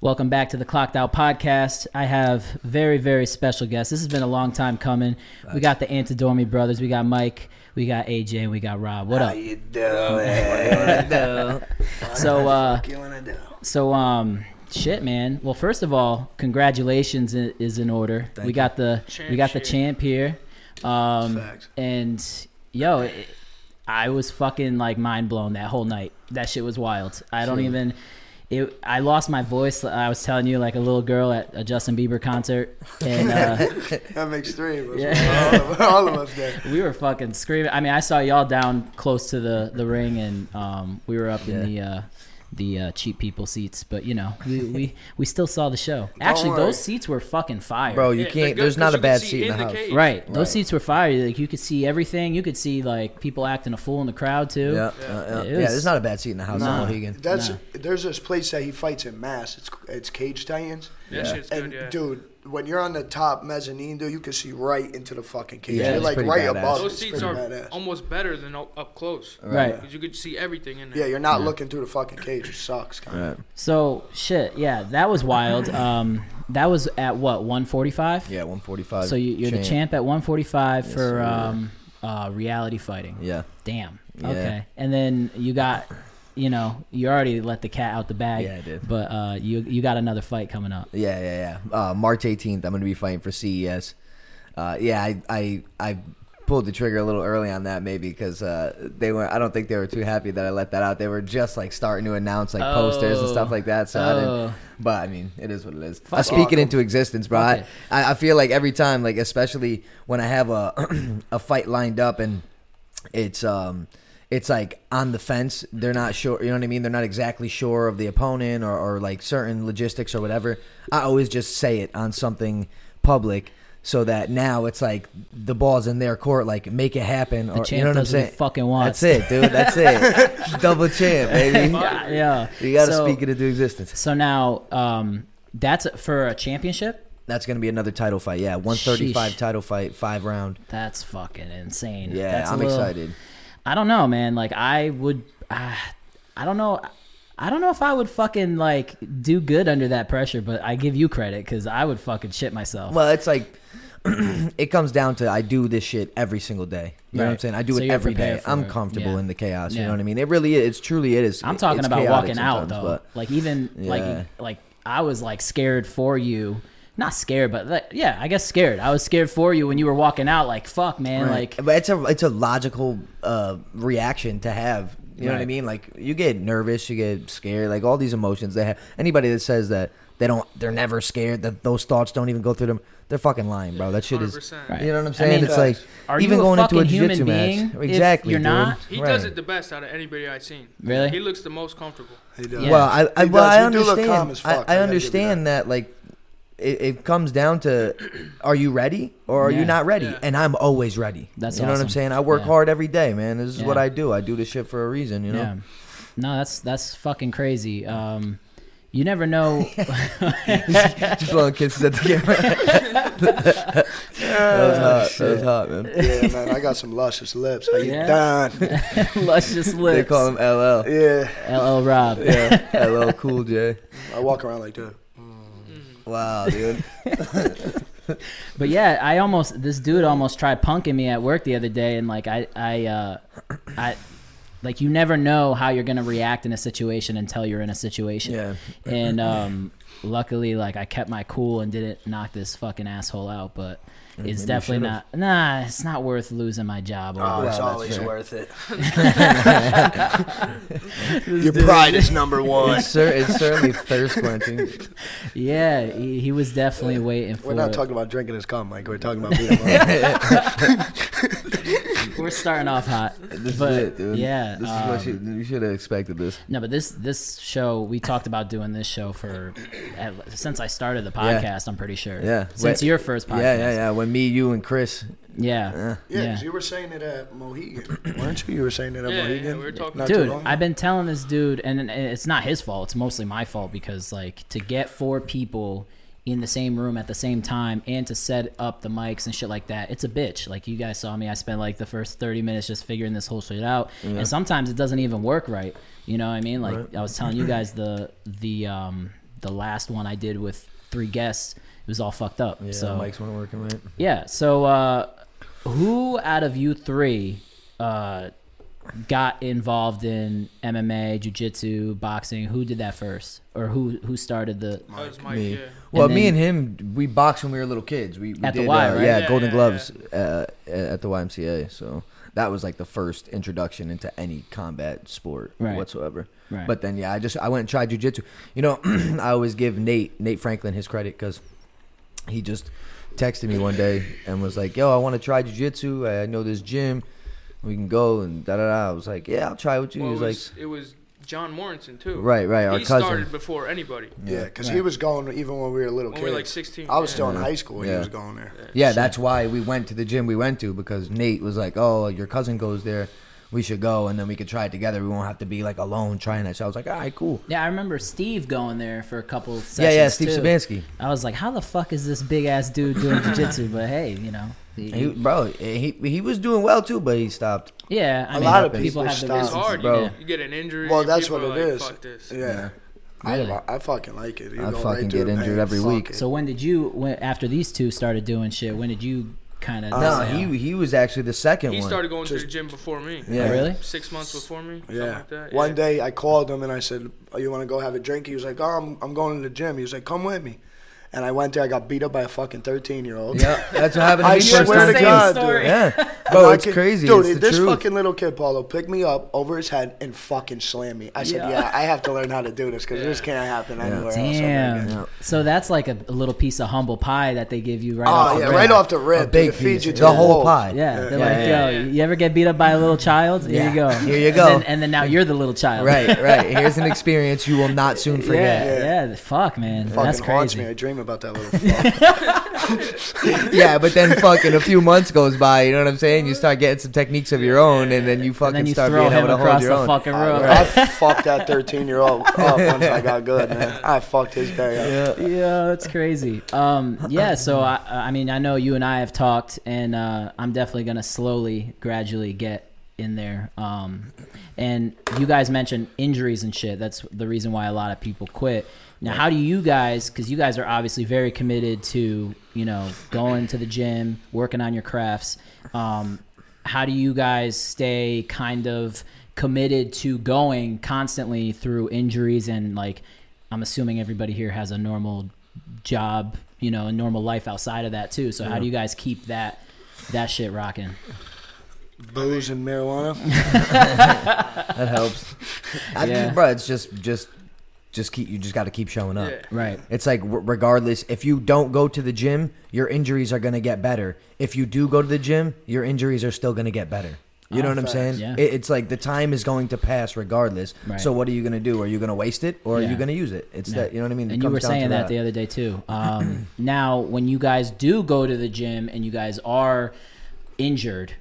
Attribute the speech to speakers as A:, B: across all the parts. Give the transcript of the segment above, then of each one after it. A: Welcome back to the Clocked Out Podcast. I have very, very special guests. This has been a long time coming. We got the Antidormi brothers. We got Mike. We got AJ. And we got Rob. What
B: How
A: up?
B: you doing?
A: So, uh,
B: you wanna do?
A: so, um, shit, man. Well, first of all, congratulations i- is in order. we
B: you.
A: got the
C: Champ
A: we got the
C: shit.
A: champ here. Um,
B: Facts.
A: and yo, it, I was fucking like mind blown that whole night. That shit was wild. I don't even. It, I lost my voice. I was telling you like a little girl at a Justin Bieber concert, and uh,
B: That makes three of us.
A: Yeah.
B: All, of, all of us there.
A: we were fucking screaming. I mean, I saw y'all down close to the the ring, and um, we were up in the. Uh, the uh, cheap people seats, but you know we we, we still saw the show. Actually,
B: worry.
A: those seats were fucking fire,
D: Bro, Oh, you
C: Yeah, they're
D: can't.
C: good
D: There's
C: 'cause
D: not a
C: you can
D: bad
C: see
D: seat in the,
C: in the
D: house.
C: cage.
A: Right, those
D: Right.
A: seats were fire. Like you could see everything. You could see like people acting a fool in the crowd too.
D: Yeah, yeah. Uh, uh,
A: It
D: yeah,
A: was-
D: there's not a bad seat in the house
A: Nah.
D: in Mohegan.
B: That's there's this place that he fights in Mass. It's it's Cage Titans.
C: That shit's good,
B: and
C: yeah.
B: dude, when you're on the top mezzanine, dude, you can see right into the fucking cage.
D: Yeah,
B: you're
D: it's
B: like
D: pretty
B: right
D: badass.
B: above.
C: Those
B: it.
C: seats
B: it's
C: are
B: pretty badass.
C: almost better than o- up close.
A: Right.
C: Because you could see everything in there.
B: yeah, you're not looking through the fucking cage. It sucks. Kind of.
A: So shit, yeah, that was wild. Um, that was at what 145.
D: Yeah, 145.
A: So you, you're the champ at 145 for
D: sir.
A: um, uh, reality fighting.
D: Yeah.
A: Damn.
D: Yeah.
A: Okay. And then you got, you know, you already let the cat out the bag.
D: Yeah, I did.
A: But uh, you you got another fight coming up.
D: Yeah, yeah, yeah. Uh, March 18th, I'm going to be fighting for CES. Uh, yeah, I, I, I pulled the trigger a little early on that maybe because uh, they were. I don't think they were too happy that I let that out. They were just like starting to announce like posters and
A: Oh.
D: stuff like that. So I
A: Oh.
D: didn't. But I mean, it is what it is.
A: Fuck
D: I speak
B: it.
D: it into existence, bro.
A: Fuck
D: I,
A: it.
D: I I feel like every time, like especially when I have a a fight lined up and it's um it's like on the fence they're not sure you know what i mean they're not exactly sure of the opponent or, or like certain logistics or whatever i always just say it on something public so that now it's like the ball's in their court like make it happen or you
A: champ
D: know what i'm
A: does what he
D: saying
A: fucking wants.
D: that's it dude that's it double champ baby
A: Yeah. yeah.
D: you gotta
A: so,
D: speak it into existence
A: So now um, that's for a championship.
D: that's gonna be another title fight yeah 135
A: Sheesh.
D: title fight five round
A: That's fucking insane.
D: yeah
A: That's a
D: i'm
A: little-
D: excited
A: I don't know, man. Like I would, uh, I don't know. I don't know if I would fucking like do good under that pressure, but I give you credit because I would fucking shit myself.
D: Well, it's like it comes down to I do this shit every single day. You know what I'm
A: Right.
D: saying? I do
A: So
D: it
A: you're
D: every day.
A: prepared for
D: I'm
A: it.
D: comfortable
A: Yeah.
D: in the chaos. You
A: Yeah.
D: know what I mean? It really is. It's truly it is.
A: I'm
D: it-
A: talking
D: it's
A: about
D: chaotic
A: walking out though.
D: sometimes, but-
A: Like even
D: Yeah.
A: like like I was like scared for you. Not scared, but like, yeah, I guess scared. I was scared for you when you were walking out. Like fuck, man. Like
D: but it's a it's a logical uh, reaction to have. You know what I
A: Right.
D: mean? Like you get nervous, you get scared, like all these emotions they have. Anybody that says that they don't, they're never scared. That those thoughts don't even go through them. They're fucking lying, bro. That shit is.
C: 100%.
A: Right.
D: You know what
A: I
D: I'm saying?
A: mean,
D: it's like
A: are
D: even
A: you a
D: going into a
A: fucking human
D: jiu-jitsu
A: being if
D: match. Exactly.
A: you're
D: dude.
A: not?
C: He does
D: Right.
C: it the best out of anybody I've seen.
A: Really?
C: He looks the most comfortable.
B: He does.
A: Yeah.
D: Well, I, I,
B: He
D: well,
B: does.
D: I
B: He do look
D: understand.
B: calm as fuck. I gotta
D: I,
B: give
D: I
B: you
D: understand that. like, it, it comes down to, are you ready or are
A: Yeah.
D: you not ready?
C: Yeah.
D: And I'm always ready.
A: That's
D: you know what
A: awesome.
D: I'm saying. I work
A: Yeah.
D: hard every day, man. This is what
A: Yeah.
D: I do. I do this shit for a reason. You know.
A: yeah. No, that's that's fucking crazy. Um, you never know.
D: Just blowing kisses at the camera. that was hot. That was hot, man.
B: Yeah, man, I got some luscious lips. How you
A: Yeah.
B: doing?
A: Luscious lips.
D: They call him LL.
B: Yeah,
A: LL Rob.
D: Yeah, LL Cool J.
B: I walk around like that.
D: Wow, dude.
A: But yeah, I almost this dude almost tried punking me at work the other day, and like I I uh, I like you never know how you're gonna react in a situation until you're in a situation.
D: Yeah.
A: And um, luckily, like I kept my cool and didn't knock this fucking asshole out, but. It's definitely not. Nah, it's not worth losing my job.
B: Oh,
A: Over.
B: it's
D: that's
B: always
D: fair.
B: worth it. Your pride is number one.
D: It's, cer- it's certainly thirst quenching.
A: Yeah, he, he was definitely waiting for.
B: We're not
A: it.
B: talking about drinking his cum, Mike. We're talking about being alone.
A: We're starting off hot.
D: This
A: But,
D: is it, dude.
A: yeah, um,
D: This is what you, you should have expected this.
A: No, but this this show we talked about doing this show for at, since I started the podcast. I'm pretty sure.
D: Yeah.
A: Since
D: Wait.
A: your first podcast.
D: Yeah, yeah, yeah. When me, you, and Chris.
A: Yeah.
B: Yeah, 'cause
A: Yeah.
B: you were saying it at Mohegan, weren't you? You were saying it at
C: Yeah, yeah,
B: Mohegan.
C: we were talking-
B: Not too
A: Dude,
B: long ago.
A: I've been telling this dude, and and it's not his fault. It's mostly my fault because like to get four people in the same room at the same time and to set up the mics and shit like that, it's a bitch. Like you guys saw me, I spent like the first thirty minutes just figuring this whole shit out, and sometimes it doesn't even work right. You know what I mean? Like I was telling you guys the the um the last one I did with three guests, it was all fucked up.
D: Yeah,
A: so
D: mics weren't working right.
A: yeah. So uh, who out of you three uh, got involved in MMA, jiu-jitsu, boxing? Who did that first, or who who started the?
C: That was Mike,
D: me.
C: yeah.
D: Well,
A: And
D: me
A: then-
D: and him, we boxed when we were little kids. We, we
A: At the
D: did,
A: Y,
D: uh,
A: right?
D: Yeah,
C: Yeah,
D: Golden
C: yeah,
D: Gloves Uh, at the YMCA. So that was like the first introduction into any combat sport
A: Right.
D: whatsoever.
A: Right.
D: But then, yeah, I just I went and tried jujitsu. You know, I always give Nate Nate Franklin his credit because he just texted me one day and was like, "Yo, I want to try jujitsu. I know this gym. We can go and da da da." I was like, "Yeah, I'll try with you."
C: Well, it
D: He's
C: was,
D: like,
C: it was John Morrison too.
D: "Right, right, our
C: he
D: cousin."
C: started before anybody.
B: Yeah, because he was going even when we were little
C: When
B: kids.
C: we were like 16.
B: I was
C: yeah.
B: still in
D: Yeah.
B: high school.
D: Yeah.
B: He was going there.
D: Yeah, that's why we went to the gym we went to because Nate was like, "Oh, your cousin goes there. We should go, and then we could try it together. We won't have to be like alone trying it." So I was like, "All right, cool."
A: Yeah, I remember Steve going there for a couple. Sessions
D: yeah, yeah, Steve
A: too.
D: Sabansky.
A: I was like, how the fuck is this big ass dude doing jujitsu? But hey, you know. he-
D: He, bro, he he was doing well too, but he stopped.
A: yeah, I
B: A
A: mean,
B: lot of people
A: have the
B: stop.
C: It's
A: reasons.
C: hard,
D: Bro.
C: You, get, you get an injury.
B: Well,
C: and
B: that's
C: people
B: what
C: are
B: it
C: like,
B: is.
C: Fuck this.
B: Yeah.
A: Really?
B: I, I fucking like it. You
D: I
B: go
D: fucking
B: right to
D: get
B: the
D: injured
B: pain.
D: every
B: Fuck
D: week.
B: it.
A: So when did you? When after these two started doing shit, when did you kind
B: Oh,
A: of?
D: no, Uh, he he was actually the second
C: He
D: one.
C: started going to
B: Just-
C: the gym before me.
D: Yeah.
A: Oh, really?
C: Six months before me. something
B: Yeah.
C: Like that.
B: One
C: yeah.
B: day I called him and I said, oh, "You want to go have a drink?" He was like, "Oh, I'm, I'm going to the gym." He was like, "Come with me," and I went there. I got beat up by a fucking thirteen year old.
D: yeah, that's what happened. To
B: I
D: me
B: swear
D: first
B: to
D: time,
B: God,
D: too.
B: dude.
D: Yeah, bro, it's crazy.
B: Dude,
D: it's the
B: this
D: truth.
B: fucking little kid, Paulo, picked me up over his head and fucking slammed me. I said,
A: Yeah.
B: "Yeah, I have to learn how to do this because this can't happen anywhere else." ever
A: Damn.
B: again."
A: So that's like a, a little piece of humble pie that they give you right off
B: Oh
A: the
B: yeah,
A: bat.
B: right off the
D: a
B: rip, dude,
D: big
B: it feeds
D: piece,
B: you to
D: the whole
B: wolves.
D: pie.
A: Yeah, they're
D: Yeah,
A: like,
D: yeah,
A: yo, you ever get beat up by a little child? Here
D: Yeah.
A: you go.
D: Here you
A: And
D: go.
A: then- And then, now you're the little child.
D: right, right. Here's an experience you will not soon
A: Yeah,
D: forget.
A: yeah. Fuck, man.
B: Fucking
A: That's
B: haunts
A: crazy.
B: me. I dream about that little. fuck.
D: yeah, but then fucking a few months goes by, you know what I'm saying? You start getting some techniques of your own, and then you fucking
A: And then you
D: start
A: throw
D: being
A: him
D: able to hold
A: across
D: your
A: the
D: own. Ah,
A: fucking room.
B: I fucked that thirteen year old up once I got good, man. I fucked his day up.
D: yeah.
A: yeah, that's crazy. Um, yeah, so I, I mean, I know you and I have talked, and uh, I'm definitely gonna slowly, gradually get in there. Um, and you guys mentioned injuries and shit. That's the reason why a lot of people quit. Now, how do you guys? Because you guys are obviously very committed to you know going to the gym, working on your crafts. Um, how do you guys stay kind of committed to going constantly through injuries and like I'm assuming everybody here has a normal job, you know, a normal life outside of that too. So how do you guys keep that that shit rocking?
B: Booze and marijuana.
D: That helps. I
A: Yeah.
D: just, bro, it's just, just, just keep. You just got to keep showing up.
C: Yeah.
A: Right.
D: It's like w- regardless, if you don't go to the gym, your injuries are gonna get better. If you do go to the gym, your injuries are still gonna get better. You know
B: Oh,
D: what I'm
B: facts.
D: saying?
A: Yeah.
D: It, it's like the time is going to pass regardless.
A: Right.
D: So what are you gonna do? Are you gonna waste it or are
A: Yeah.
D: you gonna use it? It's
A: Yeah.
D: that you know what I mean. It
A: And you
D: comes
A: were
D: down to
A: saying that the other day too. Um, now, when you guys do go to the gym and you guys are injured,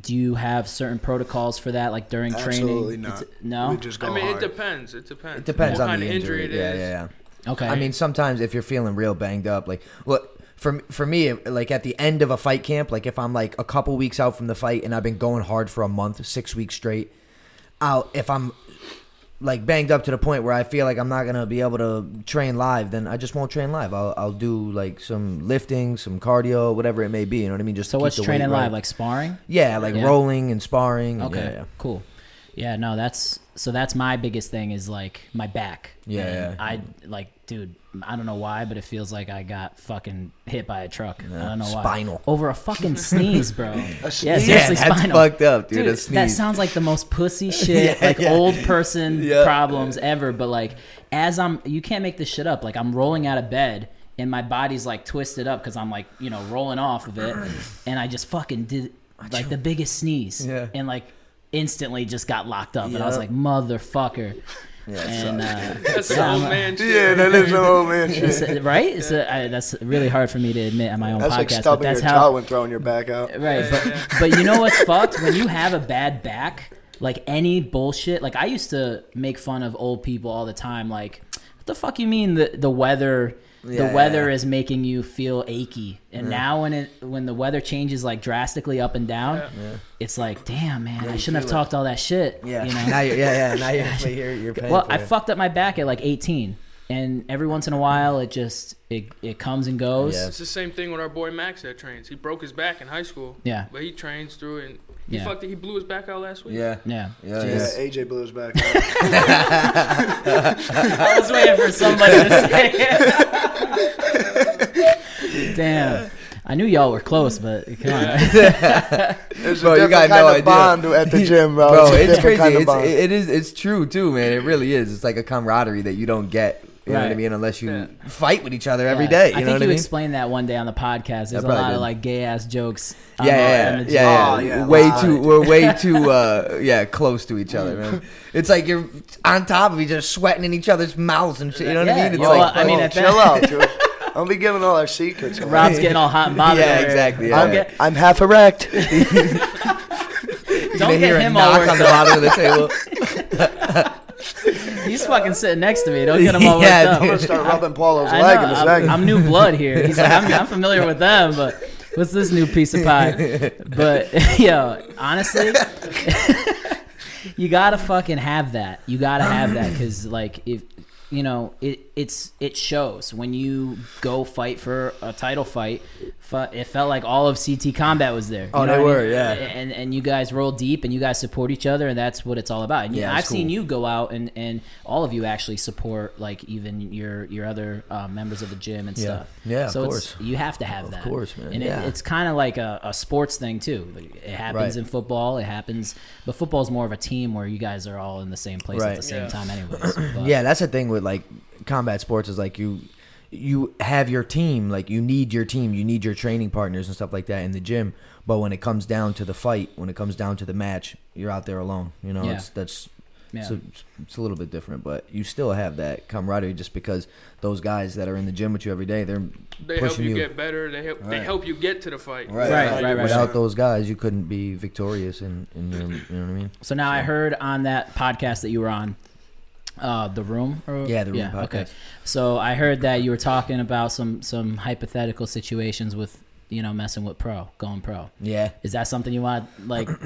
A: do you have certain protocols for that, like during
B: Absolutely
A: training?
B: not.
A: It's- no.
B: we just go
C: I mean, it
B: hard.
C: depends. It depends.
D: It depends
C: what
D: on
C: kind
D: the
C: of
D: injury.
C: injury, it is.
D: yeah, yeah, yeah.
A: okay.
D: I mean, sometimes if you're feeling real banged up, like look for for me, like at the end of a fight camp, like if I'm like a couple weeks out from the fight and I've been going hard for a month, six weeks straight, I'll if I'm like banged up to the point where I feel like I'm not gonna be able to train live, then I just won't train live. I'll I'll do like some lifting, some cardio, whatever it may be. You know what I mean? Just to
A: so
D: keep
A: what's
D: the weight
A: training live?
D: right.
A: Like sparring?
D: yeah, like
A: Yeah.
D: rolling and sparring. And
A: Okay,
D: Mm, yeah, yeah.
A: cool. Yeah, no, that's so that's my biggest thing is like my back.
D: Yeah,
A: And
D: yeah.
A: I like, dude, I don't know why, but it feels like I got fucking hit by a truck. I don't know
D: Spinal.
A: why. Over a fucking sneeze, bro. yeah,
B: sneeze?
A: seriously,
D: Yeah, that's
A: spinal.
D: fucked up, dude. a
A: that
D: sneeze.
A: sounds like the most pussy shit,
D: Yeah,
A: like
D: yeah.
A: old person
D: Yeah.
A: problems ever. But like, as I'm, you can't make this shit up. Like, I'm rolling out of bed and my body's like twisted up because I'm like, you know, rolling off of it, and I just fucking did like the biggest sneeze,
D: Yeah.
A: and like instantly just got locked up, and I was
D: Yeah.
A: like, motherfucker. and uh,
C: That's
A: Yeah,
C: yeah, old
A: I'm-
C: man shit.
B: Yeah, that is the old man shit.
A: it's, right? It's a, I, that's really hard for me to admit on my own
B: That's like
A: podcast, but
B: stubbing
A: that's
B: your
A: how
B: toe and throwing your back out.
A: Right, but but you know what's fucked? When you have a bad back, like any bullshit, like I used to make fun of old people all the time, like, what the fuck you mean the the weather
D: Yeah,
A: the weather
D: yeah.
A: is making you feel achy. And now when it when the weather changes like drastically up and down, it's like, damn man, I shouldn't have talked all that shit.
D: yeah,
A: You know?
D: now you're, yeah, yeah. Now you're, you're, you're paying
A: Well,
D: for
A: I
D: it.
A: fucked up my back at like 18. and every once in a while it just it, it comes and goes.
D: Yeah.
C: It's the same thing with our boy Max that trains. He broke his back in high school.
A: Yeah.
C: But he trains through it. And he
A: Yeah.
C: fucked it. He blew his back out last week.
D: Yeah.
A: Yeah.
D: Yeah,
B: Yeah,
D: Yes.
B: AJ blew his back. out.
A: I was waiting for somebody to say it. Damn. I knew y'all were close, but come on.
B: It's
D: Bro,
B: a
D: you
B: different
D: got
B: kind
D: no
B: of
D: idea.
B: bond at the gym, bro.
D: Bro,
B: it's, a
D: it's,
B: different
D: crazy.
B: Kind of
D: it's,
B: bond.
D: it is. It's true too, man. It really is. It's like a camaraderie that you don't get. You know what I
A: Right.
D: mean? Unless you
C: Yeah.
D: fight with each other every
A: Yeah.
D: day.
A: I
D: You know
A: think
D: what
A: you
D: I mean?
A: explained that one day on the podcast. There's a
D: probably
A: lot
D: did.
A: of like gay ass jokes.
D: yeah,
A: on the- on
D: yeah, yeah,
A: the gym.
D: yeah,
B: Oh, yeah,
D: Way
B: wow.
D: too, we're way too, uh, yeah, close to each other, man. It's like you're on top of each other, sweating in each other's mouths and shit. You know what I
A: Yeah,
D: mean? It's
A: yo,
D: like,
A: I mean,
D: fuck.
A: at that-
B: chill out, dude. Don't be giving all our secrets. away.
A: Rob's getting all hot and bothered.
D: Yeah,
A: over here.
D: exactly, yeah.
A: Don't
B: I'm,
A: get,
B: I'm half erect.
D: you're
A: don't
D: gonna hear
A: get
D: a
A: him all
D: knock on
A: worked
D: the
A: up.
D: bottom of the table.
A: He's fucking sitting next to me. Don't get him all
D: Yeah,
A: worked up.
B: I'm gonna start rubbing Paulo's
A: I
B: leg
A: know,
B: in his
A: I'm,
B: leg.
A: I'm new blood here. He's like, I'm, I'm familiar with them, but what's this new piece of pie? But yo, honestly, you gotta fucking have that. You gotta have that because like if you know it, it's it shows when you go fight for a title fight. fu- It felt like all of CT Combat was there. You
D: Oh,
A: know
D: they
A: what I
D: were, yeah.
A: And and you guys roll deep, and you guys support each other, and that's what it's all about. And
D: Yeah,
A: yeah,
D: it's
A: I've seen
D: cool.
A: you go out, and and all of you actually support like even your your other uh, members of the gym and
D: Yeah.
A: stuff.
D: Yeah, of
A: so
D: course.
A: It's, you have to have
D: Of
A: that,
D: course, man.
A: And
D: Yeah.
A: it, it's kind of like a, a sports thing too. Like, It happens
D: Right.
A: in football. It happens, but football is more of a team where you guys are all in the same place
D: Right.
A: at the same
C: Yeah.
A: time, anyways. But-
D: yeah that's the thing with like combat sports is like you you have your team like you need your team you need your training partners and stuff like that in the gym but when it comes down to the fight when it comes down to the match you're out there alone you know
A: Yeah.
D: it's that's
A: Yeah.
D: it's, a, it's a little bit different but you still have that camaraderie just because those guys that are in the gym with you every day they're
C: They help
D: pushing
C: you,
D: you,
C: get better. They help. They
D: Right.
C: help you get to the fight.
D: Right,
A: Right, right, right.
D: without those guys you couldn't be victorious in, in your, you know what i mean
A: So now I heard on that podcast that you were on, uh, the room. Or,
D: Yeah, The Room podcast.
A: So I heard that you were talking about some some hypothetical situations with you know messing with pro, going pro.
D: yeah
A: Is that something you want like talk,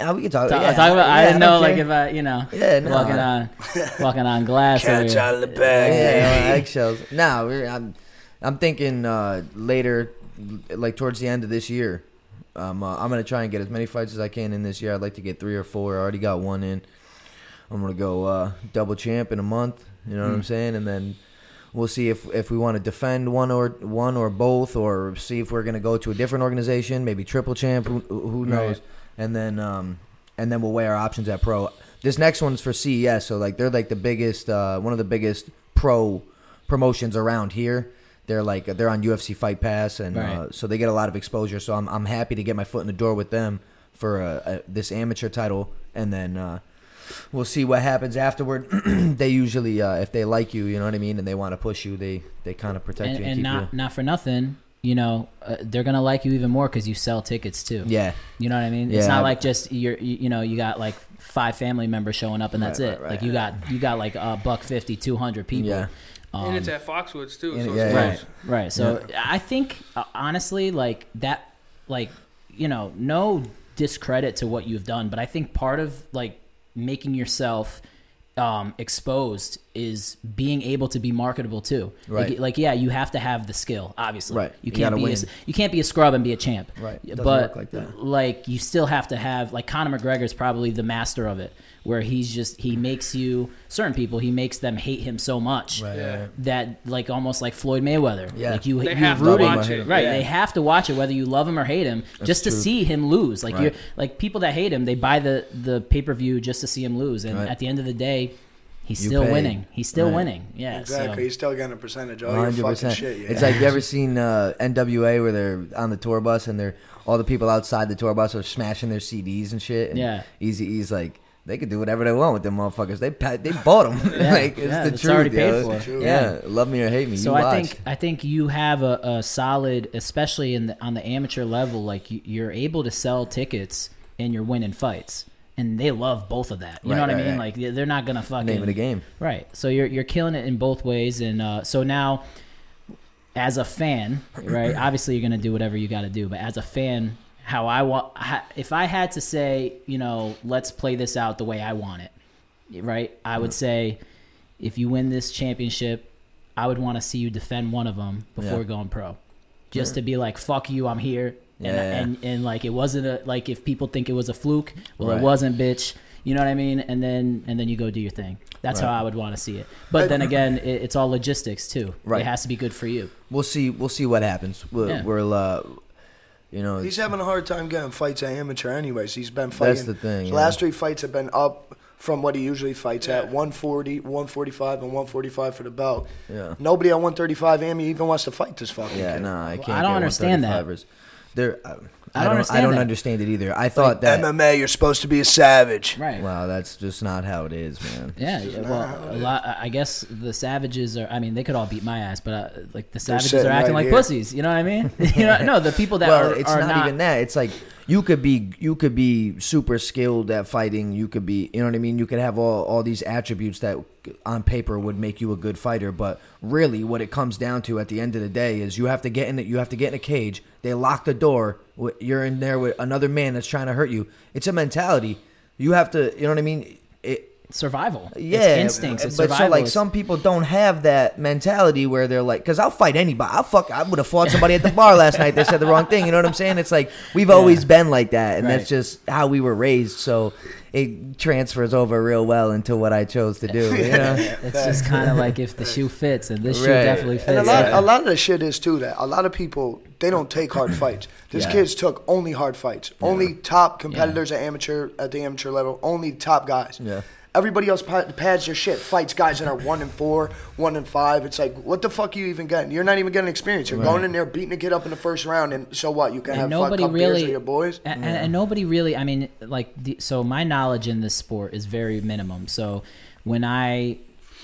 D: Ah, we can talk, yeah,
A: talk about? I
D: yeah,
A: didn't know
D: don't
A: like
D: care.
A: if I you know
D: Yeah, no.
A: walking on walking on glass. over
B: Catch
A: here.
B: out of the bag.
D: yeah, on eggshells. No, we're, I'm, I'm thinking uh, later, like towards the end of this year. Um, uh, I'm gonna try and get as many fights as I can in this year. I'd like to get three or four. I already got one in. I'm gonna go uh, double champ in a month. You know what I'm saying? And then we'll see if if we want to defend one or one or both, or see if we're gonna go to a different organization, maybe triple champ. Who, who knows? And then um, and then we'll weigh our options at pro. This next one's for CES, so like they're like the biggest, uh, one of the biggest pro promotions around here. They're like they're on UFC Fight Pass, and uh,
A: Right.
D: so they get a lot of exposure. So I'm I'm happy to get my foot in the door with them for uh, uh, this amateur title, and then uh, we'll see what happens afterward. they usually, uh, if they like you, you know what I mean, and they want to push you, they they kind of protect
A: and,
D: you
A: and
D: and, keep
A: not not for nothing. You know, uh, they're gonna like you even more because you sell tickets too.
D: you. Yeah,
A: You know what I mean?
D: Yeah.
A: It's not like just you're, you, you know, you got like five family members showing up and that's
D: Right, right,
A: it.
D: right.
A: like you got you got like a buck 50, 200 people.
D: Yeah.
A: Um,
C: And it's at Foxwoods too.
D: And-
C: So
D: yeah,
C: it's
D: yeah.
C: close.
A: right. Right. So I think uh, honestly like that like you know, no discredit to what you've done, but I think part of like making yourself um, exposed is being able to be marketable too. Like-
D: Right.
A: Like, yeah, you have to have the skill, obviously.
D: Right. You
A: You can't
D: gotta
A: be a,
D: win.
A: s- you can't be a scrub and be a champ.
D: Right. It doesn't
A: but
D: work like that.
A: like you still have to have like Conor McGregor's probably the master of it, where he's just he makes you certain people he makes them hate him so much
D: Right,
C: Yeah.
D: right.
A: that like almost like Floyd Mayweather,
D: Yeah.
A: like you
C: They
A: you
C: have to
A: rooting
C: watch it.
A: right?
C: Yeah.
A: They have to watch it whether you love him or hate him, just to
D: true.
A: see him lose. Like
D: Right.
A: you're like people that hate him, they buy the the pay per view just to see him lose, and
D: Right.
A: at the end of the day. He's
D: You
A: still
D: pay.
A: winning. He's still
D: Right.
A: winning. Yeah,
B: Exactly.
A: So.
B: He's still getting Oh, a percentage. of All your
D: Hundred
B: fucking
D: percent.
B: shit. Yeah.
D: It's like you ever seen uh, NWA where they're on the tour bus and they're all the people outside the tour bus are smashing their CDs and shit. And
A: Yeah.
D: Easy E's like they could do whatever they want with them motherfuckers. They pa- they bought them.
A: Yeah,
D: like it's
A: yeah,
D: the
A: it's
D: truth.
A: already paid
D: yo.
A: for. It's true.
D: Yeah. love me or hate me.
A: So
D: you
A: I
D: watch.
A: think I think you have a, a solid, especially in the, on the amateur level. Like you, you're able to sell tickets and you're winning fights, and they love both of that. You
D: Right,
A: know what
D: right,
A: I mean?
D: right.
A: Like they- they're not gonna fucking
D: name of the game.
A: right? So you're you're killing it in both ways, and uh, so now, as a fan, right? obviously, you're gonna do whatever you got to do, but as a fan, how I want, if I had to say, you know, let's play this out the way I want it, right? I would say, if you win this championship, I would want to see you defend one of them before
D: Yeah.
A: going pro, just to be like, "Fuck you, I'm here." And,
D: Yeah, yeah.
A: and and like it wasn't a like if people think it was a fluke, well,
D: Right.
A: it wasn't, bitch. You know what I mean? And then and then you go do your thing. That's how
D: Right.
A: I would want to see it. But then again, it, it's all logistics too.
D: Right.
A: It has to be good for you.
D: We'll see. We'll see what happens. We'll,
A: Yeah.
D: we'll uh, you know,
B: He's having a hard time getting fights at amateur, anyways. He's been fighting.
D: That's the thing,
B: His
D: yeah.
B: Last three fights have been up from what he usually fights at
C: Yeah.
B: 140, 145, and 145 for the belt.
D: Yeah.
B: Nobody at 135 Amy E even wants to fight this fucking
D: yeah,
B: kid.
D: no, I can't.
A: I don't
D: get
A: understand that.
D: 135ers. They're, I, I don't. I
A: don't
D: don't,
A: understand that.
D: understand it either. I thought that.
B: MMA, you're supposed to be a savage.
A: Right.
D: Wow, that's just not how it is, man.
A: Yeah, yeah, well, a lot. I I guess the savages are. I mean, they could all beat my ass, but uh, like the savages
B: sitting
A: are acting
B: right
A: like
B: here.
A: pussies. You know what I mean? you know, no, the people that
D: well,
A: are,
D: it's
A: are
D: not, even that. It's like you could be you could be super skilled at fighting. You could be, you know what I mean. You could have all all these attributes that on paper would make you a good fighter, but really, what it comes down to at the end of the day is you have to get in. it. You have to get in a cage. They lock the door. wh- You're in there with another man that's trying to hurt you. It's a mentality. You have to, you know what I mean. It,
A: survival.
D: yeah,
A: it's instincts. It's
D: but
A: survival.
D: so like
A: It's-
D: some people don't have that mentality where they're like, because I'll fight anybody. I'll fuck. I would have fought somebody at the bar last night. They said the wrong thing. You know what I'm saying? It's like we've always been like that, and that's
A: Right.
D: just how we were raised. So it transfers over real well into what I chose to do. You know?
A: it's just kind of like if the shoe fits, and this shoe
D: Right.
A: definitely
D: And
A: fits.
B: And a lot,
A: yeah.
B: a lot of the shit is too that a lot of people they don't take hard fights. This
D: Yeah.
B: kid's took only hard fights, only top competitors at amateur at the amateur level, only top guys.
D: Yeah.
B: Everybody else pa- pads their shit, fights guys that are one and four, one and five. It's like, what the fuck are you even getting? You're not even getting experience. You're going in there beating a kid up in the first round, and so what? You can have
A: and
B: fuck
A: nobody
B: up beers
A: really
B: with your boys.
A: And, uh, and, and nobody really i mean like the, so my knowledge in this sport is very minimum so when i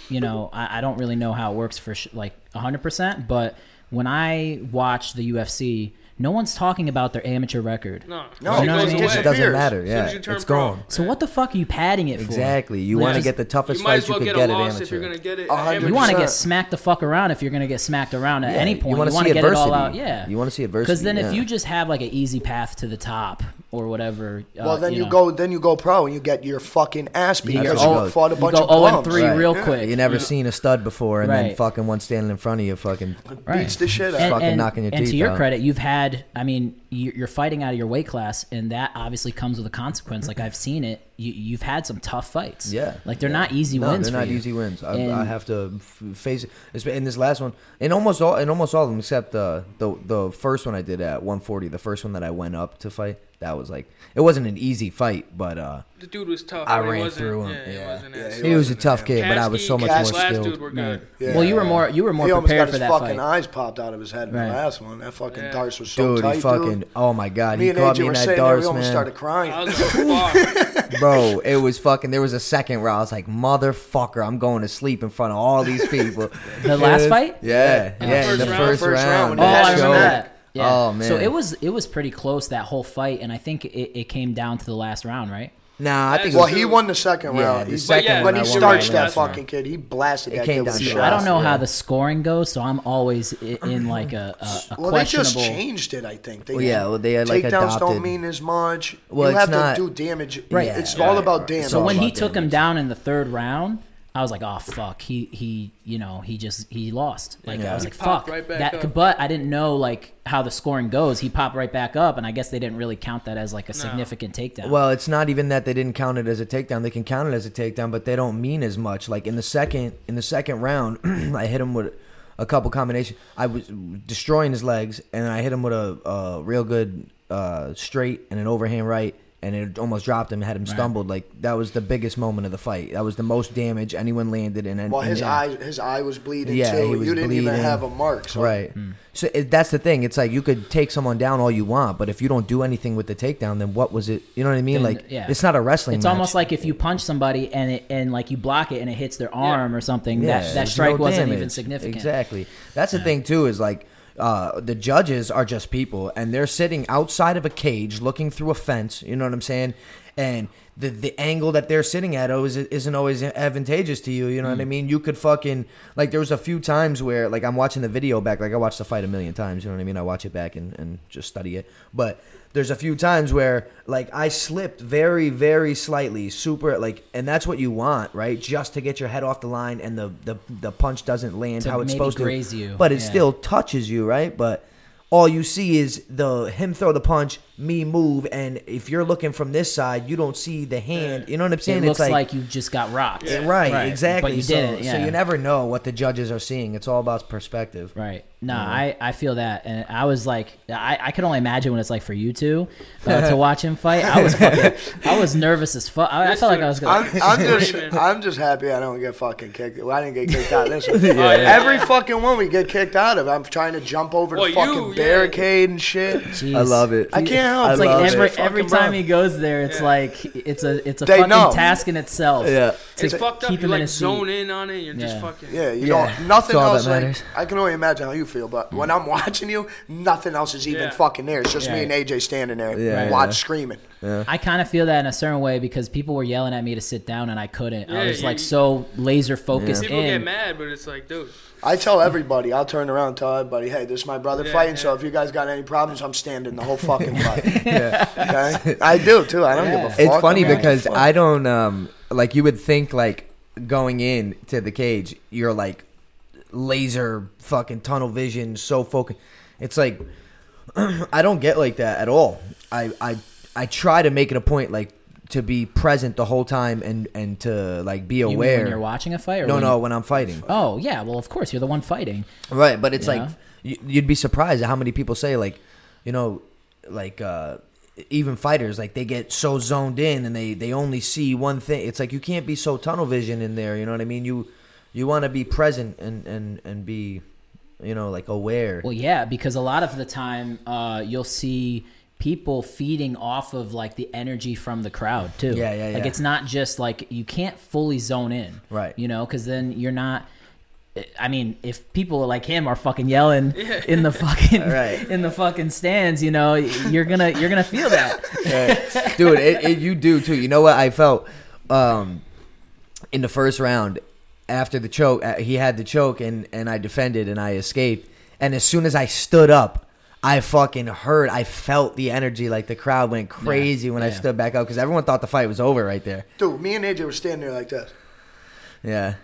A: you know i, I don't really know how it works for sh- like 100% but when i watch the ufc no one's talking about their amateur record
C: No,
B: No,
C: It
A: no,
C: goes
A: it
C: away.
D: it doesn't
B: Disappears.
D: matter.
C: As soon
D: Yeah,
C: as you turn
D: it's
C: pro.
D: gone.
A: so what the fuck are you padding it for
D: Exactly. You want to get the toughest
C: You might
D: fights
C: as well
D: you
C: get
D: could
C: a
D: get at
C: loss
D: amateur.
C: if you're going to get it.
B: A hundred
A: you
C: You
A: want to
B: Sure.
A: get smacked the fuck around if you're going to get smacked around at
D: Yeah,
A: any
D: you
A: point. You want
D: wanna
A: to
D: see
A: get it all out.
D: adversity.
A: Yeah.
D: You wanna see
A: Because then
D: adversity,
A: if
D: yeah.
A: you just have like an easy path to the top or whatever. uh,
B: Well, then you,
A: know,
B: go, then you go pro, and you get your fucking ass beat
A: You
B: because
A: go-
B: you fought a
A: you
B: bunch
A: go
B: of
A: 0 and
B: bums.
A: three real quick.
D: You never seen a stud before, and then
A: Right.
D: fucking one standing in front of you, fucking.
A: Right.
B: Beats the shit out.
A: And-
D: Fucking
A: and-
D: knocking your
A: and to
D: teeth
A: your
D: out.
A: credit, you've had. I mean, you- you're fighting out of your weight class, and that obviously comes with a consequence. Like I've seen it. You, you've had some tough fights.
D: Yeah,
A: Like they're
D: yeah.
A: not easy
D: no,
A: wins.
D: They're
A: for
D: not
A: you.
D: easy wins. I, I
A: And-
D: have to f- face it. It's been- In this last one, in almost all, in almost all of them, except uh, the the first one I did at 140, the first one that I went up to fight, that was like it wasn't an easy fight, but uh,
C: the dude was tough.
D: I
C: but he
D: ran
C: wasn't-
D: through him.
C: Yeah, he
D: Yeah.
C: wasn't
B: Yeah,
C: as-
B: he
D: he was a
B: wasn't
D: tough
B: a-
D: kid, but I was
C: Kasky-
D: so much
C: Kasky-
D: more
C: last dude were
D: skilled.
C: good.
B: Yeah.
A: Well, you were more. You were more
B: He almost
A: prepared
B: got
A: for
B: his
A: that
B: fucking
A: fight.
B: eyes popped out of his head in
A: Right.
B: the last one. That fucking
C: Yeah.
B: darce was so
D: Dude,
B: tight,
D: he fucking
B: dude.
D: oh my god,
B: Me
D: he
B: and
D: caught
B: AJ
D: me in
B: were
D: that
B: sitting there. We
D: darts,
B: almost started
D: man.
B: crying.
C: I was like, fuck.
D: Bro, it was fucking. There was a second round. I was like, motherfucker, I'm going to sleep in front of all these people.
A: The
D: It
A: last
D: was-
A: fight?
D: Yeah,
C: In the
D: yeah, in
C: first
D: the
C: round,
D: first,
B: first
D: round.
B: round,
A: Oh,
B: when
D: that
B: they
A: I
B: had
A: remember
B: show.
A: that. Yeah.
D: Oh man.
A: So it was it was pretty close that whole fight, and I think it, it came down to the last round, right?
D: Nah, I think it
B: Well,
D: was,
B: he won the second
D: Yeah,
B: round.
D: the
B: He-
D: second
C: yeah,
B: when he
C: I won
B: starched
C: that
B: that
C: last round.
B: fucking kid, he blasted
D: It
B: that kid
D: came down
B: with
D: to
B: shots.
D: shots.
A: I don't know
D: yeah.
A: how the scoring goes, so I'm always i- in like a, a, a
B: Well, they just
A: questionable.
B: changed it. I think. They,
D: Well, yeah, well, they, like,
B: takedowns
D: adopted-
B: don't mean as much.
D: Well,
B: you
D: it's
B: have
D: not-
B: to do damage.
D: Right.
B: Right. It's
D: Yeah,
B: all
D: right,
B: about
D: right.
B: damage.
D: So
A: So when he
D: about
A: took him
D: damage.
A: down in the third round, I was like, "Oh fuck!" He he, you know, he just he lost. Like
D: Yeah.
A: I was
D: He
A: like,
C: popped
A: "Fuck!"
C: right back
A: that,
C: up.
A: but I didn't know like how the scoring goes. He popped right back up, and I guess they didn't really count that as like a significant takedown.
D: Well, it's not even that they didn't count it as a takedown. They can count it as a takedown, but they don't mean as much. Like in the second in the second round, I hit him with a couple combinations. I was destroying his legs, and I hit him with a, a real good uh, straight and an overhand right, and it almost dropped him. Had him stumbled. Like that was the biggest moment of the fight. That was the most damage anyone landed in.
B: well,
D: in
B: his
D: the-
B: eye, his eye was bleeding
D: Yeah,
B: too.
D: he was
B: you didn't even
D: bleeding.
B: have a mark. So
D: Right.
A: Hmm.
D: So it, that's the thing. It's like you could take someone down all you want, but if you don't do anything with the takedown, then what was it? You know what I
A: Then,
D: mean? like
A: yeah.
D: it's not a wrestling.
A: it's
D: match.
A: almost like if you punch somebody and it, and like you block it and it hits their arm or something.
D: Yeah,
A: that that
D: there's
A: strike
D: no
A: wasn't even
D: damage.
A: significant.
D: Exactly. That's the thing too is like uh, the judges are just people, and they're sitting outside of a cage, looking through a fence. You know what I'm saying? and the the angle that they're sitting at always isn't always advantageous to you. You know what I mean? You could fucking like there was a few times where like I'm watching the video back, like I watched the fight a million times. You know what I mean? I watch it back and and just study it, but. There's a few times where like I slipped very very slightly super like and that's what you want right just to get your head off the line and the the, the punch doesn't land
A: To
D: how it's
A: maybe
D: supposed
A: graze
D: to
A: you,
D: but it
A: yeah.
D: still touches you right but all you see is the him throw the punch, me move, and if you're looking from this side, you don't see the hand. You know what I'm
A: It
D: saying?
A: looks like, you just got rocked.
D: Yeah, right,
A: Right,
D: exactly.
A: but you
D: so,
A: didn't,
D: so
A: yeah.
D: you never know what the judges are seeing. It's all about perspective.
A: Right. No, I, I feel that, and I was like, I, I could only imagine what it's like for you two uh, to watch him fight. I was fucking, I was nervous as fuck. I, I felt like I was
B: I'm,
A: gonna.
B: I'm just,
C: Raymond.
B: I'm just happy I don't get fucking kicked. Well, I didn't get kicked out of this. one.
C: yeah.
B: Every fucking one we get kicked out of. I'm trying to jump over
C: Well,
B: the
C: you,
B: fucking
C: yeah.
B: barricade and shit.
A: Jeez.
D: I love it.
B: I can't help.
D: I
A: It's like
D: love
A: every
B: Fucking
A: every time
B: run.
A: he goes there, it's like it's a it's a
B: They
A: fucking
B: know.
A: task in itself.
D: Yeah.
A: to
C: It's fucked up.
A: keep
C: You
A: him in
C: like
A: a seat.
C: zone in on it. You're just
A: Yeah.
C: fucking.
B: Yeah, you
D: Yeah.
B: don't. Nothing
D: It's all
B: else.
D: that
B: like-
D: matters.
B: I can only imagine how you feel, but when I'm watching you, nothing else is even
C: Yeah.
B: fucking there. It's just me
A: Right.
B: and AJ standing there,
D: Yeah,
B: watch
D: yeah.
B: screaming.
A: I kind of feel that in a certain way because people were yelling at me to sit down and I couldn't. I
C: Yeah,
A: was
C: you-
A: like so laser focused
C: People get
A: in.
C: mad, but it's like, dude.
B: I tell everybody, I'll turn around and tell everybody, hey, this is my brother
C: Yeah,
B: fighting,
C: yeah.
B: so if you guys got any problems, I'm standing the whole fucking fight. Okay? I do too. I don't
A: Yeah.
B: give a fuck.
D: It's funny
B: I don't
D: because
B: give a fuck.
D: I don't um like you would think like going in to the cage you're like laser fucking tunnel vision so focused. It's like I don't get like that at all. I I I try to make it a point like to be present the whole time and and to like be
A: You mean
D: aware.
A: when you're watching a fight? Or
D: no,
A: when-
D: no, when I'm fighting.
A: Oh yeah, well of course you're the one fighting.
D: Right, but it's
A: You
D: like
A: know?
D: you- you'd be surprised at how many people say like, you know, like uh even fighters like they get so zoned in and they they only see one thing. It's like you can't be so tunnel vision in there. You know what I mean? You you want to be present and and and be, you know, like aware.
A: Well, yeah, because a lot of the time uh, you'll see people feeding off of like the energy from the crowd too.
D: Yeah, yeah,
A: Like
D: yeah.
A: it's not just like you can't fully zone in,
D: Right.
A: You know, because then you're not. I mean, if people like him are fucking yelling in the fucking
D: Right.
A: in the fucking stands, you know, you're gonna you're gonna feel that.
D: Right. dude it, it, you do too you know what i felt um in the first round after the choke uh, he had the choke and and i defended and i escaped and as soon as i stood up i fucking heard i felt the energy like the crowd went crazy when i
A: yeah.
D: stood back up because everyone thought the fight was over right there
B: Dude, me and AJ were standing there like this.
D: yeah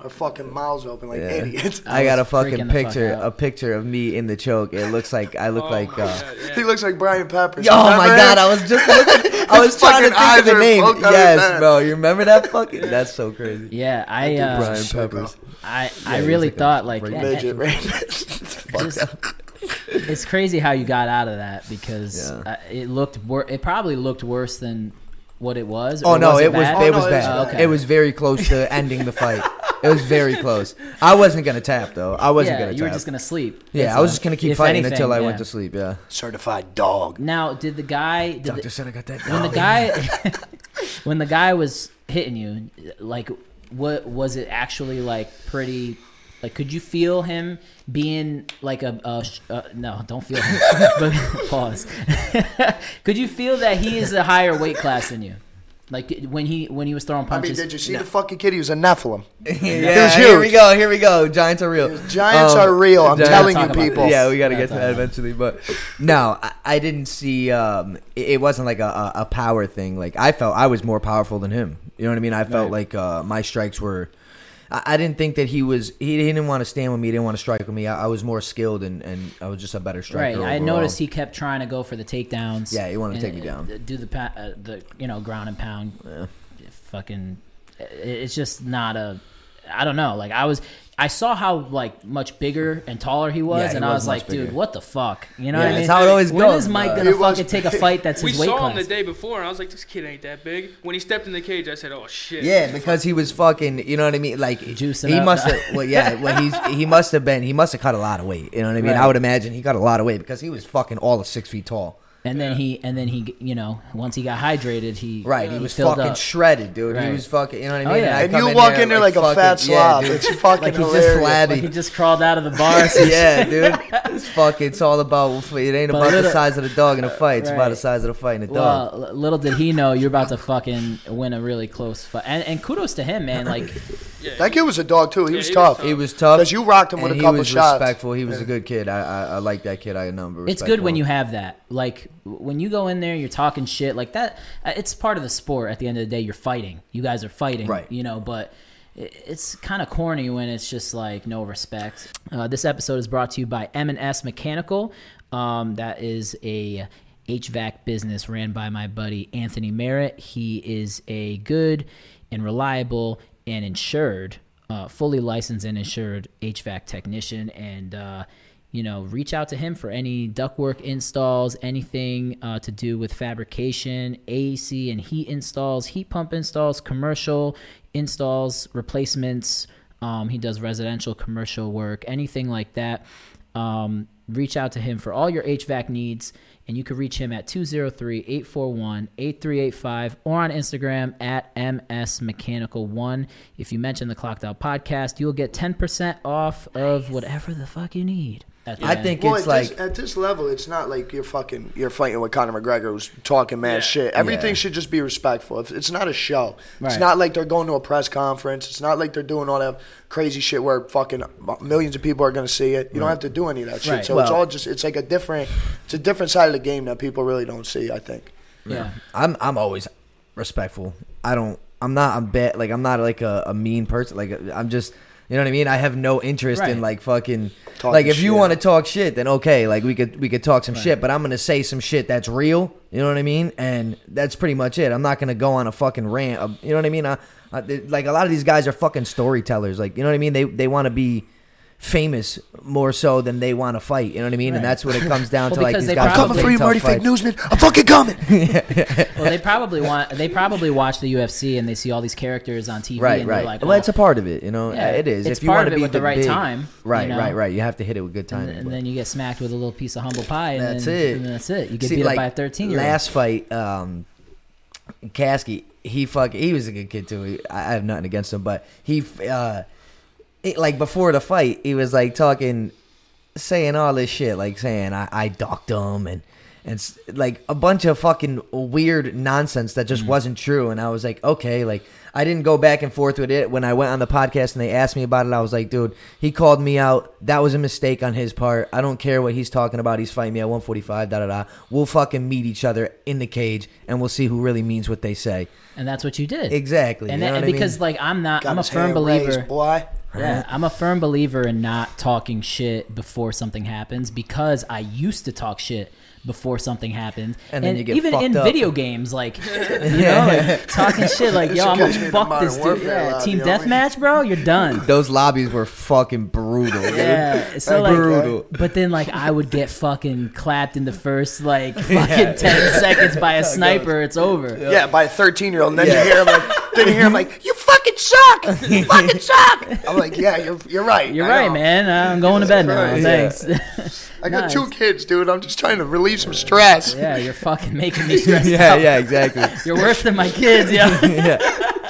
B: Our fucking mouths open like
D: Yeah.
B: idiots.
D: I, got a
A: was
D: fucking
A: freaking the fuck
D: picture,
A: out.
D: a picture of me in the choke. It looks like I look
C: Oh
D: like,
C: my
D: uh,
C: God,
B: He
C: yeah.
B: looks like Brian Peppers.
D: Yo, oh my
B: Remember
D: god,
B: him?
D: I was just looking. I was
B: His
D: trying
B: fucking
D: to think of the
B: eyes are
D: name.
B: poked out of his
D: Yes,
B: head.
D: bro, you remember that fucking? That's so crazy.
A: Yeah, I uh,
D: Brian Peppers.
A: I I
D: Yeah, he's
A: really
D: like a
A: thought like
D: right
A: yeah,
B: Midget,
A: yeah,
B: right?
A: just- it's crazy how you got out of that because
D: Yeah.
A: uh, it looked wor- it probably looked worse than what it was.
D: Oh
A: or
D: no, it was
A: bad?
B: Oh,
D: it
B: no,
D: was
B: it was
D: bad.
A: bad.
D: It was very close to ending the fight. It was very close. I wasn't gonna tap though. I wasn't
A: yeah,
D: gonna
A: you were
D: tap.
A: just gonna sleep.
D: yeah,
A: That's
D: I was
A: all.
D: just gonna keep
A: If
D: fighting
A: anything,
D: until I
A: yeah.
D: went to sleep. Yeah.
B: Certified dog.
A: Now, did the guy? Did
D: Doctor
A: the,
D: said I got that.
A: when the guy when the guy was hitting you, like, what was it actually like? Pretty. Like, could you feel him being like a, a sh- uh, no? Don't feel him. but, pause. could you feel that he is a higher weight class than you? Like when he when he was throwing
B: I mean,
A: punches.
B: did you see the fucking kid? He was a Nephilim. It
D: yeah,
B: was
D: here we
B: huge.
D: go. Here we go. Giants are real.
B: Giants
D: Um,
B: are real. I'm
D: Giants-
B: telling you,
A: Talk about
B: people.
A: this.
D: Yeah, we got to
A: Yeah,
D: get
A: it's
D: to that
A: all right.
D: eventually. But no, I, I didn't see. Um, it, it wasn't like a, a, a power thing. Like I felt I was more powerful than him. You know what I mean? I felt
A: Right.
D: like uh, my strikes were. I, I didn't think that he was. He, he didn't want to stand with me. He didn't want to strike with me. I, I was more skilled and, and I was just a better
A: Right,
D: striker.
A: I
D: overall.
A: noticed he kept trying to go for the takedowns.
D: Yeah, he wanted to
A: and-
D: take you down.
A: and Do the pa- uh, the you know ground and pound. Fucking, it- it's just not a. I don't know. Like I was, I saw how like much bigger and taller he was,
D: Yeah, he
A: and I
D: was
A: was
D: much
A: like,
D: bigger.
A: dude, what the fuck? You know
D: Yeah,
A: what I
D: that's
A: mean?
D: how it always
A: When
D: goes,
A: is Mike
D: bro.
A: gonna
B: It was
A: fucking take a
B: big.
A: fight that's
C: We
A: his weight
C: saw
A: class?
C: him the day before, and I was like, this kid ain't that big. When he stepped in the cage, I said, oh shit.
D: Yeah, because he was fucking. You know what I mean? Like
A: Juicing
D: He
A: up.
D: must have. Well, yeah. Well, he's he must have been. He must have cut a lot of weight. You know what I mean?
A: Right.
D: I would imagine he cut a lot of weight because he was fucking all of six feet tall.
A: And then he, and then he, you know, once he got hydrated, he
D: Right, he was fucking shredded, dude. He
A: Right.
D: was fucking, you know what I mean?
A: Oh, yeah.
D: I
A: And
D: come
B: you walk in there like a fat
D: fucking-
B: slob.
D: dude.
B: It's fucking
D: like he's just
B: hilarious.
A: Like he
D: flabby.
A: just crawled out of the bar.
D: yeah, dude. It's fuck. It's all about. It ain't
A: But
D: about the
A: little-
D: size of the dog in a fight. It's about
A: Right.
D: the size of the fight in a dog.
A: Well, l- little did he know you're about to fucking win a really close fight. And, and kudos to him, man. Like
C: Yeah,
B: That kid was a dog too. He was
C: he was
B: tough.
C: tough.
D: He was tough
B: 'Cause you rocked him with
D: and
B: a couple
D: He was
B: shots.
D: respectful. He was a good kid. I I, I like that kid. I had a number.
A: it's
D: respect
A: good
D: for
A: when
D: him.
A: you have that. Like w- when you go in there, you're talking shit like that. uh, It's part of the sport. At the end of the day, you're fighting. You guys are fighting,
D: Right.
A: You know, but. i- It's kind of corny when it's just like no respect. Uh, this episode is brought to you by M&S Mechanical. Um, that is a HVAC business ran by my buddy Anthony Merritt. He is a good and reliable and insured, uh, fully licensed and insured HVAC technician. And, uh, you know, reach out to him for any ductwork installs, anything uh, to do with fabrication, AEC and heat installs, heat pump installs, commercial installs, replacements. Um, he does residential, commercial work, anything like that um, reach out to him for all your HVAC needs. And you can reach him at 203 841 8385 or on Instagram at MS Mechanical1. If you mention the Clocked Out podcast, you'll get 10% off of whatever the fuck you need. At the
D: I
A: end.
D: think
B: Well,
D: it's
B: at,
D: like
B: this, at this level, it's not like you're fucking you're fighting with Conor McGregor who's talking mad
C: Yeah.
B: shit. Everything
D: Yeah.
B: should just be respectful. If it's not a show,
A: Right.
B: it's not like they're going to a press conference. It's not like they're doing all that crazy shit where fucking millions of people are going to see it. You don't have to do any of that shit.
A: Right.
B: So it's
D: Well-
B: all just it's like a different it's a different side of the game that people really don't see. I think.
A: yeah.
D: I'm I'm always respectful. I don't. I'm not. I'm bad. Like I'm not like a, a mean person. Like I'm just. You know what I mean? I have no interest
A: Right.
D: in like fucking.
B: Talking
D: like if you
B: shit.
D: want to talk shit, then okay. Like we could we could talk some shit, but I'm gonna say some shit that's real. You know what I mean? And that's pretty much it. I'm not gonna go on a fucking rant. uh, You know what I mean? I, I, they- like a lot of these guys are fucking storytellers. Like you know what I mean? They they want to be famous more so than they want to fight. You know what I mean? And
A: Right.
D: that's what it comes down
A: Well,
D: to. Like
A: because
D: these
A: they
D: guys
A: I'm
B: Coming
A: Probably
B: for you,
D: tough
B: Marty, fake
D: fights.
B: newsman. I'm fucking coming.
A: Well, they probably want they probably watch the UFC and they see all these characters on TV
D: Right,
A: and
D: right.
A: they're like,
D: well,
A: "Oh."
D: it's a part of it, you know.
A: Yeah,
D: it is.
A: it's
D: if you
A: part
D: want
A: of
D: to
A: it
D: be
A: with the right
D: big-
A: time, you
D: right,
A: know?
D: right, right. You have to hit it with good timing.
A: and, and
D: but-
A: then you get smacked with a little piece of humble pie, and
D: that's
A: then,
D: it.
A: and that's it. You get
D: See,
A: beat
D: like,
A: up by a thirteen year old.
D: Last fight, um, Kasky, he fuck, he was a good kid too. He, I I have nothing against him, but he, f- uh, it, like before the fight, he was like talking, saying all this shit, like saying I, I docked him and. And s- like a bunch of fucking weird nonsense that
A: Mm.
D: just wasn't true, and I was like, okay, like I didn't go back and forth with it. When I went on the podcast and they asked me about it, I was like, dude, he called me out. That was a mistake on his part. I don't care what he's talking about. He's fighting me at 145, da da da. We'll fucking meet each other in the cage and we'll see who really means what they say.
A: and that's what you did
D: Exactly.
A: And,
D: you
A: that,
D: know
A: and
D: what I
A: because
D: mean?
A: like I'm not,
B: Got
A: I'm a
B: his
A: firm
B: hand
A: believer.
B: raised, boy.
A: Yeah, I'm a firm believer in not talking shit before something happens because I used to talk shit before something happened.
D: And then you get
A: even
D: fucked
A: in
D: up.
A: video games, like you know, like, talking shit like yo,
B: This
A: I'm
B: catch me
A: gonna
B: in
A: fuck
B: Modern
A: this dude.
B: Warfare
A: Yeah,
B: lobby,
A: team
B: you know what I mean?
A: deathmatch, bro, you're done.
D: those lobbies were fucking brutal. dude.
A: Yeah, so like,
D: Like, brutal.
A: but then like I would get fucking clapped in the first like fucking ten seconds by a sniper. It's over.
B: Yeah, by a 13 year old. And then you hear him like, then you hear him like, you fucking suck. You fucking suck. I'm like, yeah, you're, you're right.
A: You're
B: I
A: right,
B: know.
A: man. Uh, I'm going to bed now.
B: Christ.
A: Thanks.
B: I got
A: Nice.
B: two kids, dude. I'm just trying to relieve some stress.
A: yeah, you're fucking making me stressed
D: yeah, yeah, exactly.
A: You're worse than my kids, yeah.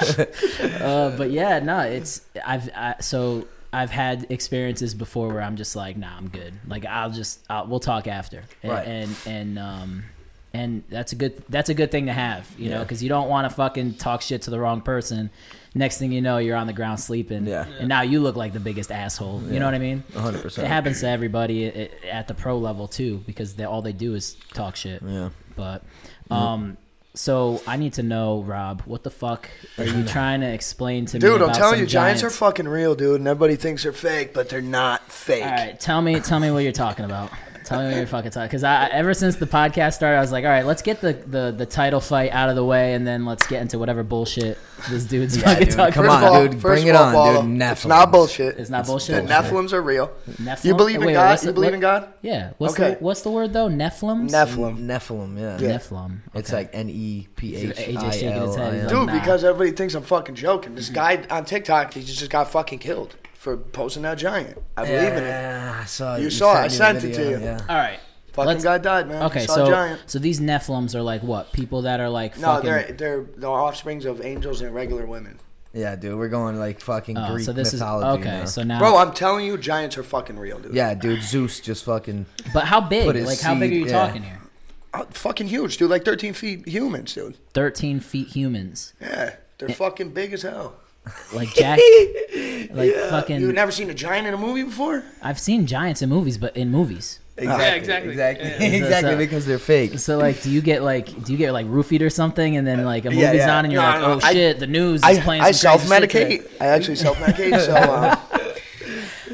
A: Uh, but yeah, no, it's I've I, so I've had experiences before where I'm just like, nah, I'm good. Like I'll just I'll, we'll talk after, and
D: Right.
A: and, and um. And that's a good that's a good thing to have, you know, 'cause know, because you don't want to fucking talk shit to the wrong person. Next thing you know, you're on the ground sleeping,
D: Yeah.
A: and now you look like the biggest asshole. You know what I mean?
D: 100%.
A: It happens to everybody i- i- at the pro level too, because they, all they do is talk shit.
D: Yeah.
A: But
B: Mm-hmm.
A: um so I need to know, Rob, what the fuck are you trying to explain to me?
B: Dude, I'm
A: about
B: telling
A: some
B: you,
A: giants,
B: giants, are fucking real, dude, and everybody thinks they're fake, but they're not fake.
A: All right, tell me tell me what you're talking about. Tell me what you're fucking talking because I ever since the podcast started, I was like, all right, let's get the, the, the title fight out of the way, and then let's get into whatever bullshit this dude's fucking
D: dude,
A: talking
D: come
A: about.
D: on, dude,
B: first
D: bring
B: of
D: it
B: all,
D: on,
B: Paul,
D: dude.
B: It's not
D: Nephilims.
B: bullshit.
A: It's not
B: The
A: bullshit.
B: Nephilims are real.
A: Nephilim?
B: You believe in
A: Wait,
B: God?
A: what's
B: You
A: the-
B: believe
A: what-
B: in God?
A: Yeah. What's
B: Okay.
A: the what's the word though? Nephilims.
B: Nephilim.
D: Nephilim, yeah.
A: Nephilim.
D: It's like N E P H
A: AJ
D: I
A: shaking his
D: L
A: head,
D: I
A: he's
D: M.
A: like,
B: Dude,
A: Nah.
B: because everybody thinks I'm fucking joking. This guy on TikTok, he just got fucking killed for posting that giant. I believe in it.
D: Yeah, I saw it.
B: You saw it. I
D: sent me the
B: sent it to
D: video,
B: you.
D: yeah.
A: All right.
B: Fucking
A: Let's-
B: guy died, man.
A: Okay,
B: Saw
A: so
B: a giant.
A: so these Nephilims are like what people that are like
B: No,
A: fucking.
B: they're they're the offsprings of angels and regular women.
D: Yeah, dude, we're going like fucking
A: Oh,
D: Greek
A: so this is
D: mythology.
A: okay.
D: now.
A: So now,
B: Bro, I'm telling you, giants are fucking real, dude.
D: yeah, dude, Zeus just fucking.
A: but how big?
D: put his
A: Like how big are
D: seed-
A: you
D: yeah.
A: talking here?
B: Oh, fucking huge, dude. Like 13 feet humans, dude.
A: Thirteen feet humans,
B: Yeah, they're fucking big as hell.
A: like Jack, like fucking.
B: You've never seen a giant in a movie before?
A: I've seen giants in movies, but in movies.
C: Yeah, exactly.
D: exactly,
C: Yeah.
D: exactly,
A: So-
D: because they're fake.
A: So like, do you get like, do you get like roofied or something, and then like a movie's
D: yeah, yeah.
A: on, and you're
B: No,
A: like,
B: no,
A: oh
B: I-
A: shit, the news is
B: I,
A: playing.
B: I
A: some
B: self
A: crazy shit today."
B: medicate. I actually self medicate. So, um,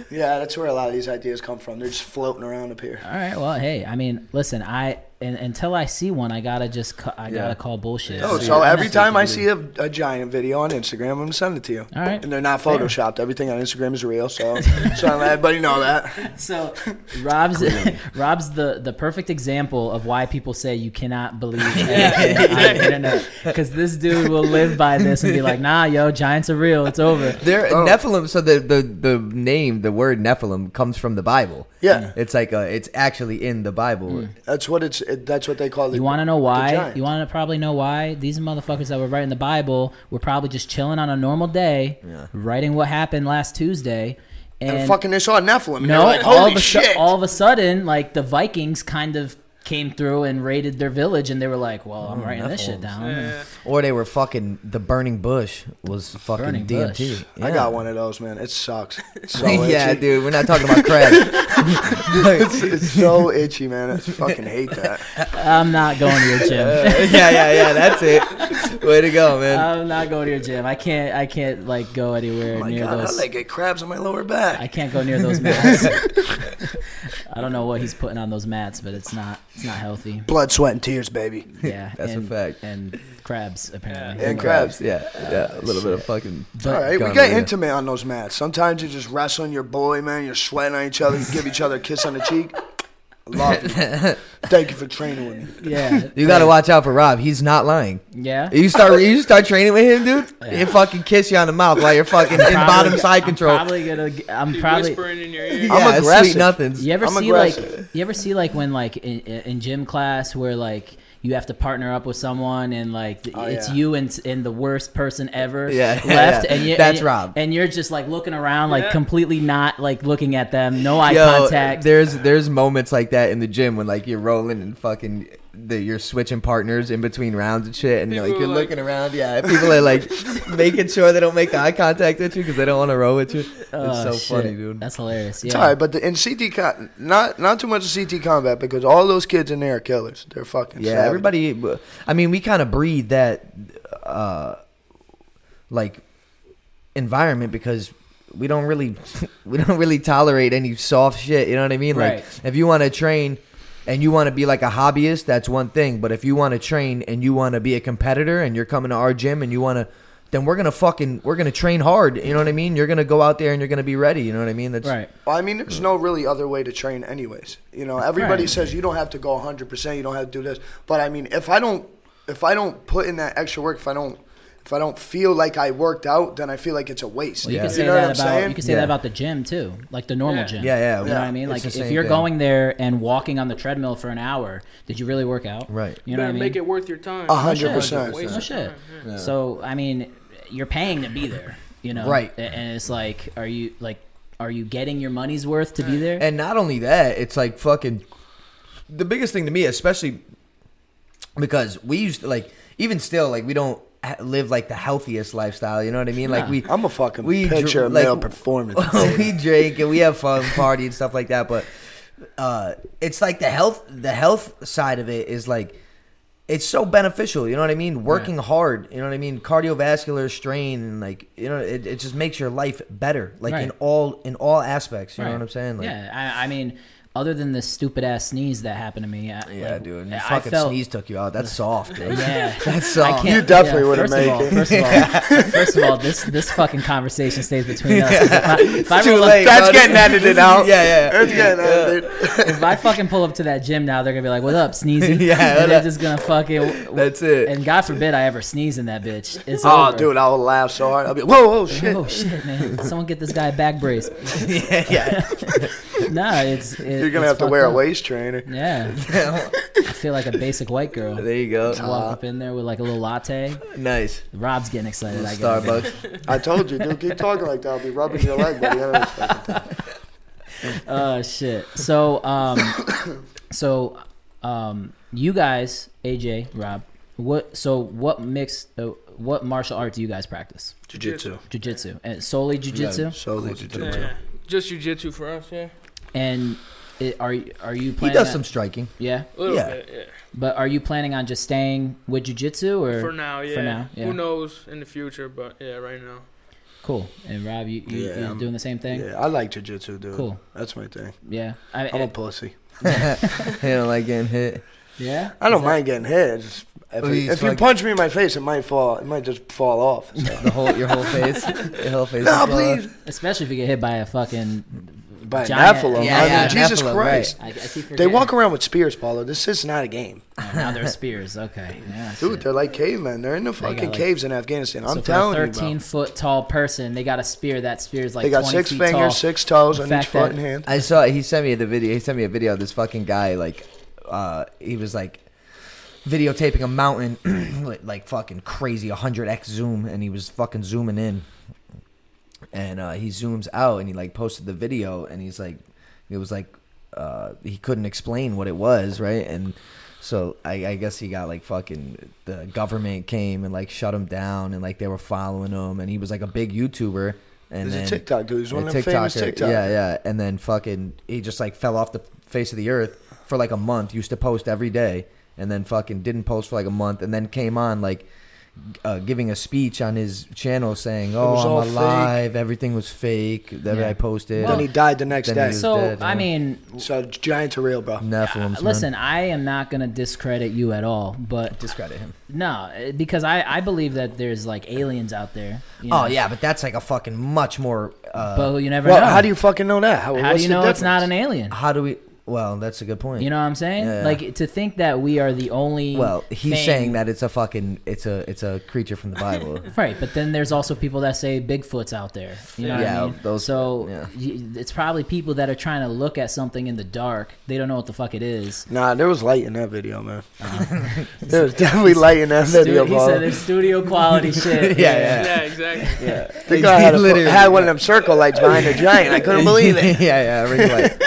B: yeah, that's where a lot of these ideas come from. They're just floating around up here.
A: All right. Well, hey, I mean, listen, I and, until I see one, I gotta just, cu- I
D: Yeah.
A: gotta call bullshit.
B: Oh, so every time I see a, a giant video on Instagram, I'm gonna send it to you.
A: All right.
B: And they're not photoshopped. Everything on Instagram is real. So, so I let everybody know that.
A: So Rob's Rob's the the perfect example of why people say you cannot believe anything on the internet because this dude will live by this and be like, nah, yo, giants are real. It's over.
D: They're
B: Oh.
D: Nephilim. So the, the the name, the word Nephilim, comes from the Bible.
B: Yeah.
D: it's like a, it's actually in the Bible.
A: Hmm.
B: That's what it's. It, that's what they call the.
A: You want to know why?
B: giant.
A: You want to probably know why these motherfuckers that were writing the Bible were probably just chilling on a normal day, writing what happened last Tuesday, and,
B: And, fucking, they saw a Nephilim. And
A: no,
B: they're like,
A: all
B: holy
A: of a su-
B: shit.
A: all of a sudden, like the Vikings kind of came through and raided their village, and they were like, well,
B: Oh,
A: I'm writing this shit
D: Nephilims.
A: down.
C: Yeah.
D: Or they were fucking the burning bush was fucking
A: Burning
D: DMT.
A: bush.
B: I
D: Yeah.
B: got one of those, man. It sucks. It's so
D: yeah,
B: itchy.
D: dude, we're not talking about crack.
B: It's, it's so itchy, man. I fucking hate that.
A: I'm not going to your gym.
D: uh, yeah, yeah, yeah. That's it. Way to go, man.
A: I'm not going to your gym. I can't. I can't like go
D: Oh
A: anywhere
B: My
A: near
B: God,
A: those.
B: I like get crabs on my lower
A: I
B: back.
A: can't go near those mats. I don't know what he's putting on those mats, but it's not. It's not healthy.
B: Blood, sweat, and tears, baby.
A: Yeah,
D: That's a
A: and,
D: fact.
A: And crabs apparently.
B: And crabs.
D: Yeah, yeah. A little bit of fucking.
A: But-
B: All right, we
D: Gonorrhea.
B: get intimate on those mats. Sometimes you're just wrestling your boy, man. You're sweating on each other. You give each other a kiss on the cheek. I love you. Thank you for training with me.
A: Yeah,
D: You gotta watch out for Rob. He's not lying.
A: yeah.
D: You start you start training with him, dude. He'll fucking kiss you on the mouth while you're fucking in
A: Probably-
D: bottom side
A: I'm
D: control.
A: Probably gonna. g- I'm
C: You
A: probably.
C: whispering in your ear.
D: yeah,
B: I'm
D: it's
B: aggressive.
D: sweet nothings.
A: You ever
B: I'm
A: see
B: aggressive.
A: like you ever see like when like in, in gym class where like you have to partner up with someone and like th-
B: Oh,
A: it's
B: yeah.
A: you and and the worst person ever
D: Yeah, yeah,
A: left
D: yeah.
A: and you
D: That's
A: and,
D: Rob.
A: and you're just like looking around like
C: Yeah.
A: completely not like looking at them no eye
D: Yo,
A: contact
D: There's there's moments like that in the gym when like you're rolling and fucking the, you're switching partners in between rounds and shit, and like
C: People
D: you're
C: are like-
D: looking around. Yeah, people are like making sure they don't make eye contact with you because they don't want to roll with you. It's
A: Oh,
D: so
A: shit.
D: funny, dude.
A: that's hilarious yeah
B: It's all right, but the, in CT, co- not not too much of CT combat because all those kids in there are killers. They're fucking
D: yeah,
B: savages.
D: everybody. I mean, we kind of breed that uh, like environment because we don't really we don't really tolerate any soft shit. You know what I mean?
A: Right.
D: Like if you want to train and you want to be like a hobbyist, that's one thing. But if you want to train and you want to be a competitor and you're coming to our gym and you want to. Then we're gonna fucking we're gonna train hard. You know what I mean. You're gonna go out there and you're gonna be ready. You know what I mean. That's
A: right
B: Well, I mean, there's no really other way to train, anyways. You know, everybody
A: Right.
B: says you don't have to go 100. percent You don't have to do this, but I mean, if I don't, if I don't put in that extra work, if I don't, if I don't feel like I worked out, then I feel like it's a waste.
A: Well, you
D: Yeah.
A: can say
B: know
A: that
B: what I'm
A: about
B: saying?
A: you can say
D: Yeah.
A: that about the gym too, like the normal
C: Yeah.
A: gym.
D: Yeah, yeah,
A: You know what I
B: yeah.
A: mean?
D: It's
A: Like
D: the
A: if
D: same
A: you're
D: thing.
A: going there and walking on the treadmill for an hour, did you really work out?
D: Right.
A: You know
C: better
A: what I mean?
C: make it worth your time.
B: A hundred
A: Yeah.
B: percent.
C: Waste
A: No
C: of
A: shit.
C: time,
A: So I mean, you're paying to be there, you know?
D: Right.
A: A- And it's like, are you like, are you getting your money's worth to be there?
D: And not only that, it's like fucking the biggest thing to me, especially because we used to like even still like we don't ha- live like the healthiest lifestyle. You know what I mean? Like we,
B: I'm a fucking
D: we dr-
B: picture of
D: like,
B: male performance.
D: we drink and we have fun, party and stuff like that. But uh, it's like the health the health side of it is like it's so beneficial. You know what I mean? Working hard. You know what I mean? Cardiovascular strain and like you know it, it just makes your life better. Like in
A: Right.
D: all in all aspects. You know
A: Right.
D: what I'm saying? Like,
A: yeah. I, I mean, other than this stupid ass sneeze that happened to me, I,
D: Yeah,
A: like,
D: dude.
A: I
D: Your fucking
A: felt-
D: sneeze took you out. That's soft, dude.
A: Yeah.
D: That's soft.
B: You definitely would've
A: first of
B: made
A: all-
B: it.
A: First of all, first of all, this this fucking conversation stays between us. If I, if I
D: Too
A: roll up-
D: late.
B: That's
D: bud.
B: getting edited out.
D: Yeah, yeah.
B: It's getting edited.
A: if I fucking pull up to that gym now, they're gonna be like, "What up, sneezy?"
D: Yeah, what
A: and they're
D: up?
A: just gonna fucking.
D: That's it.
A: And God forbid I ever sneeze in that bitch. It's
B: Oh,
A: over.
B: dude, I will laugh so hard. I'll be, whoa, whoa, shit.
A: Oh shit, man! Someone get this guy a back brace.
D: yeah, yeah.
A: no, it's it,
B: You're gonna
A: it's
B: have to
A: fucked
B: wear a
A: up.
B: waist trainer.
A: Yeah, I feel like a basic white girl.
D: there you go.
A: Just walk up in there with like a little latte.
D: nice.
A: Rob's getting excited. I guess.
D: Starbucks.
B: I told you, dude. Keep talking like that. I'll be rubbing your leg, buddy. I don't fucking think-
A: Oh shit. So um, so um, you guys, AJ, Rob, what? So what mix? Uh, what martial art do you guys practice?
C: Jiu-jitsu.
A: Jiu-jitsu and solely jiu-jitsu.
D: Solely
C: Yeah,
D: jujitsu.
C: yeah. Just jujitsu for us, yeah.
A: And it, are you- are you
D: He
A: planning?
D: does
A: on-
D: some striking.
A: Yeah,
C: A little
D: Yeah.
C: bit, yeah.
A: but are you planning on just staying with jujitsu or
C: For now, yeah.
A: now, yeah.
C: Who knows in the future, but yeah, right now.
A: cool? And Rob, you, you
B: Yeah,
A: you're
B: I'm-
A: doing the same thing. Yeah,
B: Yeah, I like jujitsu, dude.
A: Cool.
B: That's my thing.
A: I, eh,
B: I'm a
A: I-
B: pussy.
D: He don't like getting hit.
A: yeah.
B: I don't mind getting hit. It's- If,
D: Well, he's
B: if you
D: like-
B: punch me in my face, it might fall. It might just fall off.
D: The whole your whole face. Your whole face.
B: no,
D: is blown.
B: please.
A: Especially if you get hit by a fucking.
B: By an
A: Giant-
B: Nephilim.
A: Yeah,
B: I mean,
A: yeah,
B: Jesus
D: Nephilim,
B: Christ.
A: I, I keep
B: They
A: forgetting.
B: walk around with spears, Paulo. This is not a game.
A: Oh, now they're spears. Okay. Yeah,
B: Dude,
A: shit.
B: they're like cavemen. They're in the fucking
A: like-
B: caves in Afghanistan. I'm
A: so
B: telling
A: for a
B: you,
A: 13
B: bro.
A: foot tall person, they got a spear. That spear is like
B: They got
A: 20
B: six
A: feet
B: fingers,
A: tall.
B: six toes
A: The
B: on each
A: fact that-
B: foot and hand.
D: I saw he sent me the video. He sent me a video of this fucking guy like uh he was like videotaping a mountain like, like fucking crazy 100x zoom and he was fucking zooming in. And uh he zooms out and he like posted the video and he's like it was like uh he couldn't explain what it was, right? And so I, I guess he got like fucking the government came and like shut him down and like they were following him and he was like a big YouTuber and
B: There's
D: then
B: a TikTok dude. He's one
D: a
B: of them famous
D: TikToker.
B: TikTok.
D: Yeah, yeah. And then fucking, he just like fell off the face of the earth for like a month. Used to post every day, and then fucking didn't post for like a month, and then came on like uh, giving a speech on his channel saying, "Oh,
B: was all
D: I'm
B: fake."
D: alive. Everything was fake that
A: Yeah.
D: I posted."
B: Then he died the next
D: Then
B: day.
D: he was-
B: So,
A: So,
D: dead,
A: I
D: yeah.
A: mean,
B: Giants are real, bro.
D: Nephilim.
B: uh,
D: man.
A: listen, I am not going to discredit you at all, but
D: discredit him.
A: no, eh, because I, I believe that there's like aliens out there. you
D: Oh
A: know,
D: yeah, but that's like a fucking much more. Uh,
A: But you never
B: Well,
A: know.
B: how do you fucking know that? How,
A: How do
B: what's
A: you
B: the
A: know it's not an
B: difference?
A: alien?
D: how do we? Well, that's a good point.
A: You know what I'm saying?
D: Yeah.
A: Like to think that we are the only.
D: Well, he's
A: thing-
D: saying that it's a fucking it's a it's a creature from the Bible.
A: Right, but then there's also people that say Bigfoot's out there. You know
D: Yeah,
A: what I mean?
D: those-
A: so
D: yeah.
A: y- it's probably people that are trying to look at something in the dark. They don't know what the fuck it is.
B: Nah, there was light in that video, man. there was definitely light in that video,
A: Dude, he said
B: bro.
A: it's studio quality shit.
D: Yeah, yeah.
C: Yeah, exactly.
B: The guy
D: He
B: had, a, fu-
D: literally-
B: had one of them circle lights behind the giant. I couldn't believe it.
D: yeah, yeah. Ring light.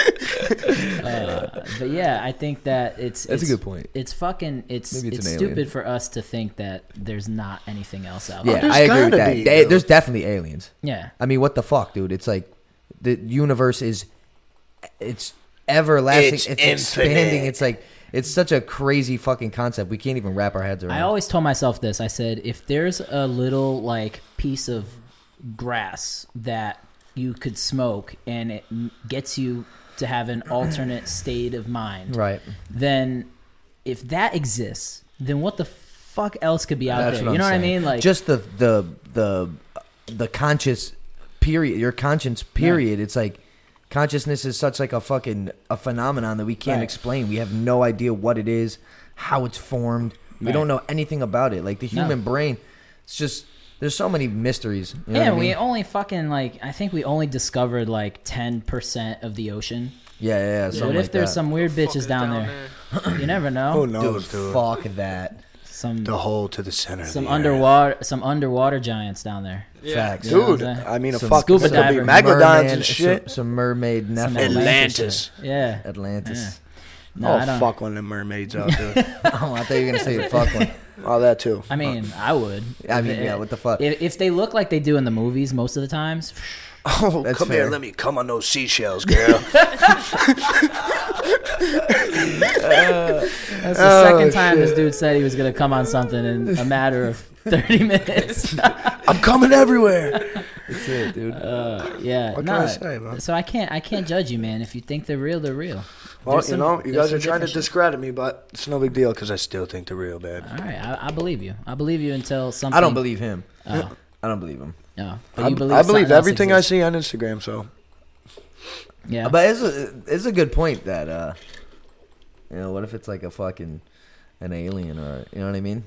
A: Uh, but yeah, I think that it's
D: That's a
A: it's,
D: good point.
A: It's fucking it's
D: Maybe
A: it's,
D: it's an alien.
A: stupid for us to think that there's not anything else out
D: Yeah,
A: there.
B: Oh, there's
D: I agree with
B: gotta
D: that.
B: be,
D: They-
B: though.
D: there's definitely aliens.
A: Yeah.
D: I mean, what the fuck, dude? It's like the universe is it's everlasting. It's,
B: It's
D: expanding.
B: infinite.
D: It's like it's such a crazy fucking concept. We can't even wrap our heads around.
A: I always told myself this. I said, if there's a little like piece of grass that you could smoke and it m- gets you to have an alternate state of mind,
D: right.
A: then if that exists, then what the fuck else could be out
D: That's
A: there?
D: what
A: you know
D: I'm
A: what I
D: saying.
A: mean? Like
D: just the the the the conscious period. Your conscience period. It's like consciousness is such like a fucking a phenomenon that we can't
A: Right.
D: explain. We have no idea what it is, how it's formed. We don't
A: Right.
D: know anything about it. Like the
A: No.
D: human brain, it's just there's so many mysteries. You know
A: yeah,
D: what I
A: we
D: mean?
A: only fucking like I think we only discovered like ten percent of the ocean.
D: Yeah, yeah, yeah.
A: So what
D: Something
A: if
D: like
A: there's
D: that.
A: some weird bitches
C: Fucking
A: down, there? You never know.
B: Who knows,
D: Dude,
B: dude?
D: fuck that.
A: Some
B: The hole to the center. of
A: some
B: the earth.
A: underwater some underwater giants down there.
C: Yeah.
D: Facts.
A: You know what
B: Dude,
A: I'm saying?
B: I mean, a
D: Some
B: fucking
A: scuba
B: could be
A: diver.
B: megalodons
D: Merman-
B: and shit.
D: Some, some mermaid
A: Some
D: Nephilim.
A: Atlantis.
B: Atlantis.
A: Yeah.
D: Oh, Atlantis.
A: No, I
B: oh,
A: don't.
B: fuck one of the mermaids out there.
D: oh, I thought you were gonna say the fuck one.
B: All that too.
A: I mean, I would.
D: I mean, yeah, what the fuck?
A: If, if they look like they do in the movies most of the times,
B: Oh,
D: That's
B: come
D: fair.
B: here, let me come on those seashells, girl.
A: that's the
D: Oh,
A: second time this dude said he was gonna come on something in a matter of thirty minutes.
B: I'm coming everywhere.
D: That's it, dude.
A: Uh, yeah,
B: What can
A: no,
B: I say, man?
A: so I can't, I can't judge you, man. If you think they're real, they're real.
B: Well,
A: There's
B: you
A: some-
B: know, you
A: there's
B: guys are
A: some
B: trying to
A: different
B: discredit me, but it's no big deal because I still think the real, babe.
A: shit. All right, I, I believe you. I believe you until something.
D: I don't believe him.
A: Oh,
D: I don't believe him.
A: no. But
B: I,
A: you
B: I believe
A: something else
B: everything I
A: exists.
B: see on Instagram, so
A: Yeah,
D: But it's a, it's a good point that uh, you know, what if it's like a fucking an alien or you know what I mean?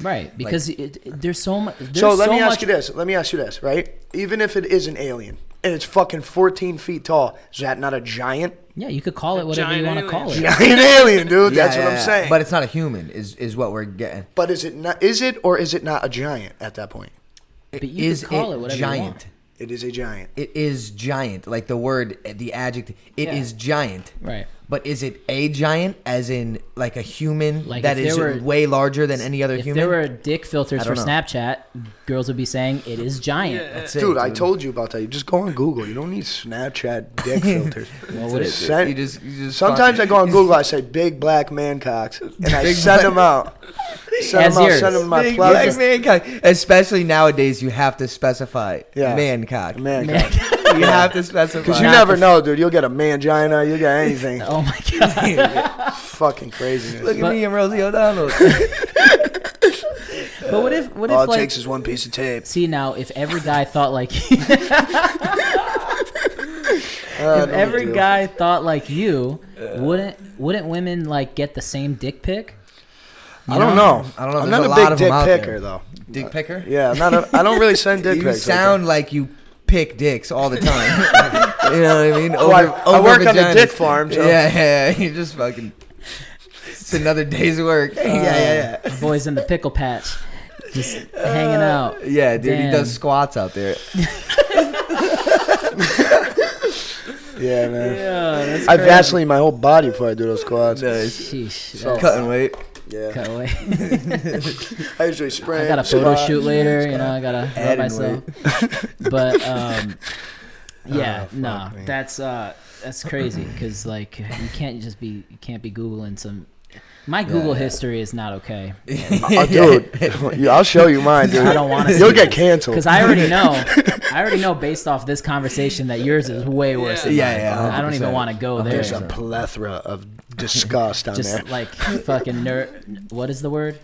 A: right. Because it, it- there's so much. There's
B: so let me ask
A: much,
B: you this. Let me ask you this, right? Even if it is an alien, and it's fucking 14 feet tall. Is that not a giant?
A: Yeah, you could call it whatever you
C: giant
A: want to
C: alien.
A: call it.
B: Giant alien, dude.
D: Yeah,
B: That's
D: yeah,
B: what I'm
D: yeah.
B: saying.
D: But it's not a human. Is is what we're getting?
B: but is it not? Is it or is it not a giant at that point?
D: It
A: But you could
D: is
A: call
D: a
A: it whatever you
D: giant.
A: want.
B: It is a giant.
D: It is giant. Like the word, the adjective. It is
A: Yeah.
D: giant.
A: Right.
D: But is it a giant, as in like a human
A: Like,
D: that
A: if
D: is
A: there were-
D: way larger than any other
A: If
D: human?
A: there were dick filters
D: I
A: for
D: don't know.
A: Snapchat, girls would be saying it is giant.
C: Yeah.
D: That's it,
B: Dude, I told you about that. You just go on Google. You don't need Snapchat dick filters.
A: What would it
B: Just
A: be?
B: send-
D: You just- you just
B: sometimes
D: fucking-
B: I go on Google. I say big black man cocks, and I
D: Big
B: send
D: black-
B: them out. Send
A: As
B: them out.
A: yours.
B: Send them my
D: Big
B: pleasure.
D: black man cock. Especially nowadays, you have to specify
B: Yeah.
D: man cock.
B: Man,
D: you have to specify.
B: because you never know, dude. You'll get a mangina. You'll get anything.
A: Oh my god.
B: Fucking craziness.
D: Look at
A: But-
D: me and Rosie O'Donnell.
A: But what if what if
B: All it
A: like
B: takes is one piece of tape.
A: see now if every guy thought like if every guy thought like you, wouldn't wouldn't women like get the same dick pic?
B: I don't know.
D: I don't know.
B: I'm
D: There's
B: not
D: a
B: a,
D: lot
B: big
D: of 'em
B: dick
D: out there.
B: picker though.
D: Dick picker.
B: Yeah, I'm not. A, I don't really send dick
D: You
B: pics. like that.
D: sound like you pick dicks all the time. you know what I mean?
B: Oh,
D: Over,
B: I- I work on the
D: vaginas.
B: dick farm, so-
D: Yeah, yeah, yeah. You just fucking. It's another day's work. yeah, yeah, yeah.
A: The boys in the pickle patch, just hanging out.
D: Yeah, dude, he
A: Damn.
D: does squats out there.
B: yeah, man.
A: Yeah, that's
B: I vaseline my whole body before I do those squats.
A: sheesh. That's
D: Cutting weight.
B: Uh, Yeah,
A: cut away.
B: I usually spray.
A: I got a photo shoot later. You know, I gotta rub
D: Adding
A: myself. but um, yeah,
B: Oh, fuck
A: no,
B: me.
A: that's uh, that's crazy because like you can't just be you can't be googling some. My Google history is not okay
B: Oh, dude, yeah, I'll show you mine, dude.
A: I don't wanna
B: You'll
A: see
B: get
A: because
B: canceled.
A: I already know. I already know based off this conversation that yours is way worse. Than
D: Yeah,
A: mine.
D: yeah,
A: I don't even
D: 100%.
A: want to go there.
B: There's a plethora of disgust on there.
A: Just like fucking nerd. What is the word?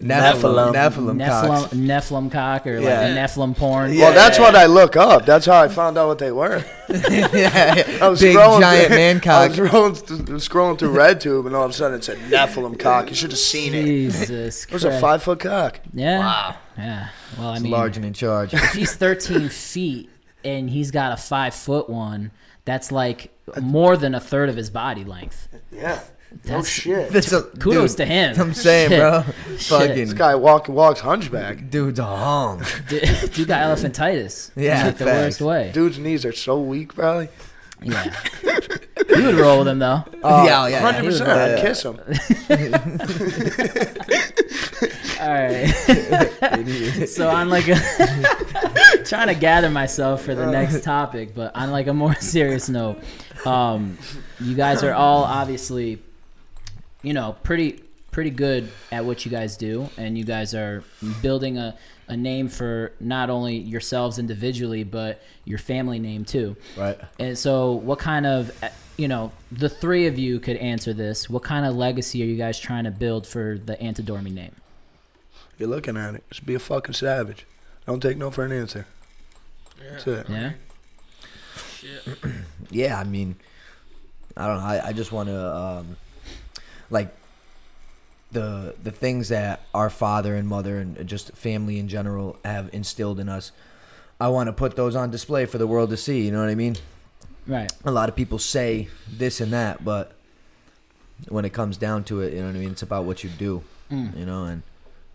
D: Nephilim. Nephilim.
A: Nephilim,
D: cocks.
A: Nephilim cock or like
D: Yeah.
A: Nephilim porn.
B: well, that's what I look up. That's how I found out what they were.
D: yeah, yeah.
B: I was
D: Big
B: scrolling
D: giant
B: through,
D: man
B: I
D: cock.
B: was scrolling through, scrolling through RedTube, and all of a sudden it said Nephilim cock. You should have seen it.
A: Jesus
B: It was a five foot cock.
A: Yeah. Wow. Yeah. Well, I mean,
D: Large and in charge.
A: if he's 13 feet and he's got a five foot one, that's like more than a third of his body length.
B: Yeah. No
A: That's-
B: shit.
D: That's a,
A: Kudos
D: dude,
A: to him.
D: I'm saying,
A: Shit.
D: bro.
B: This
D: Fucking.
B: guy walk, walks hunchback.
D: Dude's a hong.
A: Dude, dude got elephantitis.
D: Yeah,
A: Like the worst
D: facts.
A: way.
B: Dude's knees are so weak, probably.
A: Yeah. you would roll with him, though.
D: Oh, yeah, yeah, yeah.
B: Uh, Hundred percent. I'd kiss him.
A: All right. so on like a trying to gather myself for the next topic, but on like a more serious note, um, you guys are all obviously, you know, pretty pretty good at what you guys do, and you guys are building a a name for not only yourselves individually, but your family name too.
D: Right.
A: And so, what kind of, you know, the three of you could answer this. What kind of legacy are you guys trying to build for the Antidormi name?
B: You're looking at it. Just be a fucking savage. Don't take no for an answer. That's it.
A: Yeah.
C: Shit.
D: yeah, I mean, I don't know. I, I just want to um, like the the things that our father and mother and just family in general have instilled in us. I want to put those on display for the world to see. You know what I mean?
A: Right.
D: A lot of people say this and that, but when it comes down to it, you know what I mean. It's about what you do.
A: Mm.
D: You know, and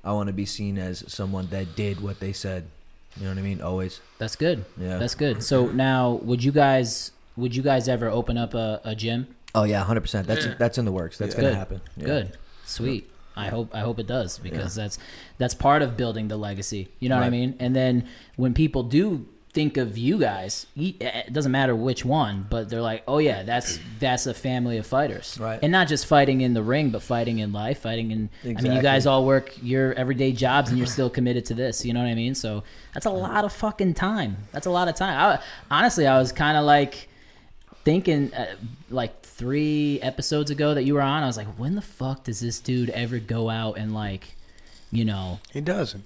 D: I want to be seen as someone that did what they said. You know what I mean? Always.
A: That's good.
D: Yeah.
A: That's good. So now, would you guys would you guys ever open up a, a gym?
D: oh yeah, hundred percent. That's
C: Yeah.
D: that's in the works. That's gonna
A: Good.
D: happen. Yeah.
A: Good. Sweet. I hope I hope it does because that's that's part of building the legacy. You know what I
D: Right.
A: mean? And then when people do think of you guys, e- eh, it doesn't matter which one, but they're like, "Oh yeah, that's that's a family of fighters."
D: Right.
A: And not just fighting in the ring, but fighting in life, fighting in I mean,
D: Exactly.
A: you guys all work your everyday jobs and you're still committed to this, you know what I mean? So, that's a lot of fucking time. That's a lot of time. I, honestly, I was kind of like thinking uh, like three episodes ago that you were on, I was like, when the fuck does this dude ever go out and like, you know,
B: He doesn't.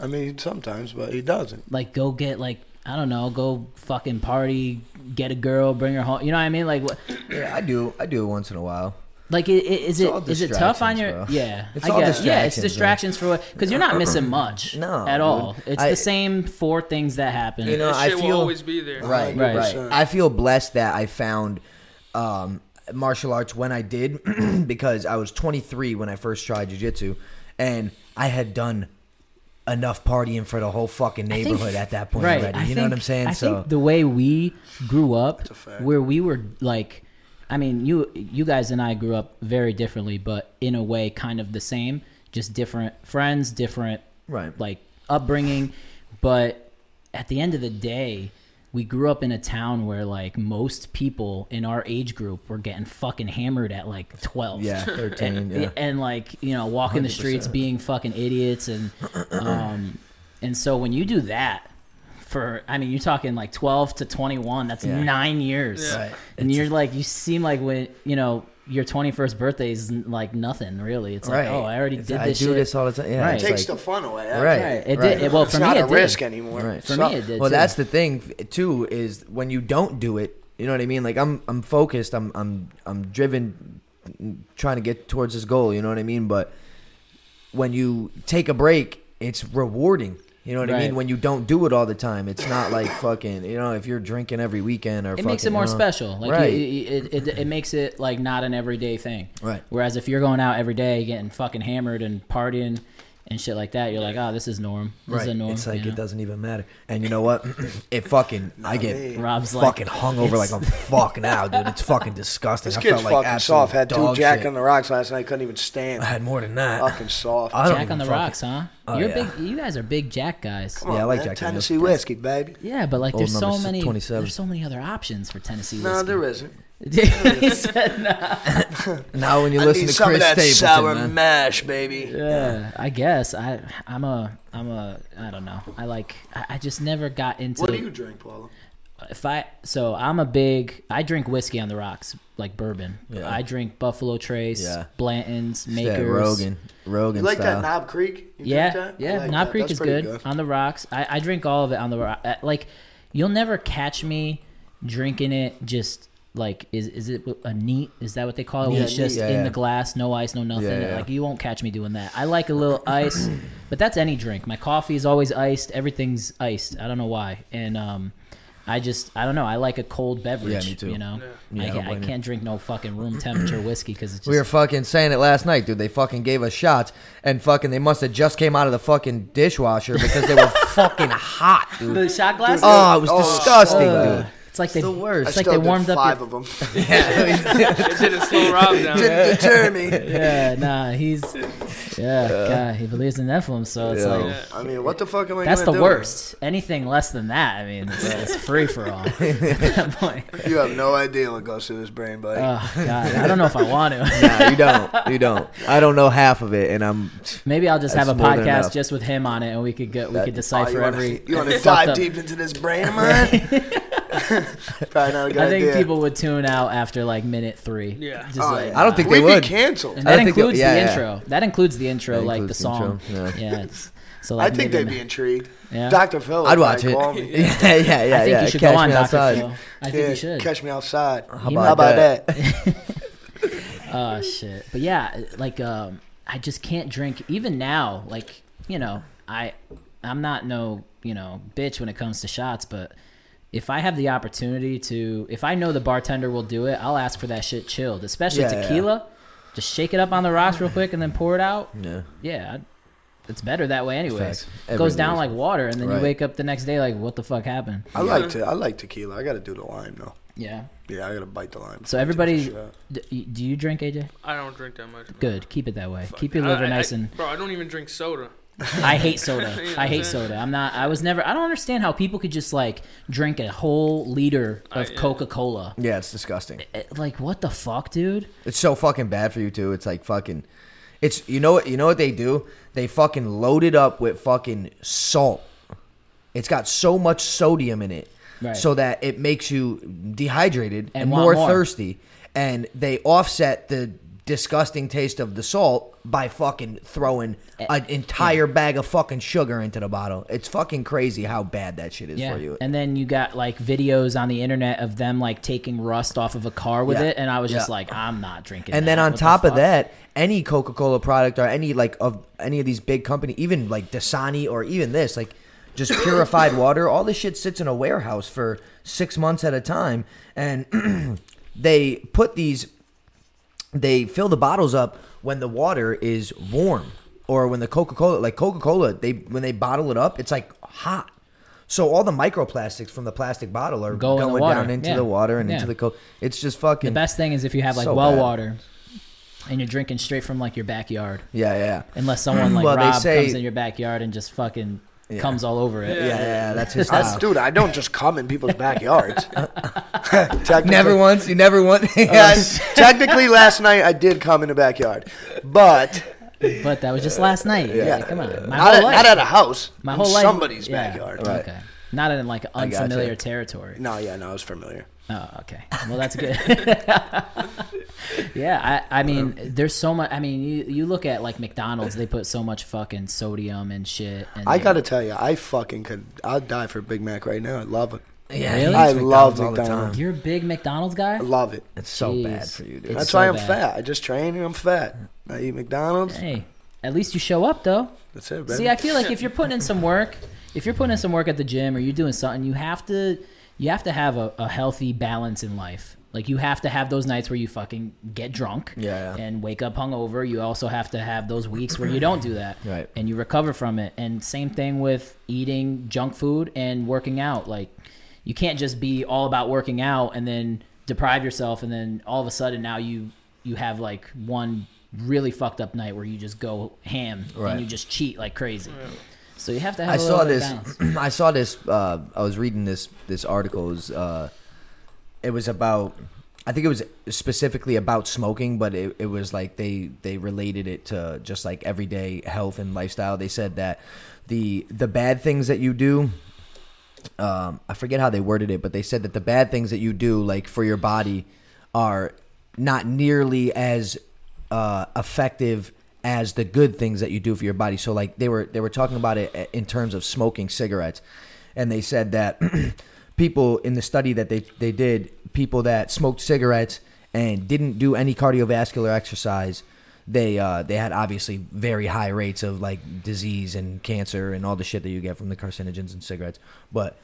B: I mean, sometimes, but he doesn't.
A: like go get like I don't know, go fucking party, get a girl, bring her home. You know what I mean? Like, what,
D: Yeah, I do. I do it once in a while.
A: Like i- i- is
D: all
A: it is it tough on your
D: distractions, bro.
A: yeah
D: It's
A: I
D: all
A: guess yeah it's
D: distractions, man.
A: distractions for what because you're not missing much
D: No,
A: at all
D: dude.
A: it's
D: I-
A: the same four things that happen
D: You know,
C: That
D: I
C: shit
D: feel-
C: will always be there.
D: Right,
A: Right.
D: right.
B: Right.
D: I feel blessed that I found um, martial arts when I did because I was 23 when I first tried jiu-jitsu and I had done enough partying for the whole fucking
A: I think-
D: neighborhood at that point already.
A: I
D: You know what
A: think-
D: I'm saying?
A: I
D: so
A: think the way we grew up,
B: a fact.
A: where we were like, I mean, you you guys and I grew up very differently, but in a way, kind of the same. Just different friends, different
D: Right.
A: like upbringing, but at the end of the day. We grew up in a town where, like, most people in our age group were getting fucking hammered at like twelve
D: yeah, 13.
A: and,
D: yeah.
A: and, like you know walking the streets
D: 100%.
A: being fucking idiots and um and so when you do that for i mean you're talking like 12 to 21 that's
D: Yeah.
A: nine years
C: Yeah.
D: Right.
A: and you're like you seem like when you know your 21st birthday is n- like nothing really it's like
D: Right.
A: oh i already
D: It's-
A: did
D: I
A: this
D: do
A: shit.
D: this all the time. Yeah,
A: Right.
D: it's
A: It
B: takes
D: like-
B: the fun away. yeah.
D: Right.
A: right it
D: right.
A: did it, well
B: It's
A: for me
B: not
A: it
B: a risk
A: did.
B: anymore.
D: Right.
A: For
D: So-
A: me, it did,
D: Well,
A: too.
D: that's the thing too is when you don't do it. You know what I mean? Like I'm, I'm focused. I'm, I'm, I'm driven, trying to get towards this goal. You know what I mean? But when you take a break, it's rewarding. You know what I
A: Right.
D: mean? When you don't do it all the time, it's not like fucking. You know, if you're drinking every weekend or
A: it makes it
D: fucking,
A: more
D: you know.
A: special like
D: right?
A: you, you- it, it, it makes it like not an everyday thing
D: Right.
A: whereas if you're going out every day getting fucking hammered and partying and shit like that you're like oh this is norm this is a norm
D: It's like
A: you know?
D: it doesn't even matter. And you know what? it fucking I
B: me.
D: get
A: Rob's like,
D: fucking hungover like I'm fucking out, dude. It's fucking disgusting.
B: This
D: I
B: kid's
D: felt like
B: fucking
D: absolute
B: soft. Had two
D: dog
B: Jack
D: shit.
B: on the Rocks last night. Couldn't even
D: I
B: stand.
D: had more than that.
B: fucking soft.
D: I don't
A: Jack
D: even
A: on the
D: fucking-
A: rocks, huh?
D: Oh,
A: You're
D: yeah.
A: big. You guys are big Jack guys.
B: Come
D: Yeah, I
B: on,
D: like
B: man.
D: Jack Daniels.
B: Oh, Tennessee whiskey, baby.
A: Yeah, but like,
D: Old
A: there's so
D: number
A: many.
D: 27.
A: There's so many other options for Tennessee
B: No,
A: whiskey.
B: there isn't.
A: he said no.
D: Now when you
B: I
D: listen
B: need
D: to
B: some of
D: Chris
B: that sour
D: Stapleton, man.
B: mash, baby.
A: Yeah, I guess I. I'm a. I'm a. I don't know. I like. I, I just never got into.
B: What do you drink, Paula?
A: If I so I'm a big. I drink whiskey on the rocks, like bourbon.
D: Yeah.
A: I drink Buffalo Trace,
D: Yeah.
A: Blanton's,
D: It's that
A: Makers.
D: Rogan, Rogan
B: You like that
D: style.
B: Knob Creek? You
A: Yeah,
B: drink that? I
A: yeah.
B: like
A: Knob
B: that.
A: Creek
B: That's
A: is
B: pretty
A: good, on the rocks. I, I drink all of it on the rock. uh, Like, you'll never catch me drinking it. Just like is is it a neat? Is that what they call it? when
D: Yeah,
A: it's just
D: neat, yeah,
A: in
D: yeah.
A: the glass, no ice, no nothing.
D: Yeah, yeah.
A: Like you won't catch me doing that. I like a little ice, but that's any drink. My coffee is always iced. Everything's iced. I don't know why. And um, I just I don't know. I like a cold beverage.
D: me too.
A: You know,
D: Yeah.
A: I,
D: Yeah, I
A: can't,
D: don't
A: I
D: blame you.
A: can't drink no fucking room temperature whiskey because it's just
D: we were fucking saying it last night, dude. They fucking gave us shots, and fucking they must have just came out of the fucking dishwasher because they were fucking hot, dude.
A: the shot glass.
D: Oh, it was disgusting,
A: Uh,
D: dude.
A: It's like they
D: the worst.
A: It's
B: I
A: like
B: still
A: they
B: did
A: warmed up your
B: five of them.
C: It did a slow rob down.
B: Didn't deter me.
A: yeah, nah, he's yeah, God, he believes in Nephilim, so it's
D: Yeah.
A: like
C: Yeah.
B: I mean, what the fuck am I
A: that's
B: gonna
A: the
B: do?
A: worst. Anything less than that, I mean, it's, it's free for all. At that point.
B: You have no idea what goes through this brain, buddy.
A: Oh God, I don't know if I want to.
D: Nah, you don't. You don't. I don't know half of it, and I'm.
A: Maybe I'll just have a
D: That's more than
A: podcast
D: enough.
A: just with him on it, and we could get we could
B: Oh,
A: decipher
B: you wanna-
A: every.
B: you want to
A: fucked
B: dive
A: up-
B: deep into this brain of mine? Probably not a good
A: I think
B: idea.
A: people would tune out after like minute three.
C: Yeah.
A: just
B: Oh,
A: like, uh,
B: yeah.
D: I don't think
B: We'd
D: they would.
B: be canceled.
A: And
D: I
A: that
D: don't think they'll-
A: includes
D: yeah,
A: the
D: yeah.
A: intro. That includes the intro,
D: That
A: like the
D: includes the intro,
A: song. yeah.
D: yeah.
A: it's- so
B: I
A: like
B: think
A: maybe
B: they'd be
A: ma-
B: intrigued.
A: Yeah.
B: Dr. Phil, would
D: I'd watch
B: probably
D: it.
B: call me.
D: Yeah, yeah, yeah.
A: I think you should
D: Catch
A: go on,
D: me
A: Doctor
D: outside.
A: Phil. I think
B: Yeah,
A: you should.
B: Catch me outside. How
A: about
B: that?
A: Oh shit. But yeah, like um I just can't drink even now, like, you know, I I'm not no, you know, bitch when it comes to shots, but if I have the opportunity to if I know the bartender will do it, I'll ask for that shit chilled, especially
D: Yeah, yeah.
A: tequila. Just shake it up on the rocks real quick and then pour it out.
D: Yeah.
A: Yeah. I'd- It's better that way anyways.
D: Facts.
A: It goes
D: Everything
A: down
D: is.
A: like water and then you
D: Right.
A: wake up the next day like what the fuck happened?
B: I like to. I like tequila. I got to do the lime though.
A: Yeah.
B: Yeah, I got to bite the lime.
A: So
B: before I take
A: everybody
B: the shot.
A: d- do you drink AJ?
C: I don't drink that much. man.
A: Good. Keep it that way.
C: Fuck
A: Keep your
C: it.
A: liver
C: I- I-
A: nice and
C: Bro, I don't even drink soda.
A: I hate soda.
C: You know
A: I
C: what I'm
A: hate
C: saying?
A: soda. I'm not. I was never. I don't understand how people could just like drink a whole liter of
C: I- yeah.
A: Coca Cola.
D: Yeah, it's disgusting.
A: Like what the fuck, dude?
D: It's so fucking bad for you too. It's like fucking. It's you know what you know what they do. They fucking load it up with fucking salt. It's got so much sodium in it,
A: Right.
D: so that it makes you dehydrated
A: And
D: and,
A: want
D: more,
A: more.
D: thirsty. And they offset the disgusting taste of the salt by fucking throwing
A: Eh,
D: an entire bag of fucking sugar into the bottle. It's fucking crazy how bad that shit is
A: Yeah.
D: for you.
A: And then you got like videos on the internet of them like taking rust off of a car with
D: Yeah.
A: it, and I was just
D: Yeah.
A: like, I'm not drinking.
D: and
A: that.
D: then on
A: What the
D: top of
A: fuck?
D: that, any Coca Cola product or any like of any of these big company, even like Dasani or even this, like just purified water, all this shit sits in a warehouse for six months at a time, and they put these, they fill the bottles up when the water is warm or when the Coca Cola, like Coca Cola, they when they bottle it up, it's like hot. So all the microplastics from the plastic bottle are
A: Go in the
D: going
A: water,
D: down into
A: yeah,
D: the water and into
A: yeah.
D: the coke. It's just fucking
A: the best thing is if you have like
D: So
A: well
D: bad.
A: water, and you're drinking straight from like your backyard,
D: Yeah, yeah. yeah.
A: unless someone like
D: Well, they
A: Rob
D: say-
A: comes in your backyard and just fucking comes all over it.
D: Yeah, yeah, that's his
B: That's-
D: style.
B: dude, I don't just come in people's backyards. Technically-
D: Never once, you never once.
B: Uh,
D: yeah,
B: technically, last night I did come in the backyard, but
A: But that was just last night. Yeah, come on, my
B: not
A: whole
B: at,
A: life,
B: not at a house.
A: my
B: in
A: whole life,
B: somebody's
A: yeah,
B: backyard.
D: Right.
A: Okay, not in like
D: gotcha.
A: unfamiliar territory.
B: No, yeah, no, I was familiar.
A: Oh, okay. Well, that's good. yeah, I, I mean, there's so much. I mean, you, you look at like McDonald's; they put so much fucking sodium and shit. And
B: I
A: they-
B: gotta tell you, I fucking could. I'd die for a Big Mac right now. I love it.
D: yeah
A: Really?
B: I love McDonald's.
A: You're a big McDonald's guy.
B: I love it.
D: It's so
A: Jeez.
D: bad for you, dude.
A: It's
B: That's why
A: so
B: I'm
A: bad.
B: fat. I just train and I'm fat. I eat McDonald's.
A: Hey, at least you show up though.
B: That's it, baby.
A: See, I feel like if you're putting in some work, if you're putting in some work at the gym or you're doing something, you have to you have to have a, a healthy balance in life. Like you have to have those nights where you fucking get drunk
D: Yeah, yeah.
A: and wake up hungover. You also have to have those weeks where you don't do that
D: Right.
A: and you recover from it. And same thing with eating junk food and working out. Like you can't just be all about working out and then deprive yourself and then all of a sudden now you you have like one really fucked up night where you just go ham
D: Right.
A: and you just cheat like crazy. So you have to have.
D: I
A: a little
D: saw
A: bit of
D: this.
A: balance.
D: I saw this. Uh, I was reading this. This article it was. Uh, it was about. I think it was specifically about smoking, but it, it was like they they related it to just like everyday health and lifestyle. They said that the the bad things that you do. Um, I forget how they worded it, but they said that the bad things that you do, like for your body, are not nearly as uh, effective as the good things that you do for your body. So like they were they were talking about it uh, in terms of smoking cigarettes, and they said that people in the study that they they did people that smoked cigarettes and didn't do any cardiovascular exercise. They uh, they had obviously very high rates of like disease and cancer and all the shit that you get from the carcinogens and cigarettes. But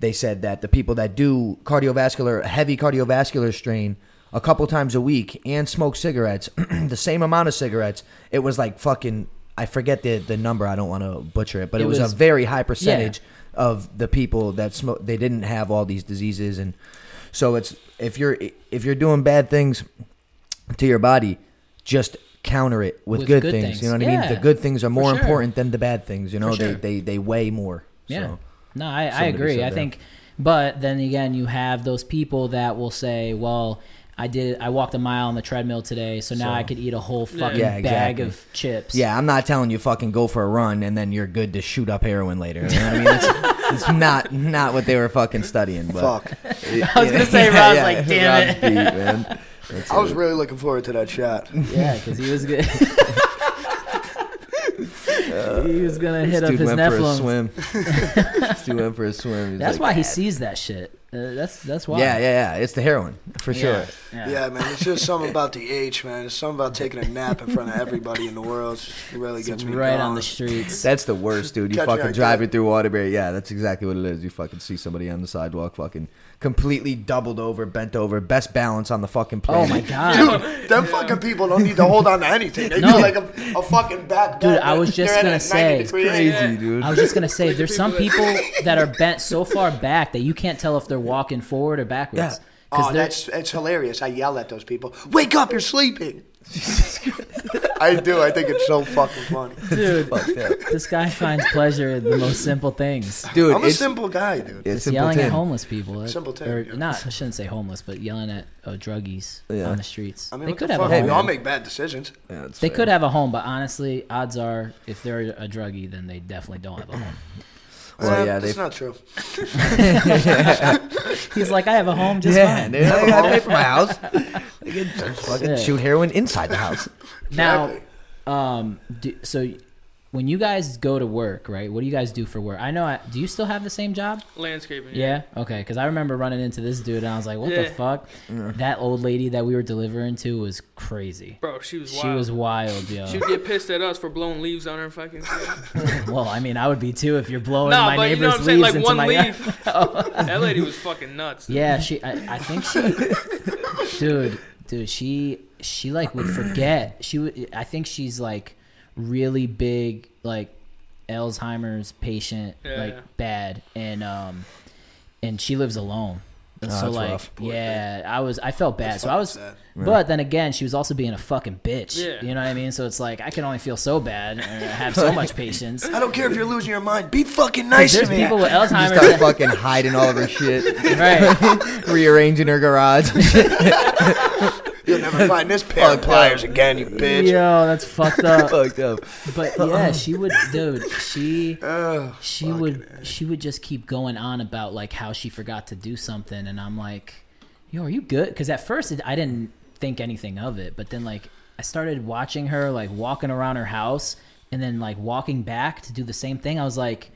D: they said that the people that do cardiovascular heavy cardiovascular strain a couple times a week and smoke cigarettes the same amount of cigarettes it was like fucking i forget the the number i don't want to butcher it but it,
A: It
D: was,
A: was-
D: a very high percentage of the people that smoke they didn't have all these diseases and so it's if you're if you're doing bad things to your body just counter it with,
A: With
D: good,
A: good
D: things.
A: things.
D: you know what i mean
A: Yeah.
D: the good things are more
C: sure.
D: important than the bad things you know
C: sure.
D: they, they they weigh more
A: Yeah.
D: so.
A: no, I, I
D: somebody
A: agree.
D: said
A: I
D: that.
A: think, but then again, you have those people that will say, "Well, I did. I walked a mile on the treadmill today, so now I could eat a whole fucking
D: Yeah,
A: bag
D: exactly.
A: of chips."
D: Yeah, I'm not telling you fucking go for a run and then you're good to shoot up heroin later. You know what I mean? It's, it's not not what they were fucking studying. But
B: Fuck.
A: I was gonna say, Rob's like, "Damn
D: Rob's deep, man. That's
B: I was
D: it.
B: really looking forward to that shot.
A: yeah, because he was good. he was gonna hit
D: This
A: up
D: dude
A: his
D: went for a
A: Nephilim.
D: swim. this dude went for a swim. He's
A: That's
D: like,
A: why he sees that shit. Uh, that's that's why.
D: Yeah, yeah, yeah. It's the heroin for sure.
A: Yeah.
B: Yeah, man, it's just something about the H, man. It's something about taking a nap in front of everybody in the world. It really gets me
A: Right on
B: going.
A: the streets.
D: That's the worst, dude. You
B: Catch your
D: fucking
B: idea.
D: driving through Waterbury. Yeah, that's exactly what it is. You fucking see somebody on the sidewalk, fucking completely doubled over, bent over, best balance on the fucking
A: oh
D: planet.
A: my god.
B: Dude, them fucking people don't need to hold on to anything. They
A: No.
B: do like a, a fucking back.
A: Dude,
B: back,
A: I was
B: but
A: just
B: they're at
A: gonna
B: a
A: say,
B: 90 degree
D: Crazy,
B: angle.
D: dude.
A: I was just gonna say,
C: Like the
A: there's some
C: people
A: people that are bent so far back that you can't tell if they're walking forward or backwards.
D: Yeah.
B: Oh,
A: they're-
B: that's it's hilarious. I yell at those people. Wake up! You're sleeping. I do. I think it's so fucking funny.
A: dude,
D: Fucked up.
A: this guy finds pleasure in the most simple things.
D: dude.
B: I'm a
D: it's,
B: simple guy, dude.
D: it's
A: Just yelling at
D: simpleton.
A: homeless people. uh,
B: Simple Tim,
A: Or
B: yeah.
A: not, I shouldn't say homeless, but yelling at uh, druggies
D: Yeah.
A: on the streets.
B: I mean,
A: they
B: what
A: could
B: the
A: have a
B: fuck?
A: home.
B: we all make bad decisions.
D: Yeah, it's
A: They
D: fair.
A: could have a home, but honestly, odds are, if they're a druggie, then they definitely don't have a home.
D: Well,
B: Eh,
D: yeah, they
B: that's not true.
A: He's like, I have a home just
D: yeah,
A: fine.
D: dude, I gotta pay for my house. They could fucking
A: Shit.
D: shoot heroin inside the house.
A: Now,
B: Exactly.
A: um, do, so when you guys go to work, right? What do you guys do for work? I know. I, do you still have the same job?
C: Landscaping.
A: Yeah. Okay. Because I remember running into this dude, and I was like, "What the
C: Yeah.
A: fuck?" That old lady that we were delivering to was crazy.
C: Bro, she was wild.
A: She was wild, yo.
C: She'd get pissed at us for blowing leaves on her fucking.
A: well, I mean, I would be too if you're blowing
C: no,
A: my
C: but you know
A: neighbor's
C: what I'm saying?
A: leaves
C: Like
A: into
C: one
A: my Oh.
C: leaf. that lady was fucking nuts. dude.
A: Yeah, she. I, I think she, dude, dude. She she like would forget. She would. I think she's like really big, like Alzheimer's patient,
C: Yeah,
A: like
C: yeah.
A: bad, and um, and she lives alone.
B: Ah,
A: And so
D: that's
A: like,
D: rough.
A: yeah, I was. I felt bad. So I
B: fucking
A: was.
B: sad.
A: But then again, she was also being a fucking bitch.
C: Yeah.
A: You know what I mean? So it's like I can only feel so bad and have so much patience.
B: I don't care if you're losing your mind. Be fucking nice to
A: There's
B: me.
A: people with
D: She
A: Alzheimer's.
D: started
A: that-
D: fucking hiding all of her shit,
A: right.
D: rearranging her garage.
B: You'll never find this pair of
D: Fucked up.
B: pliers again, you bitch.
A: Yo, that's fucked up.
D: Fucked up.
A: But yeah, she would, dude. She
D: Oh,
A: she would she would just keep going on about like how she forgot to do something, and I'm like, yo, are you good? Because at first it, I didn't think anything of it, but then like I started watching her like walking around her house, and then like walking back to do the same thing. I was like.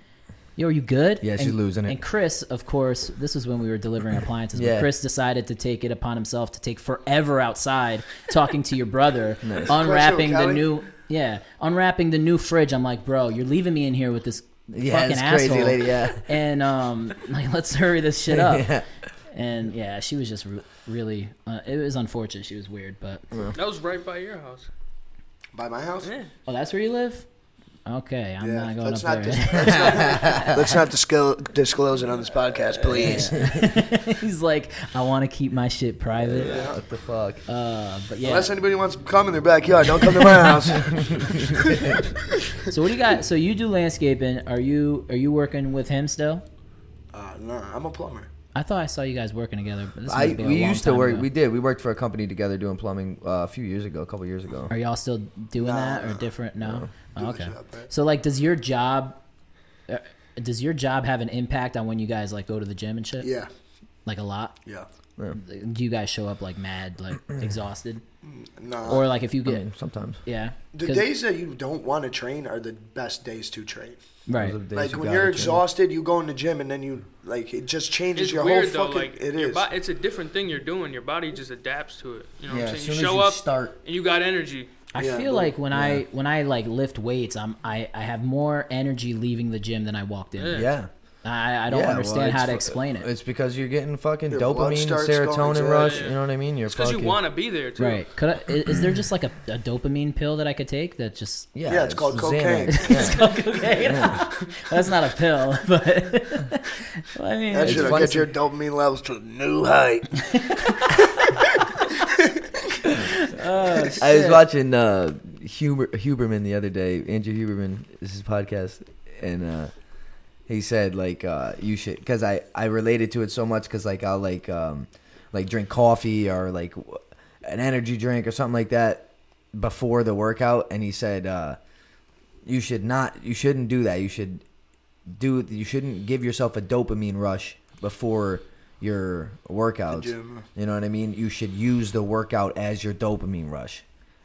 A: Yo, are you good?
D: Yeah, she's
A: and,
D: losing it.
A: And Chris, of course, this was when we were delivering appliances. but
D: Yeah.
A: Chris decided to take it upon himself to take forever outside talking to your brother, unwrapping the
B: Kelly.
A: new yeah, unwrapping the new fridge. I'm like, bro, you're leaving me in here with this
D: Yeah,
A: fucking
D: this crazy
A: asshole.
D: lady. Yeah.
A: And um, like, let's hurry this shit up.
D: Yeah.
A: And yeah, she was just re- really. Uh, it was unfortunate. She was weird, but
C: That was right by your house.
B: By my house?
C: Yeah.
A: oh, that's where you live. Okay, I'm
B: Yeah,
A: not going up
B: let's
A: there.
B: not dis- Let's not disclo- disclose it on this podcast, please.
A: He's like, I want to keep my shit private.
D: What the fuck?
A: Uh, but yeah.
B: Unless anybody wants to come in their backyard, don't come to my house. Uh,
A: So what do you got? So you do landscaping. Are you are you working with him still?
B: Uh, no, I'm a plumber.
A: I thought I saw you guys working together. But this
D: I
A: must be a
D: we
A: long
D: used to
A: time
D: work.
A: ago.
D: We did. We worked for a company together doing plumbing uh, a few years ago, a couple years ago.
A: Are y'all still doing
B: No,
A: that or
B: no,
A: different? No. Oh,
B: Do the
A: okay.
B: job, right?
A: So like, does your job, uh, does your job have an impact on when you guys like go to the gym and shit?
B: Yeah,
A: Like a lot.
B: yeah.
A: Do you guys show up like mad, like exhausted,
B: No.
A: or like if you
D: I
A: get
D: mean, sometimes.
A: yeah?
B: Um, the
A: 'Cause-
B: days that you don't want to train are the best days to train.
A: right.
D: Those are the days
B: like
D: you
B: when
D: gotta
B: you're
D: train.
B: exhausted, you go in the gym and then you like it just changes
C: It's
B: your
C: weird
B: whole
C: though.
B: fucking.
C: like
B: it
C: your
B: is.
C: bo- it's a different thing you're doing. Your body just adapts to it. You know
D: Yeah,
C: what I'm
D: as
C: saying?
D: soon
C: You
D: as
C: show
D: you
C: up
D: start-
C: and you got energy.
A: I
B: Yeah,
A: feel
B: but-
A: like when I when I like lift weights, I'm I, I have more energy leaving the gym than I walked in.
C: Yeah.
D: Yeah.
A: I, I don't
D: Yeah, well,
A: understand how
D: it's
A: to
D: fu-
A: explain it.
D: It's because you're getting fucking
B: Your blood
D: dopamine,
B: starts going to-
D: serotonin rush.
C: Yeah.
D: You know what I mean? You're
C: Because
D: fucking.
C: you want to be there too.
A: Right? Could I, i- is there just like a, a dopamine pill that I could take that just
D: Yeah,
B: Yeah, it's called
D: Xanax. Yeah.
A: okay? That's not a pill, but I mean,
B: that
A: it's
B: should
D: funny.
B: get your dopamine levels to a new height.
A: uh,
D: I was watching uh, Huber, Huberman the other day. Andrew Huberman is his podcast, and uh, he said like uh, you should because I I related to it so much because like I'll like um, like drink coffee or like w- an energy drink or something like that before the workout, and he said uh, you should not you shouldn't do that. You should do you shouldn't give yourself a dopamine rush before your workouts.
B: gym.
D: You know what I mean? You should use the workout as your dopamine rush.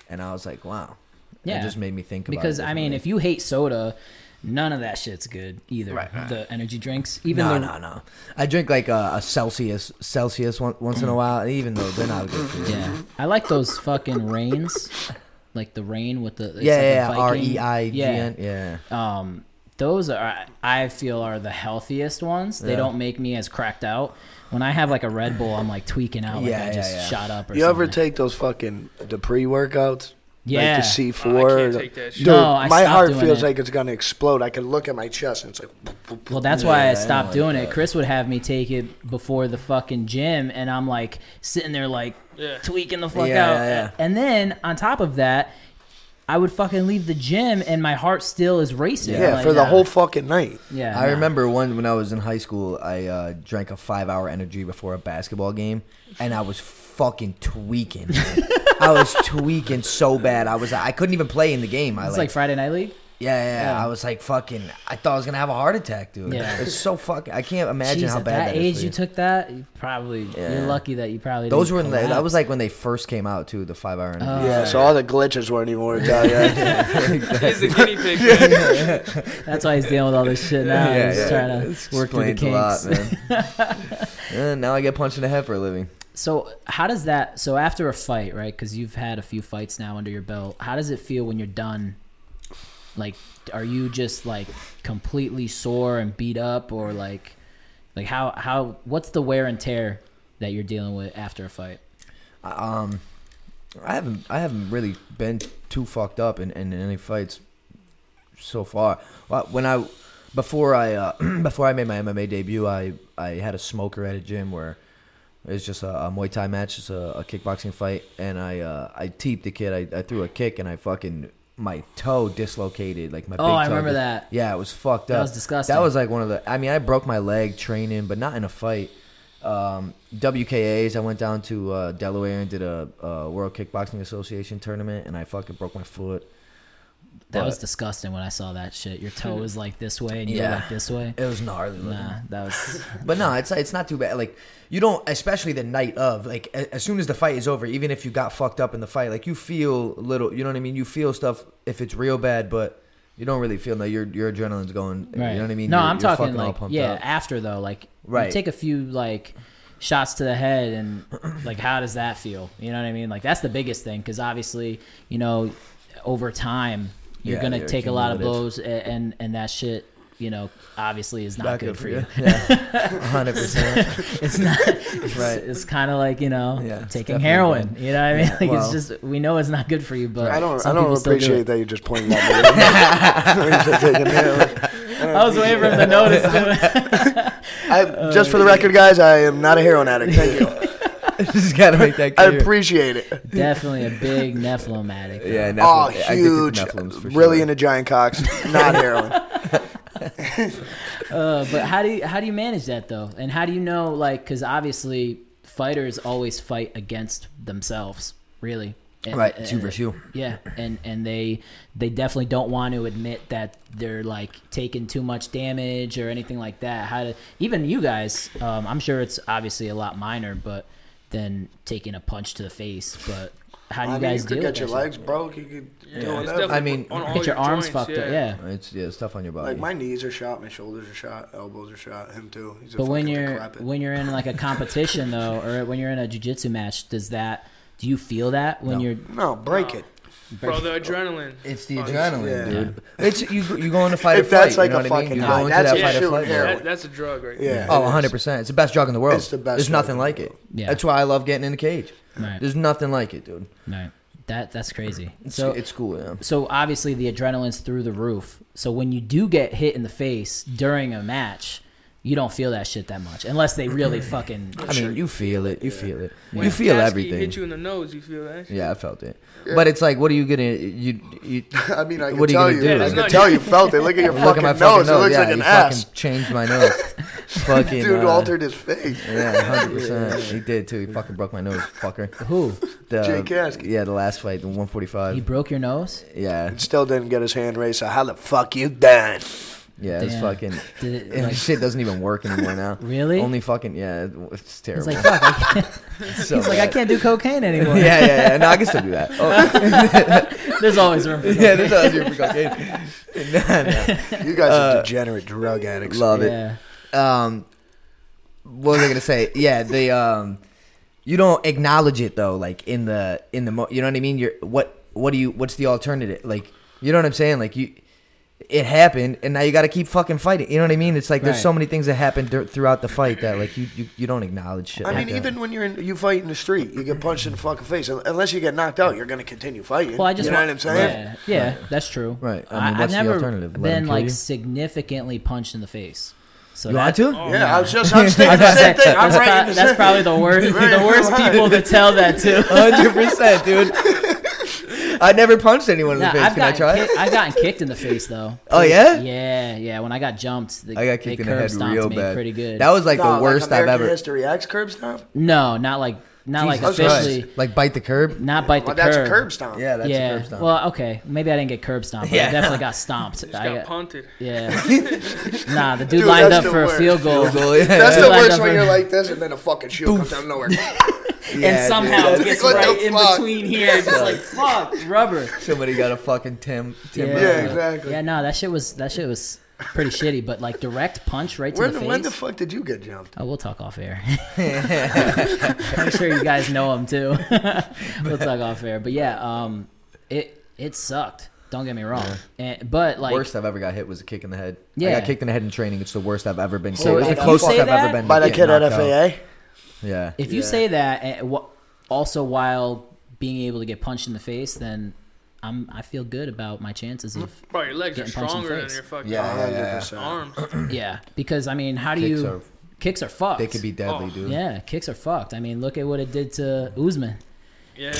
D: And I was like, wow.
A: Yeah.
D: It just made me think about
A: because
D: it
A: I mean, if you hate soda, none of that shit's good either.
D: Right, right.
A: The energy drinks, even
D: no,
A: though
D: no, no. I drink like uh, a, a Celsius, Celsius one, once in a while, even though they're not good for you.
A: yeah, I like those fucking rains, like the rain with the it's
D: Yeah,
A: like a
D: yeah, yeah. R
A: Viking-
D: E I G
A: yeah.
D: N. Yeah.
A: um, those are I feel are the healthiest ones. They
D: Yeah.
A: don't make me as cracked out. When I have like a Red Bull, I'm like tweaking out, like
D: Yeah,
A: I
D: yeah,
A: just
D: yeah.
A: shot up. Or
B: You ever
A: something.
B: take those fucking the pre workouts?
A: Yeah.
B: Like the C
C: Oh, I
B: four.
C: can't take that shit.
B: Dude,
A: No, I
B: my
A: stopped
B: heart
A: doing
B: feels
A: it.
B: like it's gonna explode. I can look at my chest and it's like.
A: Well, that's why
D: Yeah,
A: I
D: I
A: stopped
D: don't like
A: doing it. Chris would have me take it before the fucking gym, and I'm like sitting there like
C: Yeah.
A: tweaking the fuck
D: Yeah,
A: out.
D: yeah, yeah.
A: And then on top of that, I would fucking leave the gym, and my heart still is racing.
B: Yeah,
A: Like,
B: for the
A: nah.
B: whole fucking night.
A: Yeah,
D: I
A: nah.
D: remember one when I was in high school, I uh, drank a five hour energy before a basketball game, and I was fucking tweaking. man. I was tweaking so bad. I was I couldn't even play in the game. I
A: It's
D: like,
A: like Friday Night League.
D: Yeah, yeah,
A: Yeah.
D: I was like, fucking. I thought I was gonna have a heart attack, dude.
A: Yeah.
D: It's so fucking. I can't imagine
A: Jeez,
D: how
A: at
D: bad
A: that,
D: that is
A: age
D: for
A: you
D: you.
A: took that, you probably
D: Yeah.
A: you're lucky that you probably
D: Those
A: didn't
D: were in the, that
A: collapse.
D: was like when they first came out too. The five hour energy.
A: Oh.
B: Yeah, so all the glitches weren't even worked out yet.
C: He's the guinea pig. man.
A: That's why he's dealing with all this shit now.
D: yeah,
A: he's
D: yeah.
A: trying to
D: This
A: work through the
D: explains a lot,
A: kinks.
D: man. Yeah, now I get punched in the head for a living.
A: So how does that? So after a fight, right? Because you've had a few fights now under your belt. How does it feel when you're done? Like, are you just like completely sore and beat up, or like, like how how what's the wear and tear that you're dealing with after a fight?
D: Um, I haven't I haven't really been too fucked up in, in, any fights so far. Well, When I before I uh, before I made my MMA debut, I I had a smoker at a gym where it was just a, a Muay Thai match, just a, a kickboxing fight, and I uh, I teeped the kid. I, I threw a kick and I fucking my toe dislocated, like my
A: Oh,
D: big
A: I
D: toe
A: remember
D: dis-
A: that.
D: Yeah, it was fucked
A: That
D: up.
A: was disgusting.
D: That was like one of the. I mean, I broke my leg training, but not in a fight. Um, WKAs. I went down to uh, Delaware and did a, uh World Kickboxing Association tournament, and I fucking broke my foot.
A: That
D: But
A: was disgusting when I saw that shit. Your toe was like this way and you were
D: Yeah.
A: like this way.
D: It was gnarly. looking.
A: Nah, that was
D: But no, it's it's not too bad. Like you don't, especially the night of. Like a- as soon as the fight is over, even if you got fucked up in the fight, like you feel little. You know what I mean? You feel stuff if it's real bad, but you don't really feel. No, your your adrenaline's going. You know what I mean?
A: No,
D: You're-
A: I'm
D: you're
A: talking
D: fucking all
A: like
D: pumped
A: yeah,
D: up.
A: after though, like you
D: Right.
A: take a few like shots to the head and like how does that feel? You know what I mean? Like that's the biggest thing because obviously you know over time you're
D: Yeah,
A: gonna
D: you're
A: take a lot of
D: cumulative.
A: blows a- and and that shit you know obviously is not
D: Not
A: good, for you.
D: Hundred percent.
A: It's not. It's,
D: Right.
A: it's kind of like you know
D: Yeah, it's
A: taking
D: definitely
A: heroin.
D: bad.
A: You know what I mean? like
D: well-
A: it's just we know it's not good for you, but
B: I don't. I
A: some people
B: don't
A: still do
B: appreciate
A: it.
B: that you just pointed that.
A: I was waiting for him to notice. too.
B: I, just
A: Uh,
B: for the record, guys, I am not a heroin addict. Thank you.
D: Just gotta make that
B: I
D: clear.
B: appreciate it.
A: Definitely a big Nephilim addict. though.
D: Yeah,
B: Oh,
D: Nephilim- addicted to
B: huge.
D: Nephilims for
B: Really
D: sure.
B: into giant cocks. Not heroin.
A: Uh, but how do you how do you manage that though? And how do you know like because obviously fighters always fight against themselmes, really. And- uh,
D: Right, it's you versus you.
A: Yeah, and and they they definitely don't want to admit that they're like taking too much damage or anything like that. How to even you guys? Um, I'm sure it's obviously a lot minor, but than taking a punch to the face. But how do you
B: I mean,
A: guys
B: you
A: deal
B: could
A: with
B: get your Oh,
A: that shit?
B: legs broke. You could
C: Yeah,
B: do
C: it's
B: whatever.
C: definitely
D: I mean,
C: on all
A: Get your, arms
C: joints,
A: fucked up, yeah.
D: It's yeah, it's tough on your body.
B: Like my knees are shot, my shoulders are shot, elbows are shot. Him too. He's a
A: But when
B: fucking
A: you're
B: decrepit.
A: when you're in like a competition though, or when you're in a jujitsu match, does that do you feel that when
D: No.
A: you're
B: no, break it.
C: Bro, the adrenaline.
D: it's the
C: Fuck.
D: adrenaline,
B: Oh, Yeah.
D: dude. It's you. You go into fight or
B: If that's
D: flight,
B: like
D: you know
B: a
D: what I mean?
B: fucking
D: You
B: high,
D: go into
B: that's
D: that
B: a
D: fight or
B: shoot
D: flight.
B: here.
D: mode.
C: That, that's a drug right
B: Yeah.
D: Oh, 100 percent. It's the best drug in the world.
B: It's the best
D: There's
B: drug
D: nothing
B: in the
D: like
B: world.
D: it.
A: Yeah.
D: That's why I love getting in the cage.
A: Right.
D: There's nothing like it, dude.
A: no, that that's crazy.
D: It's,
A: So
D: it's cool. Yeah.
A: so obviously the adrenaline's through the roof. So when you do get hit in the face during a match, you don't feel that shit that much unless they really fucking
D: I mean, you feel it. You feel it.
C: When
D: You feel
C: Kasky
D: everything.
C: Hit you in the nose. You feel that? shit?
D: Yeah, I felt it. But it's like, what are you gonna? You, you
B: I mean, I can
D: What are you
B: tell
D: gonna
B: you.
D: do?
B: I
C: It's
B: can
C: not-
B: tell you felt it. Look at your
D: look
B: fucking
D: at my
B: nose.
D: fucking nose.
B: It looks
D: yeah,
B: like an
D: you
B: ass.
D: fucking changed my nose. fucking
B: Dude
D: uh,
B: altered his face.
D: Yeah, hundred percent. He did too. He fucking broke my nose, fucker.
A: who
D: The,
B: Jake Haskins.
D: Yeah, the last fight, the one
A: he
D: forty-five.
A: broke your nose.
D: Yeah,
B: Still didn't get his hand raised. So how the fuck you done?
D: yeah, it's
A: Damn.
D: fucking.
A: Did it,
D: and
A: like,
D: shit doesn't even work anymore now.
A: Really?
D: Only fucking yeah, it- it's
A: he's
D: terrible.
A: like fuck, I can't,
D: It's so
A: he's like I
D: bad.
A: can't do cocaine anymore.
D: Yeah, yeah, yeah. No, I can still do that. Oh,
A: There's always room for cocaine.
D: yeah, this is here for cocaine. Nah, nah.
B: You guys are degenerate drug addicts.
D: Love it.
A: Yeah.
D: um what was i gonna say yeah the um you don't acknowledge it though like in the in the mo- you know what i mean you're what what do you what's the alternative like you know what i'm saying like you it happened and now you gotta keep fucking fighting you know what i mean it's like there's so
A: Right.
D: many things that happen dur- throughout the fight that like you you, you don't acknowledge shit
B: I
D: like
B: mean,
D: that.
B: even when you're in, you fight in the street, you get punched in the fucking face. Un- Unless you get knocked out, you're gonna continue fighting.
A: Well, I just
B: you know
A: want-
B: what I'm saying?
A: Yeah, yeah, that's true.
D: Right. I
A: I
D: mean,
A: have
D: what's the
A: never
D: alternative? Let 'em
A: been
D: kill
A: like
D: you?
A: significantly punched in the face. So
D: you
A: that-
D: want to
B: Yeah, I was just I'm saying the
A: That's,
B: same thing. I'm
A: that's
B: right.
A: pro- that's probably the worst.
B: Right,
A: the worst
B: right.
A: people to tell that to.
B: Oh.
D: 100% dude i never punched anyone in
A: Nah,
D: the face
A: I've,
D: can i
A: gotten
D: try
A: kick- I've gotten kicked in the face though.
D: oh yeah
A: Yeah, yeah. When I got jumped, the,
D: I got kicked
A: they
D: in the
A: curb
D: head
A: stomped
D: real
A: me
D: bad.
A: pretty good.
D: That was like
B: No,
D: the worst I've
B: American
D: ever.
B: History X curb stomp.
A: no, not like not like
B: Jesus
A: officially,
D: Christ. like bite the curb.
A: not bite the
B: Well, that's a
A: curb.
B: curb stomp.
D: Yeah, that's
A: yeah.
D: a curb stomp.
A: Well, okay. Maybe I didn't get curb stomped, but
D: Yeah.
A: I definitely got stomped.
C: Just
A: I
C: got
A: got-
C: punted.
A: yeah. nah, the dude,
B: Dude,
A: lined
B: that's
A: up
B: the
A: for a
B: worst.
A: field goal.
D: Goal, yeah.
B: That's
A: Yeah.
B: the
A: Lined
B: worst
A: up
B: when
A: for-
B: you're like this, and then a fucking shoe comes out of nowhere.
A: and
D: Yeah,
A: somehow
D: dude.
A: it gets
B: What the
A: right in
B: fuck?
A: between here. Just like fuck, rubber.
D: somebody got a fucking Tim. Tim
B: Yeah, exactly.
A: Yeah, no, that shit was that shit was pretty shitty, but like direct punch right to
B: Where
A: the
B: the,
A: face.
B: when the fuck did you get jumped?
A: oh, we'll talk off air. I'm sure you guys know him too. we'll talk off air, but yeah, um, it it sucked. Don't get me wrong, and, but like
D: worst I've ever got hit was a kick in the head. I
A: Yeah.
D: got kicked in the head in training. It's the worst I've ever been.
A: So
D: So it's the
A: if you
D: closest
A: say
D: I've
A: that-
D: ever been. to
B: By that
D: getting
B: kid at
D: knocked out.
B: FAA?
D: Yeah.
A: If you
B: Yeah.
A: say that, eh, wh- also while being able to get punched in the face, then I'm I feel good about my chances of
C: Bro, your legs are
A: Getting punched in the
C: stronger than
A: face.
C: your fucking
D: Yeah, yeah, yeah.
B: 100%.
C: arms.
A: yeah. Because I mean, how do
D: Kicks
A: you
D: are-
A: kicks are fucked?
D: They could be deadly,
C: Oh.
D: dude.
A: yeah, kicks are fucked. I mean, look at what it did to Usman.
C: Yeah.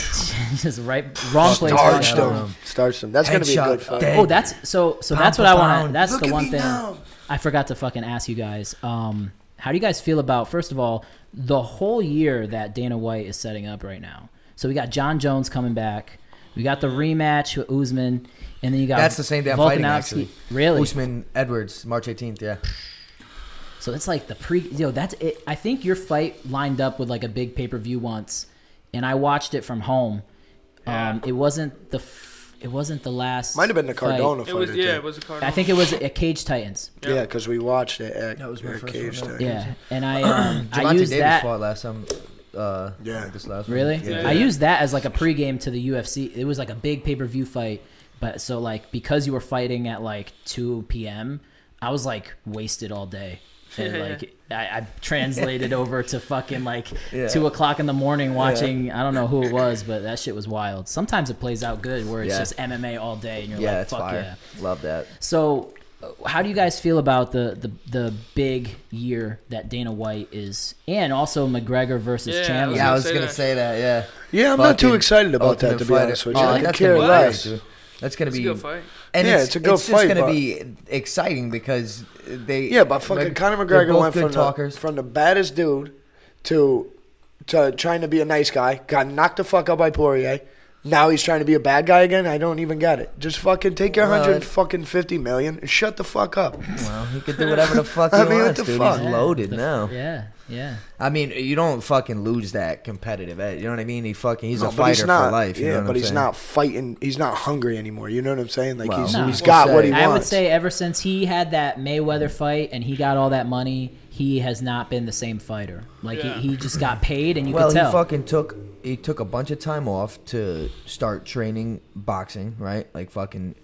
A: Just right, wrong place. Wrong
B: Starched
A: time.
B: him. Starched him. That's going to be a
D: Headshot.
B: good fight.
D: Dead.
A: Oh, that's so. So that's
D: for
A: what I want. to
D: pound.
A: That's
B: Look
A: the
B: at
A: one
B: me
A: thing
B: now.
A: I forgot to fucking ask you guys. Um, how do you guys feel about first of all the whole year that Dana White is setting up right now? So we got John Jones coming back. We got the rematch with Usman, and then you got
D: That's the same day I'm fighting,
A: Volkanovski.
D: actually.
A: Really?
D: Usman Edwards, March 18th. Yeah.
A: So it's like the pre. Yo, that's it. I think your fight lined up with like a big pay per view once, and I watched it from home. Um, it wasn't the. F- it wasn't the last.
B: Might have been the
A: fight.
B: Cardona fight.
C: It was
B: I
C: yeah,
B: think.
C: it was a card.
A: I think it was a Cage Titans.
B: Yeah, because we watched it at, that
D: was my first
B: Cage
D: one,
B: Day.
A: Yeah, and I um, I
D: Javante
A: used
D: Davis
A: that
D: fought last time. Uh,
B: Yeah.
D: This last one.
A: really.
D: Yeah.
A: I used that as like a pregame to the UFC. It was like a big pay per view fight, but so like because you were fighting at like two p.m., I was like wasted all day. And
C: Yeah.
A: like I, I translated over to fucking like
D: Yeah.
A: two o'clock in the morning watching I don't know who it was, but that shit was wild. Sometimes it plays out good where it's
D: Yeah.
A: just MMA all day and you're
D: Yeah,
A: like,
D: it's
A: fuck
D: fire.
A: yeah.
D: Love that.
A: So, uh, how do you guys feel about the, the the big year that Dana White is, and also McGregor versus
C: Yeah, I
A: Chandler?
C: was
D: Yeah, I
C: gonna
D: was
C: say
D: gonna
C: that.
D: say that. Yeah.
B: Yeah, I'm not too
D: Fucking
B: excited about that,
D: Ultimate
B: to be
D: Fighter.
B: honest with you.
D: Oh,
B: I could
D: that's
B: care
D: gonna be
B: less.
D: great, dude. That's gonna
C: It's a
D: be
C: good fight.
D: And
B: Yeah,
D: it's,
B: it's a good
D: just
B: fight,
D: gonna
B: but-
D: be exciting because they
B: Yeah, but fucking Conor
D: they're
B: McGregor
D: both
B: went
D: good
B: from the,
D: talkers.
B: from the baddest dude to to trying to be a nice guy. Got knocked the fuck out by Poirier. Now he's trying to be a bad guy again. I don't even get it. Just fucking take your
D: Well,
B: hundred
D: it-
B: fucking fifty million and shut the fuck up.
D: well, he could do whatever the fuck he
B: I mean, what
D: wants,
B: the
D: dude.
B: fuck?
D: He's loaded
A: the-
D: now.
A: Yeah, yeah.
D: I mean, you don't fucking lose that competitive edge. You know what I mean? He fucking he's
B: No,
D: a fighter
B: he's not,
D: for life. You
B: yeah,
D: know what
B: but
D: I'm
B: he's
D: saying?
B: not fighting. He's not hungry anymore. You know what I'm saying? Like
D: Well,
B: he's,
A: No.
B: he's
A: we'll
B: got what
D: say.
B: he
A: I
B: wants.
A: would say ever since he had that Mayweather fight and he got all that money, he has not been the same fighter. Like
C: Yeah.
A: he, he just got paid, and you
D: well,
A: could
D: he
A: tell.
D: fucking took he took a bunch of time off to start training boxing, right? Like fucking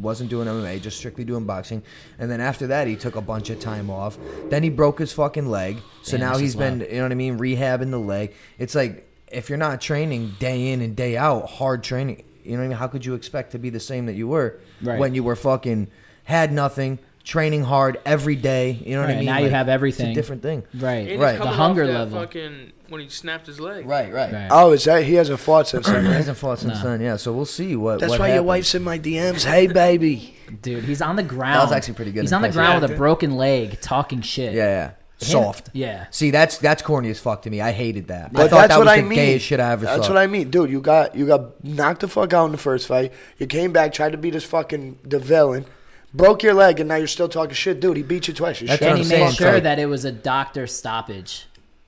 D: wasn't doing MMA, just strictly doing boxing. And then after that, he took a bunch of time off. Then he broke his fucking leg, so
A: Damn,
D: now
A: this
D: he's
A: is
D: been
A: loud.
D: you know what I mean, rehabbing the leg. It's like if you're not training day in and day out, hard training. You know what I mean? How could you expect to be the same that you were
A: Right.
D: when you were fucking had nothing, training hard every day? You know what
A: Right,
D: I
A: and
D: mean?
A: now you have
D: It's
A: everything.
D: a different thing.
A: right,
C: And
D: Right.
C: he's
A: The
C: coming
A: hunger
C: off that
A: level.
C: Fucking when he snapped his leg.
D: Right, right.
A: Right.
B: Oh, is that he hasn't fought since then?
D: He
B: right?
D: hasn't fought since
A: No.
D: then, yeah. So we'll see what.
B: That's
D: what
B: why your
D: happens.
B: wife's in my DMs. Hey, baby.
A: dude. He's on the ground.
D: actually pretty good
A: He's
D: in
A: on the
D: face.
A: ground
C: Yeah,
A: with a
C: dude.
A: broken leg, talking shit.
D: Yeah, yeah. Soft.
A: Yeah.
D: See, that's that's corny as fuck to me. I hated that. I
B: But
D: thought
B: that's
D: that
B: what
D: was
B: I
D: the
B: mean.
D: gayest shit I ever
B: That's
D: saw.
B: what I mean, dude. You got you got knocked the fuck out in the first fight. You came back, tried to beat his fucking the villain, broke your leg, and now you're still talking shit, dude. He beat you twice. You
D: That's
B: shut
D: what
A: and he
B: the
D: I'm
B: fuck
A: made
D: saying,
B: up.
A: sure
D: like-
A: that it was a doctor stoppage.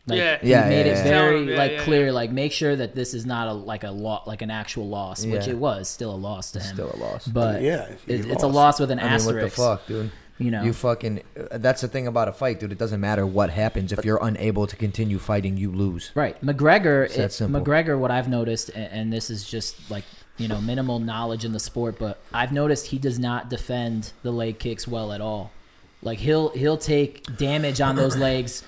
A: Like,
C: Yeah.
A: he
D: Yeah,
A: made
D: yeah,
A: it
D: yeah.
A: very
C: Yeah,
A: like
C: yeah,
A: clear,
C: yeah.
A: like make sure that this is not a like a lot, like an actual loss, which
D: Yeah.
A: it was still a loss to him.
D: Still a loss.
A: but
B: Yeah, he
A: it, it's a
B: lost.
A: loss with an
D: I mean,
A: asterisk.
D: what the fuck, dude?
A: You know.
D: you fucking. uh, That's the thing about a fight, dude. It doesn't matter what happens. If you're unable to continue fighting, you lose.
A: Right, McGregor.
D: that
A: It,
D: simple.
A: McGregor. What I've noticed, and, and this is just like you know minimal knowledge in the sport, but I've noticed he does not defend the leg kicks well at all. Like he'll he'll take damage on those legs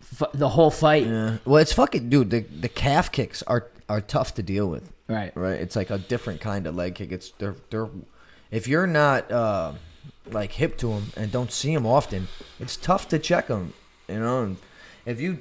A: f- the whole fight.
D: Well, it's fucking, dude. The the calf kicks are are tough to deal with.
A: Right.
D: right? It's like a different kind of leg kick. It's they're they're if you're not uh, like hip to them and don't see them often, it's tough to check them. You know, and if you,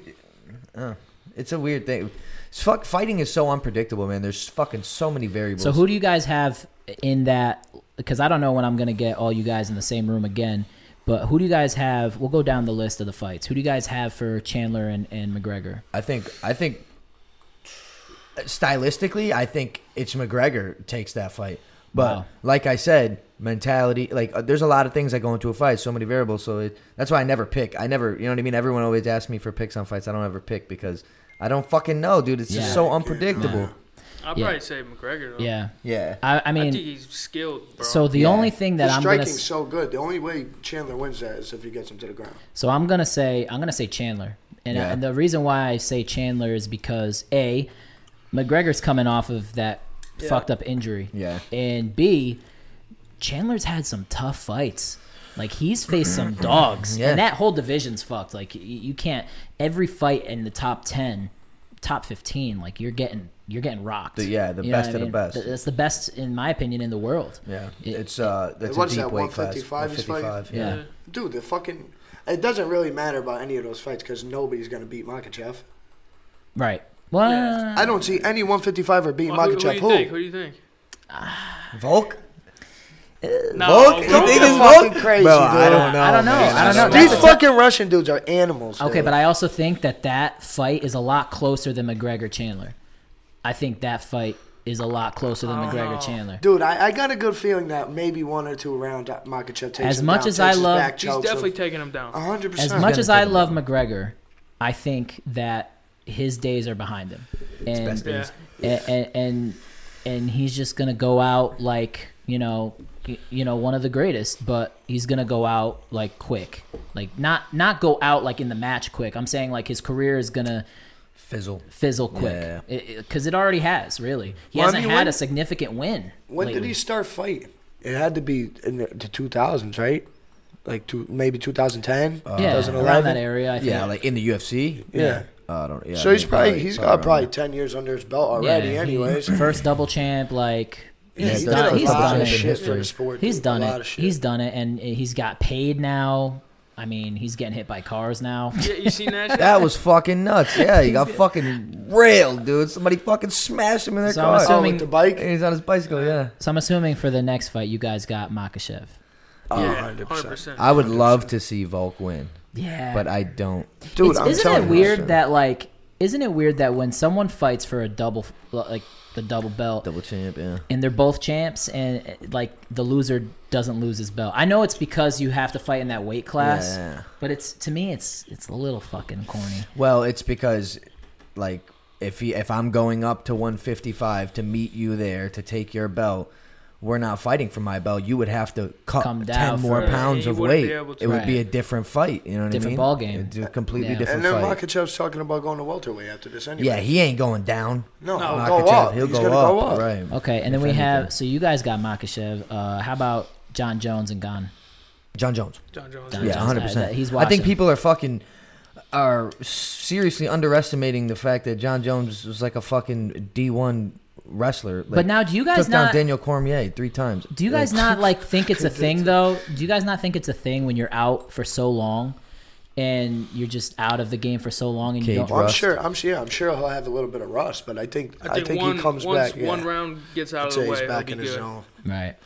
D: uh, it's a weird thing. It's fuck, fighting is so unpredictable, man. There's fucking so many variables.
A: So who do you guys have in that? Because I don't know when I'm gonna get all you guys in the same room again. But who do you guys have? We'll go down the list of the fights. Who do you guys have for Chandler and, and McGregor?
D: I think I think stylistically, I think it's McGregor takes that fight. But
A: Wow.
D: like I said, mentality, like uh, there's a lot of things that go into a fight, so many variables. So it, that's why I never pick. I never, you know what I mean? Everyone always asks me for picks on fights. I don't ever pick because I don't fucking know, dude. It's
A: Yeah.
D: just so unpredictable.
C: I'd
A: Yeah.
C: probably say McGregor. Though.
A: Yeah.
D: Yeah.
A: I, I
C: I,
A: mean,
C: think he's skilled, bro.
A: so the
D: Yeah.
A: only thing that
B: His
A: I'm gonna
B: striking's
A: s-
B: so good. The only way Chandler wins that is if he gets him to the ground.
A: So I'm gonna say I'm gonna say Chandler, and,
D: Yeah.
A: and the reason why I say Chandler is because a McGregor's coming off of that fucked up injury,
D: Yeah.
A: and b Chandler's had some tough fights. Like he's faced some dogs,
D: Yeah.
A: and that whole division's fucked. Like y- you can't every fight in the top ten, top fifteen. Like you're getting you're getting rocked.
D: The- yeah, the
A: You know
D: best
A: what
D: of the best.
A: Th- That's the best, in my opinion, in the world.
D: Yeah,
A: It-
D: it's uh, that's a
B: What's
D: deep
B: that,
D: weight class.
B: 155 he's fighting?
D: 155,
A: yeah.
D: yeah.
B: Dude, the fucking. It doesn't really matter about any of those fights because nobody's going to beat Makachev.
A: Right. Well,
C: Yeah.
B: I don't see any 155 or beating
C: Well, who, who do
B: Makachev.
C: you
B: Who?
C: think? Who do you think?
D: Volk.
C: No,
D: Volk?
B: Don't
D: You think
B: be
D: it's
B: Oh, fucking
D: Volk?
B: crazy,
D: Bro,
B: dude.
D: I don't know.
A: I don't know.
D: man.
A: I don't know.
B: These
A: That's-
B: fucking Russian dudes are animals.
A: Okay,
B: dude.
A: but I also think that that fight is a lot closer than McGregor Chandler. I think that fight is a lot closer than
D: Oh.
A: McGregor Chandler.
B: Dude, I, I got a good feeling that maybe one or two rounds uh, Makachev takes
A: As
B: him
A: much
B: down,
A: as
B: takes
A: I
B: his
A: love-
B: back,
A: He's
C: He's
B: chokes him.
C: definitely taking him down.
B: 100%.
A: As much
D: gonna
A: as I
D: take him
A: love McGregor, I think that his days are behind him, and
D: best
A: and,
C: days.
A: and and and he's just gonna go out like you know, y- you know, one of the greatest. But he's gonna go out like quick, like not not go out like in the match quick. I'm saying like his career is gonna
D: Fizzle.
A: fizzle quick
D: Yeah.
A: because it, 'cause it already has really. He
B: Well, I
A: hasn't
B: mean,
A: had
B: when-
A: a significant win.
B: When did
A: lately.
B: he start fighting? It had to be in the, the 2000s, right? Like two, maybe 2010,
A: yeah,
B: 2011.
A: around that area? I think.
D: Yeah, like in the UFC.
B: Yeah.
D: Uh, I don't. Yeah,
B: so he's
D: maybe
B: probably he's got
D: around
B: probably
D: there.
B: ten years under his belt
A: Yeah,
B: already.
A: he-
B: anyways,
A: first double champ. Like
B: Yeah,
A: he's
B: he
A: done.
B: did a
A: He's
B: lot
A: done
B: of
A: it.
B: shit for the sport.
A: He's
B: dude.
A: done
B: a Lot
A: it.
B: of shit. Oh,
A: He's done it, and he's got paid now. I mean, he's getting hit by cars now.
C: Yeah, you seen that shit?
D: That was fucking nuts. Yeah, he got fucking railed, dude. Somebody fucking smashed him in their
A: So I'm
D: car.
B: oh,
A: assuming-
B: with the bike.
D: And he's on his bicycle. Yeah.
A: So I'm assuming for the next fight, you guys got Makachev.
C: yeah,
B: 100%.
C: 100%.
D: I would love to see Volk win,
A: Yeah,
D: but I don't.
B: Dude,
A: It's-
B: I'm
A: isn't
B: telling
A: it
B: you.
A: weird that like isn't it weird that when someone fights for a double like the double belt
D: Double champ. Yeah.
A: and they're both champs and uh, like the loser doesn't lose his belt. I know it's because you have to fight in that weight class,
D: Yeah.
A: but it's to me it's it's a little fucking corny.
D: Well, it's because, like, if he, if I'm going up to 155 to meet you there to take your belt, we're not fighting for my belt. You would have to cut
A: Come down
D: ten more
A: for-
D: pounds
C: You
D: of
C: wouldn't
D: weight.
C: be able to-
D: It would be a
A: Right.
D: different fight. You know what
A: Different
D: I mean?
A: ball game.
D: It's a completely
A: Yeah.
D: different
B: And then
D: fight.
B: Makachev's talking about going to welterweight after this anyway.
D: yeah, he ain't going down.
B: No,
C: No,
B: he'll go
D: Makachev,
B: up.
D: He'll
B: he's
D: go
B: gonna
D: up.
B: go up.
D: Right.
A: Okay, and then
D: If
A: we
D: anything.
A: have so you guys got Makachev. Uh, how about John Jones and Gon?
D: John Jones.
C: John Jones.
A: John
C: yeah.
D: Yeah,
A: Jones.
D: hundred
A: Uh,
D: percent.
A: he's
D: I think
A: watching.
D: people are fucking are seriously underestimating the fact that John Jones was like a fucking D one wrestler. Like,
A: But now, do you guys
D: took down
A: not?
D: Daniel Cormier three times.
A: Do you guys
D: Like,
A: not like think it's a thing though? Do you guys not think it's a thing when you're out for so long, and you're just out of the game for so long, and you
D: Cage
A: don't?
B: Well, I'm
D: Rust.
B: sure. I'm sure. I'm sure he'll have a little bit of rust, but I think I
C: I
B: think,
C: think, one,
B: he comes
C: once
B: back. yeah.
C: one round gets out
B: I'd
C: of
B: say
C: the way,
B: he's
C: he'll
B: back
C: be
B: in his
C: good.
B: zone.
A: Right.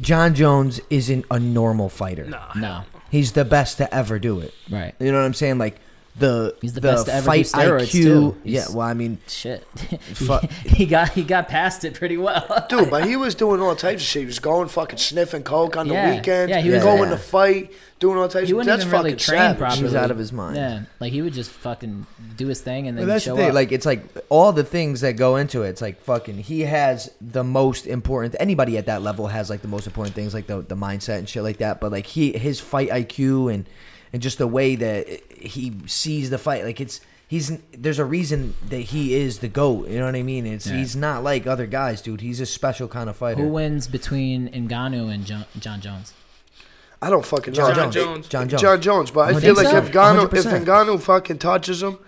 D: John Jones isn't a normal fighter.
C: Nah,
A: No.
D: He's the best to ever do it.
A: Right.
D: You know what I'm saying? Like the
A: He's the best to ever do
D: fight
A: steroids,
D: IQ.
A: too.
D: Yeah.
A: He's-
D: Well, I mean,
A: Shit.
D: Fuck.
A: he got he got past it pretty well.
B: Dude, but he was doing all types of shit. He was going fucking sniffing coke on the
A: Yeah.
B: weekends.
A: Yeah,
B: Yeah,
A: he
B: he
A: was-
B: going
D: Yeah.
B: to fight, doing all types
A: He
B: of shit.
A: wouldn't
B: That's
A: even
B: fucking
A: really train
B: savage.
A: properly.
D: He's out of his mind.
A: Yeah, like he would just fucking do his thing and then
D: But that's
A: show
D: the thing.
A: up.
D: Like it's like all the things that go into it. It's like fucking. He has the most important. Anybody at that level has like the most important things, like the the mindset and shit like that. But like he his fight IQ and and just the way that he sees the fight, like it's. He's there's a reason that he is the goat. You know what I mean? It's
A: Yeah.
D: he's not like other guys, dude. He's a special kind of fighter.
A: Who wins between Ngannou and John, John Jones?
B: I don't fucking know.
D: John,
C: John
D: Jones.
C: Jones.
D: John Jones.
B: John Jones, but I
A: You
B: feel
A: think
B: like
A: so?
B: if Gano, if
D: 100%.
B: Ngannou fucking touches him,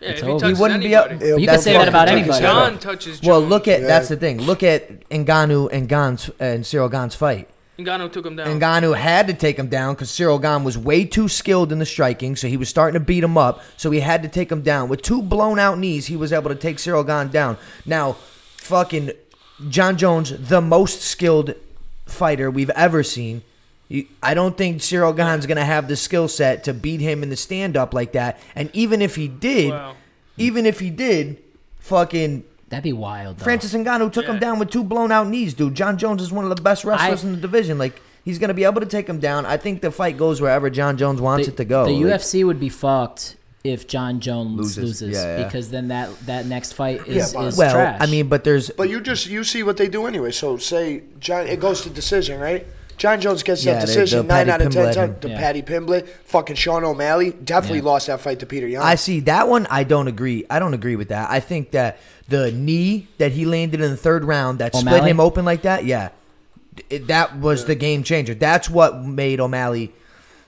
C: Yeah,
A: It's
C: if
A: over.
C: he
A: He
C: touches
D: wouldn't be
C: anybody.
D: up-
B: it'll
A: You can say that
B: fucking
A: about
B: take
A: anybody.
B: his head
C: John
B: off.
C: touches.
D: Well,
C: Jones.
D: look at
B: Yeah.
D: that's the thing. Look at Ngannou and Gon's and Cyril Gon's fight.
C: Ngannou took him down.
D: Ngannou had to take him down because Cyril Gon was way too skilled in the striking, so he was starting to beat him up. So he had to take him down with two blown out knees. He was able to take Cyril Gon down. Now, fucking John Jones, the most skilled fighter we've ever seen. You- I don't think Cyril Gon's gonna have the skill set to beat him in the stand up like that. And even if he did,
C: Wow.
D: even if he did, fucking
A: That'd be wild. Though.
D: Francis Ngannou took him
C: Yeah.
D: down with two blown out knees, dude. John Jones is one of the best wrestlers
A: I-
D: in the division. Like he's gonna be able to take him down. I think the fight goes wherever John Jones wants
A: the,
D: it to go.
A: the
D: Like,
A: UFC would be fucked if John Jones
D: Loses.
A: loses,
D: Yeah, yeah.
A: because then that that next fight is,
B: but-
A: is
D: well,
A: trash.
D: I mean, but there's
B: But you just you see what they do anyway. So say John, it goes to decision, right? John Jones gets
D: Yeah,
B: that
D: they-
B: decision
D: the
B: nine
D: Paddy
B: out of ten
D: Pimblett
B: times.
D: and-
B: The
A: Yeah.
B: Paddy Pimblett, fucking Sean O'Malley, definitely
A: Yeah.
B: lost that fight to Peter Young.
D: I see that one. I don't agree. I don't agree with that. I think that the knee that he landed in the third round that split
A: O'Malley?
D: him open like that, yeah, it, that was the game changer. That's what made O'Malley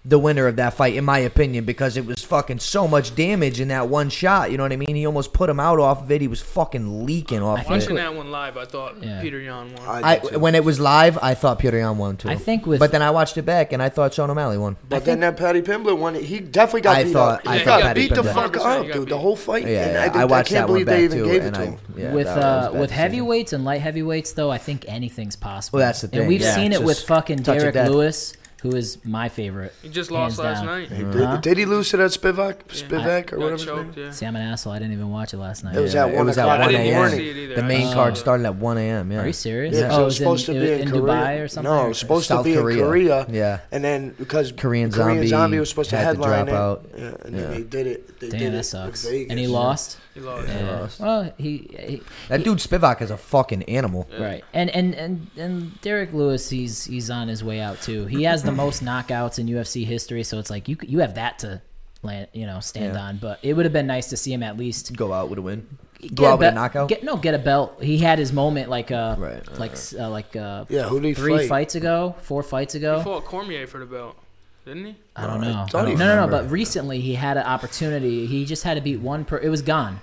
D: the winner of that fight, in my opinion, because it was fucking so much damage in that one shot. You know what I mean? He almost put him out off of it. He was fucking leaking off of
C: Watching
D: it.
C: that one live, I thought
A: Yeah.
C: Peter Yan won.
D: I,
B: did too.
D: when it was live, I thought Peter Yan won too.
A: I think with-
D: but then I watched it back and I thought Sean O'Malley won.
B: But then that Paddy Pimblett one, he definitely got
D: I
B: beat
D: thought-
B: up.
D: I
B: he
D: thought
B: got
D: Paddy
B: beat the
D: Pimblett-
B: fuck
C: 100%
B: up,
C: he got
B: dude. The
C: beat.
B: whole fight.
D: Yeah,
B: and
D: yeah,
B: I,
D: I,
B: did- I
D: watched
B: can't
D: that one
B: believe
D: back
B: they even
D: too.
B: gave it
D: and
B: to
D: I-
B: him.
D: yeah,
A: with
D: that was
A: uh,
D: a bad
A: with
D: decision.
A: heavyweights and light heavyweights, though, I think anything's possible.
D: Well, that's the thing,
A: And we've
D: yeah,
A: seen it
D: just
A: with fucking
D: touch of
A: Derek
D: death.
A: Lewis, who is my favorite.
C: He just lost
A: hands
C: last
A: down.
C: night.
B: He
C: Got
B: did,
A: Huh?
B: did he lose to that Spivak, Spivak or whatever?
C: choked,
B: his name is?
C: yeah.
A: See, I'm an asshole. I didn't even watch it last night.
B: It was
D: Yeah,
B: at
D: it
B: one
D: was at
B: o'clock.
D: 1
B: in the
D: a.m.
B: morning.
C: see it either.
D: The
C: I
D: main
C: saw
D: card
C: it.
D: started at 1 a.m. Yeah.
A: Are you serious?
B: Yeah,
A: oh,
B: 'cause it
A: it
B: was
A: was in,
B: supposed to be
A: it-
B: in,
A: in
B: Korea.
A: Dubai or something.
B: No, it
A: or-
B: was supposed
D: South
B: to be
D: Korea.
B: in Korea.
D: Yeah.
B: and then because Korean,
D: Korean Zombie
B: Zombie, was supposed to
D: had to
B: headline
D: drop
B: it,
D: out.
B: Yeah, and
D: Yeah.
B: then they did it. They
A: Damn,
B: did it
A: that
B: in
A: sucks.
B: Vegas.
A: And he lost.
C: He lost.
A: Yeah.
D: lost.
A: Well, he, he
D: That dude Spivak is a fucking animal.
A: Right. And and and and Derek Lewis, he's he's on his way out too. He has the most knockouts in UFC history, so it's like you you have that to land, you know, stand
D: Yeah.
A: on. But it would have been nice to see him at least
D: Go out with a win.
A: get
D: Go out with a
A: be-
D: knockout.
A: Get no, get a belt. He had his moment like uh
D: Right,
A: like uh, like uh
B: Yeah, who did he
A: three
B: fight?
A: fights ago, four fights
C: He
A: ago.
C: fought Cormier for the belt, didn't he?
A: I don't know.
B: thought he-
A: no, no, no.
D: remember.
A: But recently he had an opportunity. He just had to beat one per. It was gone.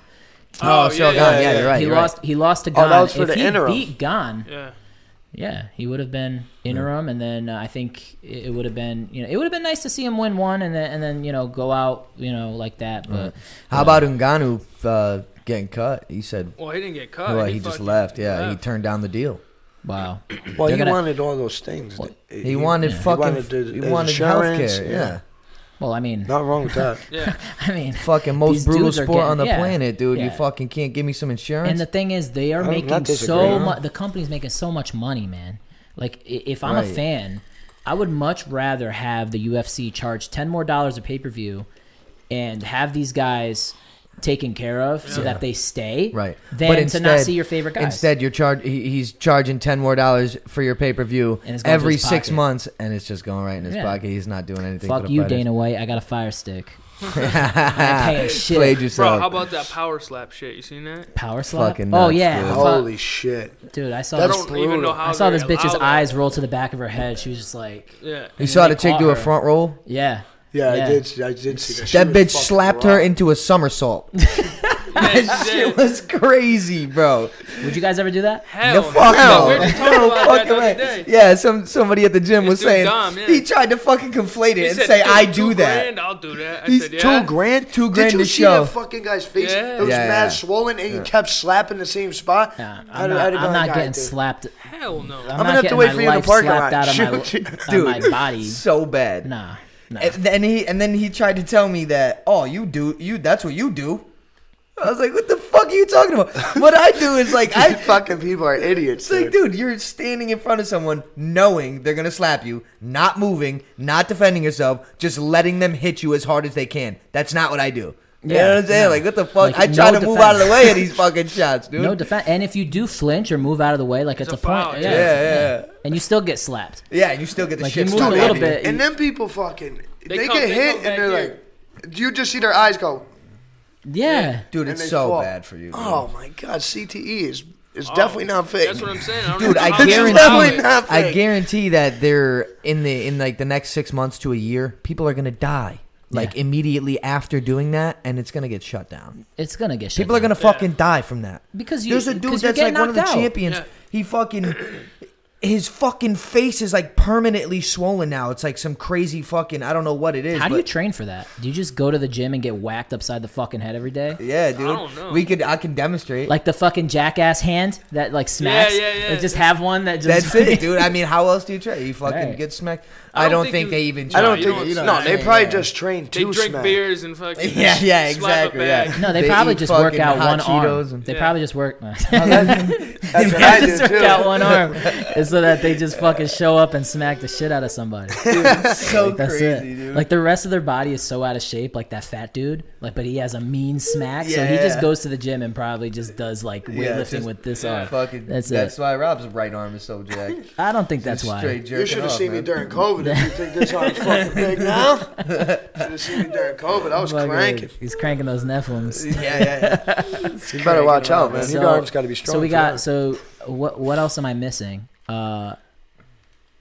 D: oh,
C: Oh,
D: Cyril
C: yeah,
D: Gane.
B: yeah,
D: Yeah,
B: yeah.
D: you're right.
A: he
D: you're
A: lost. He lost to
B: Oh,
A: Gon.
B: that was for
A: if
B: the
A: he
B: interim.
A: beat Gon,
C: Yeah.
A: Yeah, he would have been interim, and then uh, I think it it would have been you know it would have been nice to see him win one, and then and then you know go out you know like that. But
D: Right. How about Ngannou uh, getting cut? He said,
C: Well, Oh, he didn't get cut.
D: well, he, just
C: fucking
D: left. Yeah, he
C: left.
D: turned down the deal.
A: wow,
B: Well,
A: They're
B: he
A: gonna-
B: wanted all those things.
D: He, wanted fucking. He
B: wanted
D: wanted,
B: his- his
D: health
B: insurance,
D: care. Yeah.
B: yeah.
A: well, I mean,
B: Not wrong with that.
C: yeah.
A: I mean,
D: Fucking most
A: These
D: brutal
A: dudes are
D: sport
A: getting-
D: on the
A: yeah.
D: planet, dude. You
A: Yeah.
D: fucking can't give me some insurance.
A: and the thing is, they are
B: I'm
A: making
B: not
A: so
B: disagreeing.
A: much. The company's making so much money, man. Like i- if I'm
D: Right.
A: a fan, I would much rather have the UFC charge ten more dollars a pay per view, and have these guys taken care of so that they stay
D: Right.
A: than to not see your favorite guys.
D: Instead, you're charge. He, he's charging ten more dollars for your pay per view
A: And it's going to
D: every
A: his
D: six
A: pocket.
D: months, and it's just going right in his
A: Yeah.
D: pocket. He's not doing anything. for
A: Fuck
D: the
A: you,
D: fighters.
A: Dana White. I got a fire stick. I pay
D: Played
A: shit.
D: yourself.
C: Bro, how about that power slap shit? You seen that?
A: Power slap.
D: Fucking
A: oh
D: nuts,
A: yeah,
D: dude.
A: I saw-
B: Holy shit!
A: dude. I saw
C: I
B: That's
A: this.
C: don't even know
B: brutal.
C: how
A: I saw this
C: they
A: bitch's
C: allow that.
A: eyes roll to the back of her head. She was just like,
C: Yeah.
D: you saw the
A: they
D: chick
A: caught
D: do a
A: her.
D: front roll.
A: yeah. Yeah.
B: Yeah, I did. I did see that. She
D: That
B: was
D: bitch
B: fucking
D: slapped
B: raw.
D: her into a somersault.
C: yeah, she
D: Shit
C: did.
D: was crazy, bro.
A: Would you guys ever do that?
C: Hell,
D: the fuck
C: no.
D: no.
C: We were just talking about that
D: Fucking
C: the other
D: way.
C: day.
D: Yeah, some somebody at the gym was
C: dude
D: saying
C: Dom, yeah.
D: he tried to fucking conflate it
C: He
D: and
C: said,
D: say
C: "Dude,
D: I
C: two
D: do that.
C: grand, I'll do that. I
D: He's
C: said,
D: two
C: yeah.
B: Two grand,
D: Two
B: Did
D: grand
B: you
D: to
B: see
D: show.
B: that fucking guy's face?
C: Yeah.
B: It was
D: Yeah,
B: mad
D: yeah.
B: swollen, and he kept slapping the same spot.
A: Nah,
B: I'd-
A: I'm not,
B: I'd have
A: I'm
B: gone,
A: not
B: "God,
A: getting
B: dude."
A: slapped.
C: Hell no.
A: I'm,
B: gonna
A: not
B: have to
A: getting
B: wait
A: my
B: for you in the
A: life
B: parking
A: slapped
B: lot.
A: out of my,
B: Shoot you.
A: out of my body.
D: so bad.
A: Nah, nah.
D: And then he and then he tried to tell me that oh you do you that's what you do. I was like, what the fuck are you talking about? What I do is like
B: I
D: I.
B: fucking people are idiots.
D: It's like,
B: dude.
D: dude, you're standing in front of someone knowing they're gonna slap you, not moving, not defending yourself, just letting them hit you as hard as they can. That's not what I do. You know
A: Yeah,
D: what I'm saying?
A: no.
D: Like, what the fuck?
A: Like,
D: I try
A: no
D: to move out of the
A: defense.
D: way of these fucking shots, dude.
A: No defense. And if you do flinch or move out of the way, like it's,
C: a
A: a, point.
C: foul,
A: yeah,
D: yeah, yeah, yeah.
A: And you still get slapped.
D: Yeah, and you still get the
A: Like,
D: shit
A: you moved
D: still
A: a little
D: happening.
A: bit.
B: And then people fucking
C: They
B: they,
C: come-
B: get
C: they
B: hit and
C: come back
B: they're
C: here.
B: like, you just see their eyes go.
A: Yeah.
D: Dude,
B: and
D: it's
B: they
D: so
B: fall.
D: bad for you. Dude.
B: Oh my god, CTE is is
C: Oh,
B: definitely not fake.
C: That's what I'm saying. I don't
D: Dude,
C: know
D: I
C: how they
D: guarantee,
C: allow
B: Definitely
C: it.
B: not
D: I
B: fake.
D: guarantee that they're in the in like the next six months to a year, people are gonna die like
A: Yeah.
D: immediately after doing that, and it's gonna get shut down.
A: It's gonna get shut
D: People are
A: down.
D: gonna fucking die from that
A: Because you-
D: there's a dude
A: because you
D: that's
A: get
D: like one of the
A: knocked out.
D: champions.
C: Yeah.
D: He fucking his fucking face is like permanently swollen now. It's like some crazy fucking I don't know what it is.
A: How do
D: but-
A: you train for that? Do you just go to the gym and get whacked upside the fucking head every day?
D: Yeah, dude.
C: don't know.
D: We could I can demonstrate.
A: Like the fucking jackass hand that like smacks.
C: yeah, yeah.
A: Like, just have one that just.
D: That's it, dude. I mean, how else do you try? You fucking
A: Right.
D: get smacked. I don't, think,
C: you-
D: they even. Try.
B: I don't
C: you
B: think.
C: don't
B: you know, no,
C: smack.
B: they
D: Yeah,
B: probably
D: yeah.
B: just train
C: They
B: to
C: drink
B: smack.
C: beers and fucking
D: Yeah, yeah,
C: slap a
D: exactly.
C: bag.
D: Yeah.
A: No, they,
D: They
A: probably
D: eat
A: just work
D: fucking
A: out
D: hot
A: one
D: Cheetos
A: arm.
D: and-
A: they
C: Yeah.
A: probably just work.
B: That's what I
A: They just
B: do
A: work
B: too.
A: out one arm, and so that they just fucking show up and smack the shit out of somebody.
D: so
A: That's
D: crazy,
A: it.
D: dude.
A: Like the rest of their body is so out of shape. Like that fat dude. Like, but he has a mean smack, so he just
D: Yeah.
A: goes to the gym and probably just does like
D: Yeah,
A: weightlifting
D: just-
A: with this
D: yeah,
A: arm.
D: Fucking,
A: That's
D: that's
A: it.
D: why Rob's right arm is so jacked.
A: I don't think that's
D: Just
A: why.
D: Straight
B: You
D: jerking
B: should have
D: off,
B: seen me
D: man.
B: during COVID. If you think this arm's fucking big now, should have seen me during COVID. I was
A: Fucking-
B: cranking.
A: He's cranking those nephilims.
D: Yeah, yeah, yeah.
B: You better watch out, man.
A: So-
B: Your arm's got to be strong.
A: So we
B: for
A: got.
B: that.
A: So what? What else am I missing? Uh,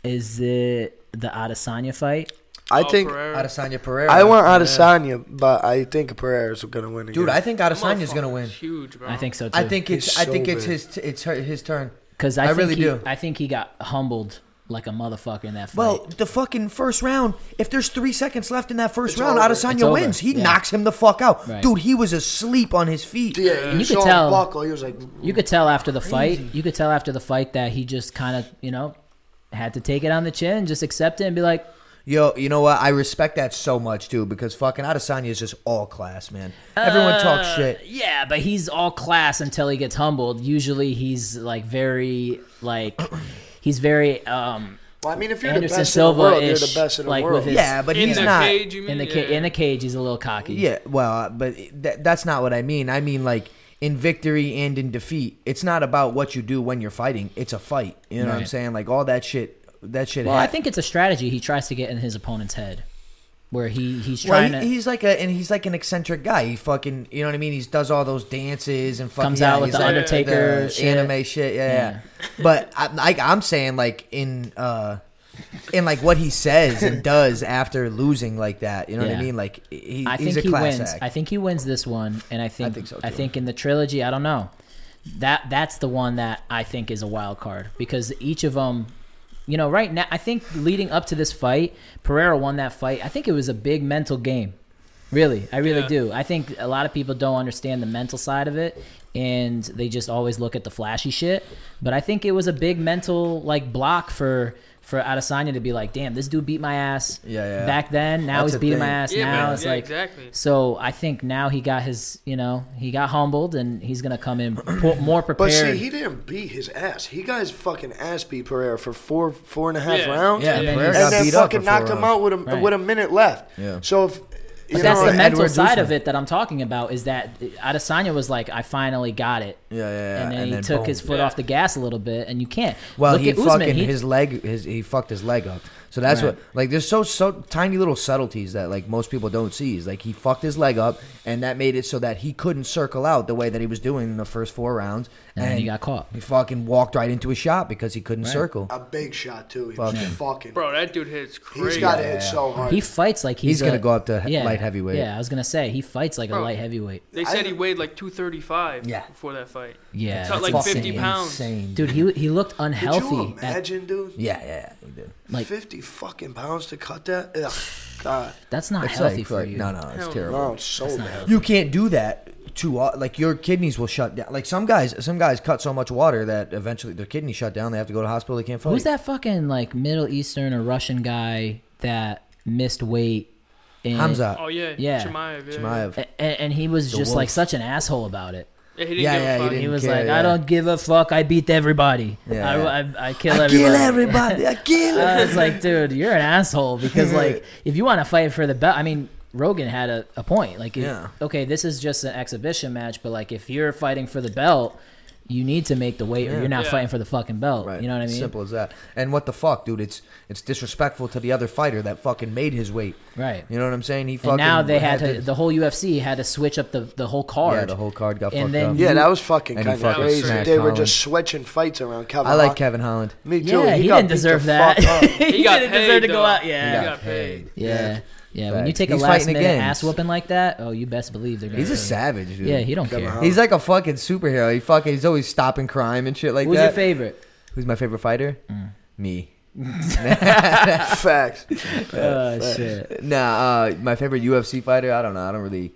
A: is it the Adesanya fight?
B: I
C: Oh,
B: think
C: Pereira.
D: Adesanya Pereira.
B: I want
D: Yeah.
B: Adesanya, but I think Pereira's gonna win. Again.
D: Dude, I think
C: That
D: Adesanya's gonna
C: motherfucker's
D: win.
C: Huge, bro.
A: I think so too.
D: I think it's.
B: He's
D: I think
B: so
D: it's
B: big.
D: his. T- it's her, his turn.
A: because I,
D: I
A: think
D: really
A: he,
D: do.
A: I think he got humbled like a motherfucker in that fight.
D: Well, the fucking first round. If there's three seconds left in that first
B: It's
D: round,
B: over.
A: It's
D: Adesanya
A: over.
D: wins. He
A: Yeah.
D: knocks him the fuck out,
A: Right.
D: dude. He was asleep on his feet.
B: yeah, you,
A: you could
B: saw
A: tell-
B: him buckle. He was like,
A: you could tell after the fight. You could tell after the fight that he just kind of you know had to take it on the chin, just accept it, and be like,
D: Yo, you know what? I respect that so much too because fucking Adesanya is just all class, man. Everyone talks
A: Uh,
D: shit.
A: Yeah, but he's all class until he gets humbled. Usually, he's like very like he's very um
B: well, I mean, if you're
A: Anderson
B: the best
A: Silva
B: in the world, you're the
A: ish,
B: best in the
A: like, with
B: world.
A: his-
D: Yeah, but
C: in
D: he's
C: the
D: not.
C: cage, you mean?
A: in the ca-
C: yeah.
A: in the cage. He's a little cocky.
D: Yeah, well, uh, but that, that's not what I mean. I mean like in victory and in defeat. It's not about what you do when you're fighting. It's a fight. You know what I'm
A: Right.
D: saying? Like all that shit. That shit.
A: Well, I
D: hap-
A: think it's a strategy he tries to get in his opponent's head, where he he's
D: Well,
A: trying
D: he-
A: to
D: he's like a and he's like an eccentric guy. He fucking, you know what I mean. He does all those dances and fucking
A: Comes
D: yeah,
A: out with
D: he's
A: the
D: like
A: Undertaker
D: the
A: shit.
D: anime shit. Yeah, yeah. but I, like I'm saying, like in uh, in like what he says and does after losing like that. You know what
A: Yeah.
D: I mean? Like he,
A: I
D: he's
A: think
D: a
A: he
D: class
A: wins.
D: act.
A: I think he wins this one, and I think I think,
D: think so, too.
A: in the trilogy, I don't know. That that's the one that I think is a wild card because each of them, you know, right now I think leading up to this fight, Pereira won that fight. I think it was a big mental game. Really, I really
C: Yeah.
A: do. I think a lot of people don't understand the mental side of it, and they just always look at the flashy shit. But I think it was a big mental like block for for Adesanya to be like, "Damn, this dude beat my ass
D: Yeah, yeah.
A: back then. Now
D: That's
A: he's
D: a
A: beating my
D: thing.
A: ass.
C: Yeah,
A: now
C: man.
A: it's
C: Yeah,
A: like
C: exactly.
A: so I think now he got his, you know, he got humbled and he's gonna come in po- more
B: But
A: prepared.
B: see, he didn't beat his ass. He got his fucking ass beat Pereira for four, four and a half
C: Yeah.
B: rounds,
D: yeah,
A: and then
D: Pereira
A: he's-
D: got
B: and then
D: beat up
B: fucking
D: for
B: knocked
D: four
B: him
D: rounds.
B: out with a
A: Right.
B: with a minute left.
D: Yeah.
B: So if you
A: but that's
B: know,
A: the
B: and-
A: mental
D: Edward
A: side of
D: Usman.
A: it that I'm talking about is that Adesanya was like, I finally got it.
D: Yeah, yeah, yeah.
A: And then he
D: then
A: took
D: boom.
A: his foot
C: Yeah.
A: off the gas a little bit, and you can't.
D: Well,
A: Look
D: he
A: at
D: fucking
A: Usman. he-
D: his leg. His he fucked his leg up. So that's
A: Right.
D: what like there's so so tiny little subtleties that like most people don't see. Is like he fucked his leg up, and that made it so that he couldn't circle out the way that he was doing in the first four rounds,
A: And then he got caught.
D: He fucking walked right into a shot because he couldn't circle.
B: a big shot too. He was fucking.
C: Bro, that dude hits crazy.
B: He's got it so hard.
A: he fights like he's,
D: He's gonna
A: a-
D: go up to he- light heavyweight.
A: Yeah, I was gonna say he fights like a
C: Bro.
A: light heavyweight.
C: They said he weighed like 235
D: Yeah.
C: before that fight.
A: Yeah,
C: It's
A: that's
C: like
A: insane.
C: 50 pounds.
D: Insane.
A: Dude, he he looked
B: Could
A: unhealthy.
B: you
A: at-
B: imagine, dude?
D: Yeah, yeah, yeah, he did.
A: like-
B: fifty fucking pounds to cut that. Ugh, God,
A: that's not
D: It's
A: healthy
D: like,
A: for
D: like,
A: you.
D: no, no, it's
C: Hell
D: terrible.
B: no, it's so bad.
D: You can't do that too. o- Like your kidneys will shut down. Like some guys, some guys cut so much water that eventually their kidneys shut down. They have to go to the hospital. They can't fight.
A: Who's that fucking like Middle Eastern or Russian guy that missed weight? And,
D: Hamza.
C: Oh, yeah.
A: Yeah.
C: Chimaev. Yeah,
D: Chimaev.
A: A- And, and he was just
D: wolf.
A: like such an asshole about it.
C: Yeah, he didn't
D: Yeah,
C: give
D: yeah,
C: a
D: he
C: fuck.
D: didn't-
A: He was
D: care,
A: like,
D: yeah.
A: I don't give a fuck. I beat everybody.
D: Yeah,
A: I,
D: yeah.
A: I, I kill
D: I
A: everybody. Uh,
D: kill everybody. I kill.
A: I was like, dude, you're an asshole because like if you want to fight for the belt, I mean, Rogan had a, a point. Like, if-
D: Yeah.
A: okay, this is just an exhibition match, but like if you're fighting for the belt, you need to make the weight, or you're not
C: Yeah.
A: fighting for the fucking belt. You know what I mean?
D: Simple as that. And what the fuck, dude? It's it's disrespectful to the other fighter that fucking made his weight.
A: Right.
D: You know what I'm saying? He fucking
A: And now they had, to,
D: this-
A: the whole UFC had to switch up the, the whole card.
D: yeah, the whole card got
A: and
D: fucked
A: then-
D: up.
B: Yeah, that was fucking
D: And he
B: kind of
D: fucking
B: crazy.
D: smacked
B: They were
D: Colin.
B: just switching fights around Kevin.
D: I like
B: Holland.
D: Kevin Holland.
B: Me too.
A: Yeah, he,
B: got
A: didn't
B: beat the
A: deserve that.
B: fuck up.
C: He got
A: didn't
C: paid,
A: deserve to
C: though.
A: go out.
C: He
A: Yeah.
C: got paid.
A: Yeah. Yeah. When
D: Facts.
A: you take
D: He's
A: a last
D: fighting
A: minute
D: again.
A: ass whooping like that, oh, you best believe they're going
D: He's a savage, dude.
A: Yeah, he don't
B: Kevin
A: care.
B: Holland.
D: He's like a fucking superhero. He fucking he's always stopping crime and shit like
A: Who's
D: that.
A: your Mm. favorite?
D: Who's my favorite fighter? Me.
B: Facts.
A: Oh shit.
D: Nah, uh, my favorite UFC fighter. I don't know. I don't really.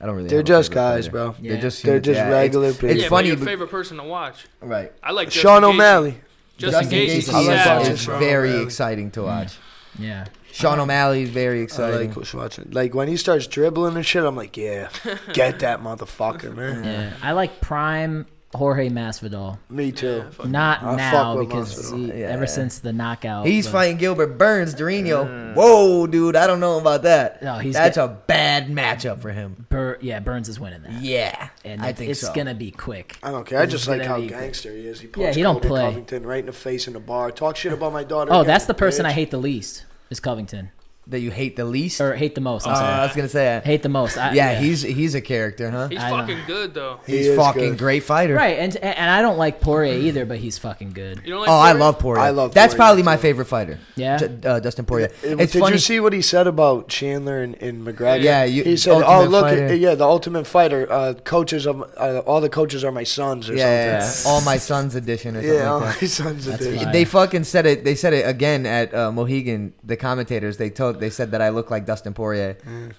D: I don't really.
B: They're
D: have a
B: just
D: favorite
B: guys,
D: fighter.
B: bro.
A: Yeah.
D: They're just.
B: They're
D: humans,
B: just
D: yeah.
B: regular
D: It's,
B: people.
D: it's
B: Yeah,
C: but
D: funny,
C: your
D: but-
C: favorite person to watch.
D: right?
C: I like Justin
B: Sean
C: Gaethje.
B: O'Malley.
C: Justin
D: Justin
C: Gaethje.
D: Gaethje
B: I like
C: savage,
B: watching
D: is
C: bro.
D: very
B: O'Malley.
D: exciting to watch.
A: Yeah.
D: Sean O'Malley is very
B: I
D: exciting.
B: like watching. Like when he starts dribbling and shit, I'm like, yeah, get that motherfucker, man.
A: Yeah. I like prime Jorge Masvidal.
B: Me too.
A: Not
B: I
A: now
B: fuck with
A: because he,
B: Masvidal.
D: Yeah.
A: ever since the knockout,
D: He's
A: but-
D: fighting Gilbert Burns,
B: Mm.
D: Dorino. Whoa, dude, I don't know about that.
A: No, he's
D: That's
A: get-
D: a bad matchup for him.
A: Bur- yeah, Burns is winning that,
D: Yeah,
A: and
D: I
A: it-
D: think
A: it's
D: so.
A: gonna be quick.
B: I don't care. I
A: This
B: just
A: is
B: like
A: gonna
B: how
A: be-
B: gangster he is. He
A: Yeah,
B: punches
A: he don't
B: Colby
A: play.
B: Covington right in the face in the bar. Talk shit about my daughter.
A: Oh,
B: again,
A: that's the person I
B: bitch.
A: hate the least is Covington,
D: that you hate the least.
A: or hate the most. I'm
D: Uh,
A: sorry,
D: I was gonna say.
A: hate the most. I,
D: yeah, he's he's a character, huh?
C: He's
A: I know.
C: fucking good though.
B: He
D: He's
B: is
D: fucking
B: good.
D: great fighter.
A: right, and and I don't like Poirier either, but he's fucking good.
C: You know, like
D: Oh, I
C: Corey?
D: love Poirier.
B: I love
D: That's
B: Poirier,
D: probably my
B: too.
D: favorite fighter.
A: Yeah?
D: Ju- uh, Justin Poirier.
B: It-
D: it's
B: Did
D: funny.
B: you see what he said about Chandler and, and McGregor?
D: Yeah, you-
B: he said, "Oh,
D: Ultimate
B: look,
D: Fighter.
B: yeah, the Ultimate Fighter. Uh, coaches of uh, all the coaches are my sons or
D: yeah, yeah, yeah.
B: something.
D: all my sons edition or something
B: yeah, all
D: like that.
B: my sons. are
A: That's
B: there.
A: fine.
D: They fucking said it. They said it again at uh, Mohegan. The commentators they told they said that I look like Dustin Poirier.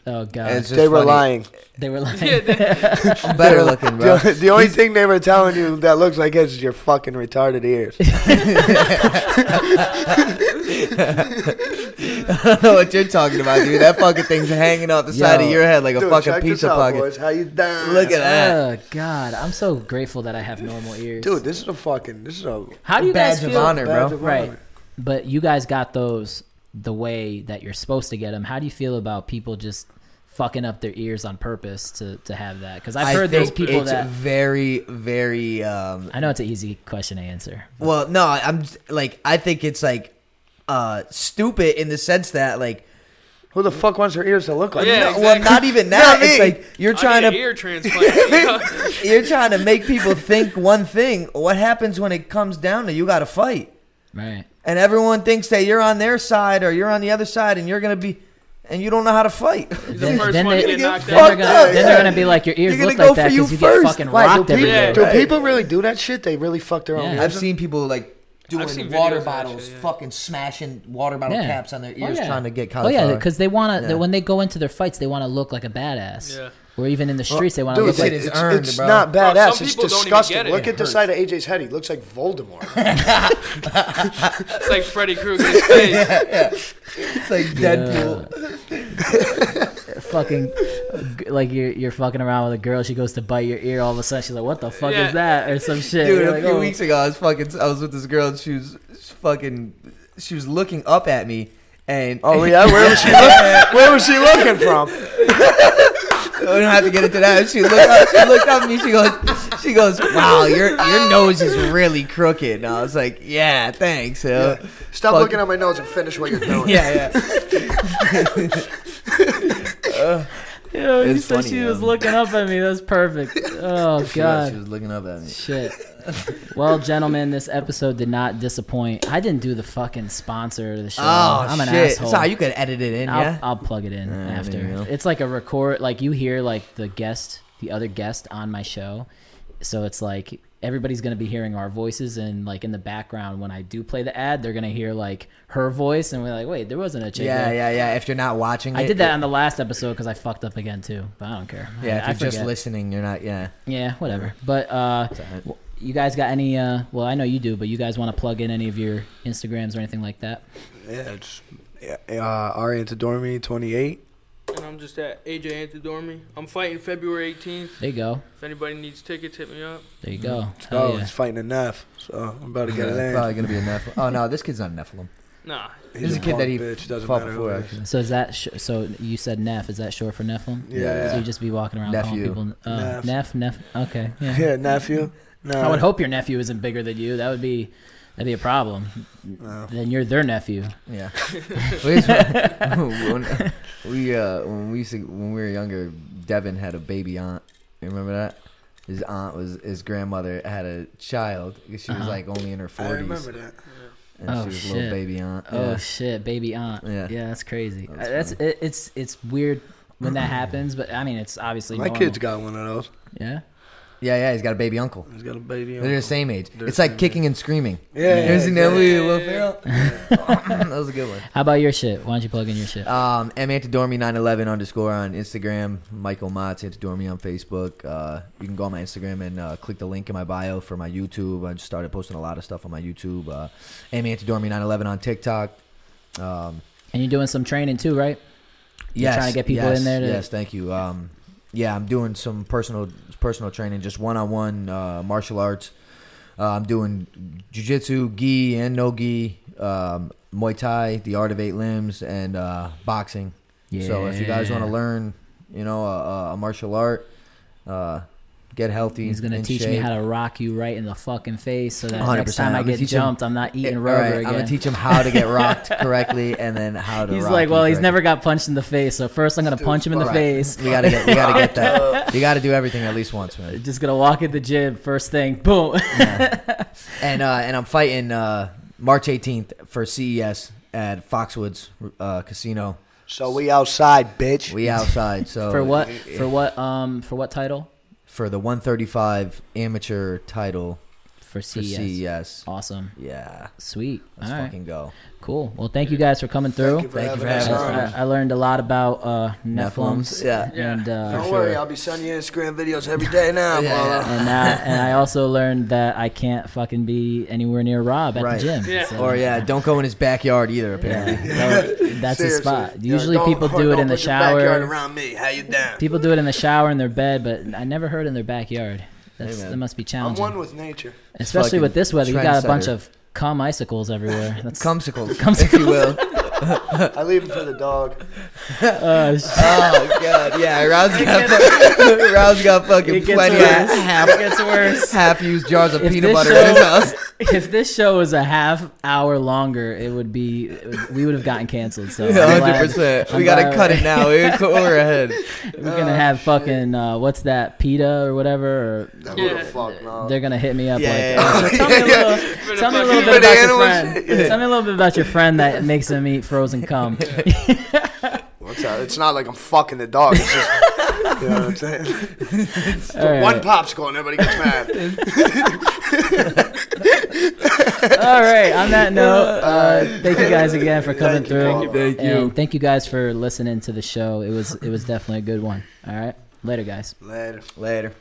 A: Oh god,
D: And it's just
B: They were
D: funny.
B: lying.
A: they were like,
C: Yeah, they-
D: I'm better looking, bro.
B: The, the only thing they were telling you that looks like it is your fucking retarded ears.
D: I don't know what you're talking about, dude. That fucking thing's hanging out the side of
A: Yo.
D: your head like a
B: Dude,
D: fucking
B: check this
D: pizza
B: out,
D: pocket.
B: boys. How you doing?
D: Look at that.
A: oh god, I'm so grateful that I have normal ears,
B: dude. This is a fucking. This is a
A: How do you guys
D: Badge
A: feel?
D: of honor,
B: badge
D: bro.
B: of
A: Right.
B: honor.
A: But you guys got those the way that you're supposed to get them. How do you feel about people just fucking up their ears on purpose to, to have that? Because I've
D: I
A: heard there's
D: think
A: people
D: it's
A: that.
D: very, very. Um,
A: I know it's an easy question to answer.
D: well, no, I'm like, I think it's like uh, stupid in the sense that like,
B: Who the fuck wants their ears to look like?
C: Yeah,
D: no-
B: that?
D: well,
C: exactly.
D: not even that.
B: Not
D: it's
B: me.
D: like you're
C: I
D: trying
C: need
D: to
C: an ear transplant.
D: you're trying to make people think one thing. What happens when it comes down to you got to fight,
A: Right.
D: and everyone thinks that you're on their side or you're on the other side, and you're gonna be, and you don't know how to fight.
C: He's
A: Then-
C: the first
A: then
C: one
A: they-
C: to get
D: You're gonna get
C: knocked
A: Then, they're
C: out.
D: fucked
A: gonna,
D: up,
A: then they're
D: yeah.
A: gonna be like, your ears
D: You're gonna
A: look
D: go
A: like
D: for
A: that
D: you
A: because you get
D: first.
A: fucking
D: Why,
A: rocked
D: do
A: every
D: people-
A: day.
B: Do
D: Right.
B: people really do that shit? They really fuck their own
A: Yeah.
D: I've
B: ears.
D: seen people like doing
C: seen videos
D: water
C: of that shit,
D: bottles,
C: yeah.
D: fucking smashing water bottle
A: Yeah.
D: caps on their
A: Oh,
D: ears,
A: yeah.
D: trying to get
A: Oh
D: cauliflower.
A: yeah, because they want to.
D: Yeah.
A: When they go into their fights, they want to look like a badass.
C: Yeah.
A: Or even in the streets, they want to
B: Dude,
A: look
D: shit
A: like.
D: is
B: it's,
D: earned,
B: it's
D: bro.
B: not
C: Bro, some
B: badass. it's
C: people don't even
B: disgusting.
C: get it.
B: Look
C: It
B: at the side of AJ's head. He looks like Voldemort.
C: It's like Freddy Krueger's face.
D: it's like Deadpool.
A: fucking like you're you're fucking around with a girl. She goes to bite your ear. All of a sudden, she's like, "What the fuck
C: Yeah.
A: is that?" Or some shit.
D: Dude,
A: You're
D: a
A: like,
D: few
A: "Oh."
D: weeks ago, I was fucking. I was with this girl, and she was she fucking. She was looking up at me, and
B: oh yeah, where was she? Look- where was she looking from?
D: we don't have to get into that. She looked up. She looked up at me. She goes. She goes. Wow, your your nose is really crooked. And I was like, Yeah, thanks. So,
B: Stop
D: Fuck.
B: looking at my nose and finish what you're doing.
D: yeah, yeah.
A: Yo, you
D: It's
A: said
D: funny,
A: she was
D: um,
A: looking up at me. That's perfect. Oh
D: She was, she
A: god,
D: was looking up at me.
A: shit. Well, gentlemen, this episode did not disappoint. I didn't do the fucking sponsor of the show.
D: Oh
A: I'm an
D: shit!
A: asshole.
D: Sorry, you could edit it in.
A: I'll,
D: yeah.
A: I'll plug it in
D: Yeah, there
A: after.
D: you go.
A: It's like a record. Like you hear like the guest, the other guest on my show. So it's like everybody's gonna be hearing our voices, and like in the background when I do play the ad, they're gonna hear like her voice, and we're like, wait, there wasn't a chick.
D: yeah,
A: there.
D: yeah, yeah. If you're not watching,
A: I
D: it,
A: did that on the last episode because I fucked up again too, but I don't care. I-
D: Yeah, if
A: I
D: you're just
A: forget.
D: listening, you're not. Yeah.
A: Yeah, whatever. But uh,
D: alright.
A: w- you guys got any? Uh, well, I know you do, but you guys want to plug in any of your Instagrams or anything like that?
B: Yeah, it's uh, Ari Antidormi, 28.
C: And I'm just at AJ Antidormi. I'm fighting February 18th.
A: There you go.
C: If anybody needs tickets, hit me up.
A: There you go.
D: Mm-hmm.
A: Hell
B: Oh, he's fighting a knife, so I'm about to get
D: Yeah,
B: it in.
D: probably gonna be a Nephilim. Oh no, this kid's not a Nephilim.
C: Nah,
B: He's
D: This is a kid
B: punk
D: that he
B: bitch. Doesn't
D: fought
B: matter who
D: before,
B: it is.
D: actually.
A: So is that sh- so? You said Neff. Is that short for Nephilim?
B: Yeah.
A: So you just be walking around
D: Nephew.
A: calling people uh, Neff.
B: Neff.
A: Neff. Okay. Yeah.
B: Yeah, nephew. No,
A: I would hope your nephew isn't bigger than you. That would be that'd be a problem. Then you're their nephew.
D: Yeah. we, used to- when, we uh when we used to, when we were younger, Devin had a baby aunt. You remember that? His aunt was his grandmother had a child. She was
A: Uh-huh.
D: like only in her
B: I
D: forties,
B: remember that.
D: and
A: Oh,
D: she was a
A: shit.
D: little baby aunt.
A: Oh
D: yeah.
A: shit, baby aunt.
D: Yeah.
A: Yeah, that's crazy.
D: That's
A: Uh, That's, it, it's it's weird when that happens, but I mean it's obviously
B: My
A: normal.
B: kid's got one of those.
A: Yeah.
D: Yeah, yeah, he's got a baby uncle.
E: He's got a baby.
D: They're the
E: uncle.
D: same age.
E: They're
D: it's
E: the
D: like
E: same
D: kicking and screaming.
B: Yeah,
D: You ever seen
B: yeah,
D: that movie with Will Ferrell? that was a good one.
A: How about your shit? Why don't you plug in your shit?
D: Um, M Antidormy911 underscore on Instagram. Michael Motts Antidormy on Facebook. Uh, you can go on my Instagram and uh, click the link in my bio for my YouTube. I just started posting a lot of stuff on my YouTube. Uh, M Antidormy911 on TikTok. Um,
A: And you're doing some training too, right? You're
D: yes,
A: trying to get people
D: yes,
A: in there to-
D: yes, thank you. Um, yeah, I'm doing some personal personal training, just one on one martial arts. Uh, I'm doing jujitsu, gi, and no gi, um, Muay Thai, the art of eight limbs, and uh, boxing. So if you guys want to
A: Yeah.
D: learn, you know, a, a- a martial art, uh, get healthy.
A: He's gonna
D: in
A: teach me
D: shape.
A: how to rock you right in the fucking face, so that next
D: 100%.
A: time I
D: I'm gonna
A: get
D: teach him-
A: jumped, I'm not eating
D: All
A: rubber
D: right,
A: again.
D: I'm gonna teach him how to get rocked correctly, and then how to.
A: He's
D: rock
A: like,
D: you
A: well, he's
D: correctly.
A: never got punched in the face, so first I'm gonna punch him in the
D: Right.
A: face.
D: We gotta get, we gotta get that. You gotta do everything at least once, man.
A: Just gonna walk in the gym, first thing, boom.
D: And uh, and I'm fighting uh, March 18th for CES at Foxwoods uh, Casino.
B: So we outside, bitch.
D: We outside. So
A: for what? For what? Um, for what title?
D: For the 135 amateur title
A: For
D: for
A: CES.
D: CES.
A: Awesome.
D: Yeah,
A: Sweet.
D: let's
A: E All right.
D: fucking go.
A: Cool. Well, thank you guys for coming through.
B: Thank you for
D: Thank you
B: having
D: for
B: us on.
D: having
A: I, I learned a lot about uh, Nephilims.
D: Nephilims. Yeah.
C: Yeah.
A: And, uh,
B: Don't
D: For
B: worry,
D: sure.
B: I'll be sending you Instagram videos every day now.
D: Yeah,
B: brother.
A: and, now, and I also learned that I can't fucking be anywhere near Rob at
D: Right.
A: the gym.
C: Yeah.
A: So
D: Or yeah, don't go in his backyard either. Apparently.
A: that was- that's the
B: Seriously.
A: spot.
B: Yeah,
A: Usually
B: don't-
A: people do it
B: don't
A: in the
B: put your backyard
A: shower.
B: around me. How you down?
A: People do it in the shower in their bed, but I never heard in their backyard. That's,
D: Hey, man.
A: that must be
B: I'm
A: challenging,
B: one with nature.
A: especially with
D: fucking
A: this weather. You got a bunch
D: trendsetter.
A: of cum icicles everywhere. That's
D: Cumsicles, if you will.
B: I leave it for the dog.
A: oh, shit.
D: Oh god, yeah, Rob's got, fuck, Rob's got fucking
A: It gets
D: plenty
A: worse.
D: of half,
A: It gets worse.
D: half-used jars of
A: If
D: peanut
A: this
D: butter in his
A: show-
D: house.
A: if this show was a half hour longer, it would be we would have gotten canceled. So I'm glad-
D: Hundred percent.
A: I'm
D: We gotta
A: glad
D: cut it now. We're, we're ahead.
A: We're
D: Oh,
A: gonna have fucking uh, what's that pita or whatever.
B: Who
C: Yeah.
B: the fuck,
A: Or
B: no.
A: they're gonna hit me up
D: Yeah,
A: like,
D: yeah,
A: "Oh, so tell me a little, tell me a little bit about your
B: Animals.
A: friend. Tell me a little bit about your friend that makes him eat frozen cum.
B: What's that? It's not like I'm fucking the dog. It's just, you know what I'm saying?
A: All right.
B: One popsicle and everybody gets mad.
A: All right. On that note, uh, thank you guys again for coming
B: Thank you,
A: through.
B: Paul. Thank
A: And thank you guys for listening to the show. It was it was definitely a good one. All right. Later, guys.
B: Later.
D: Later.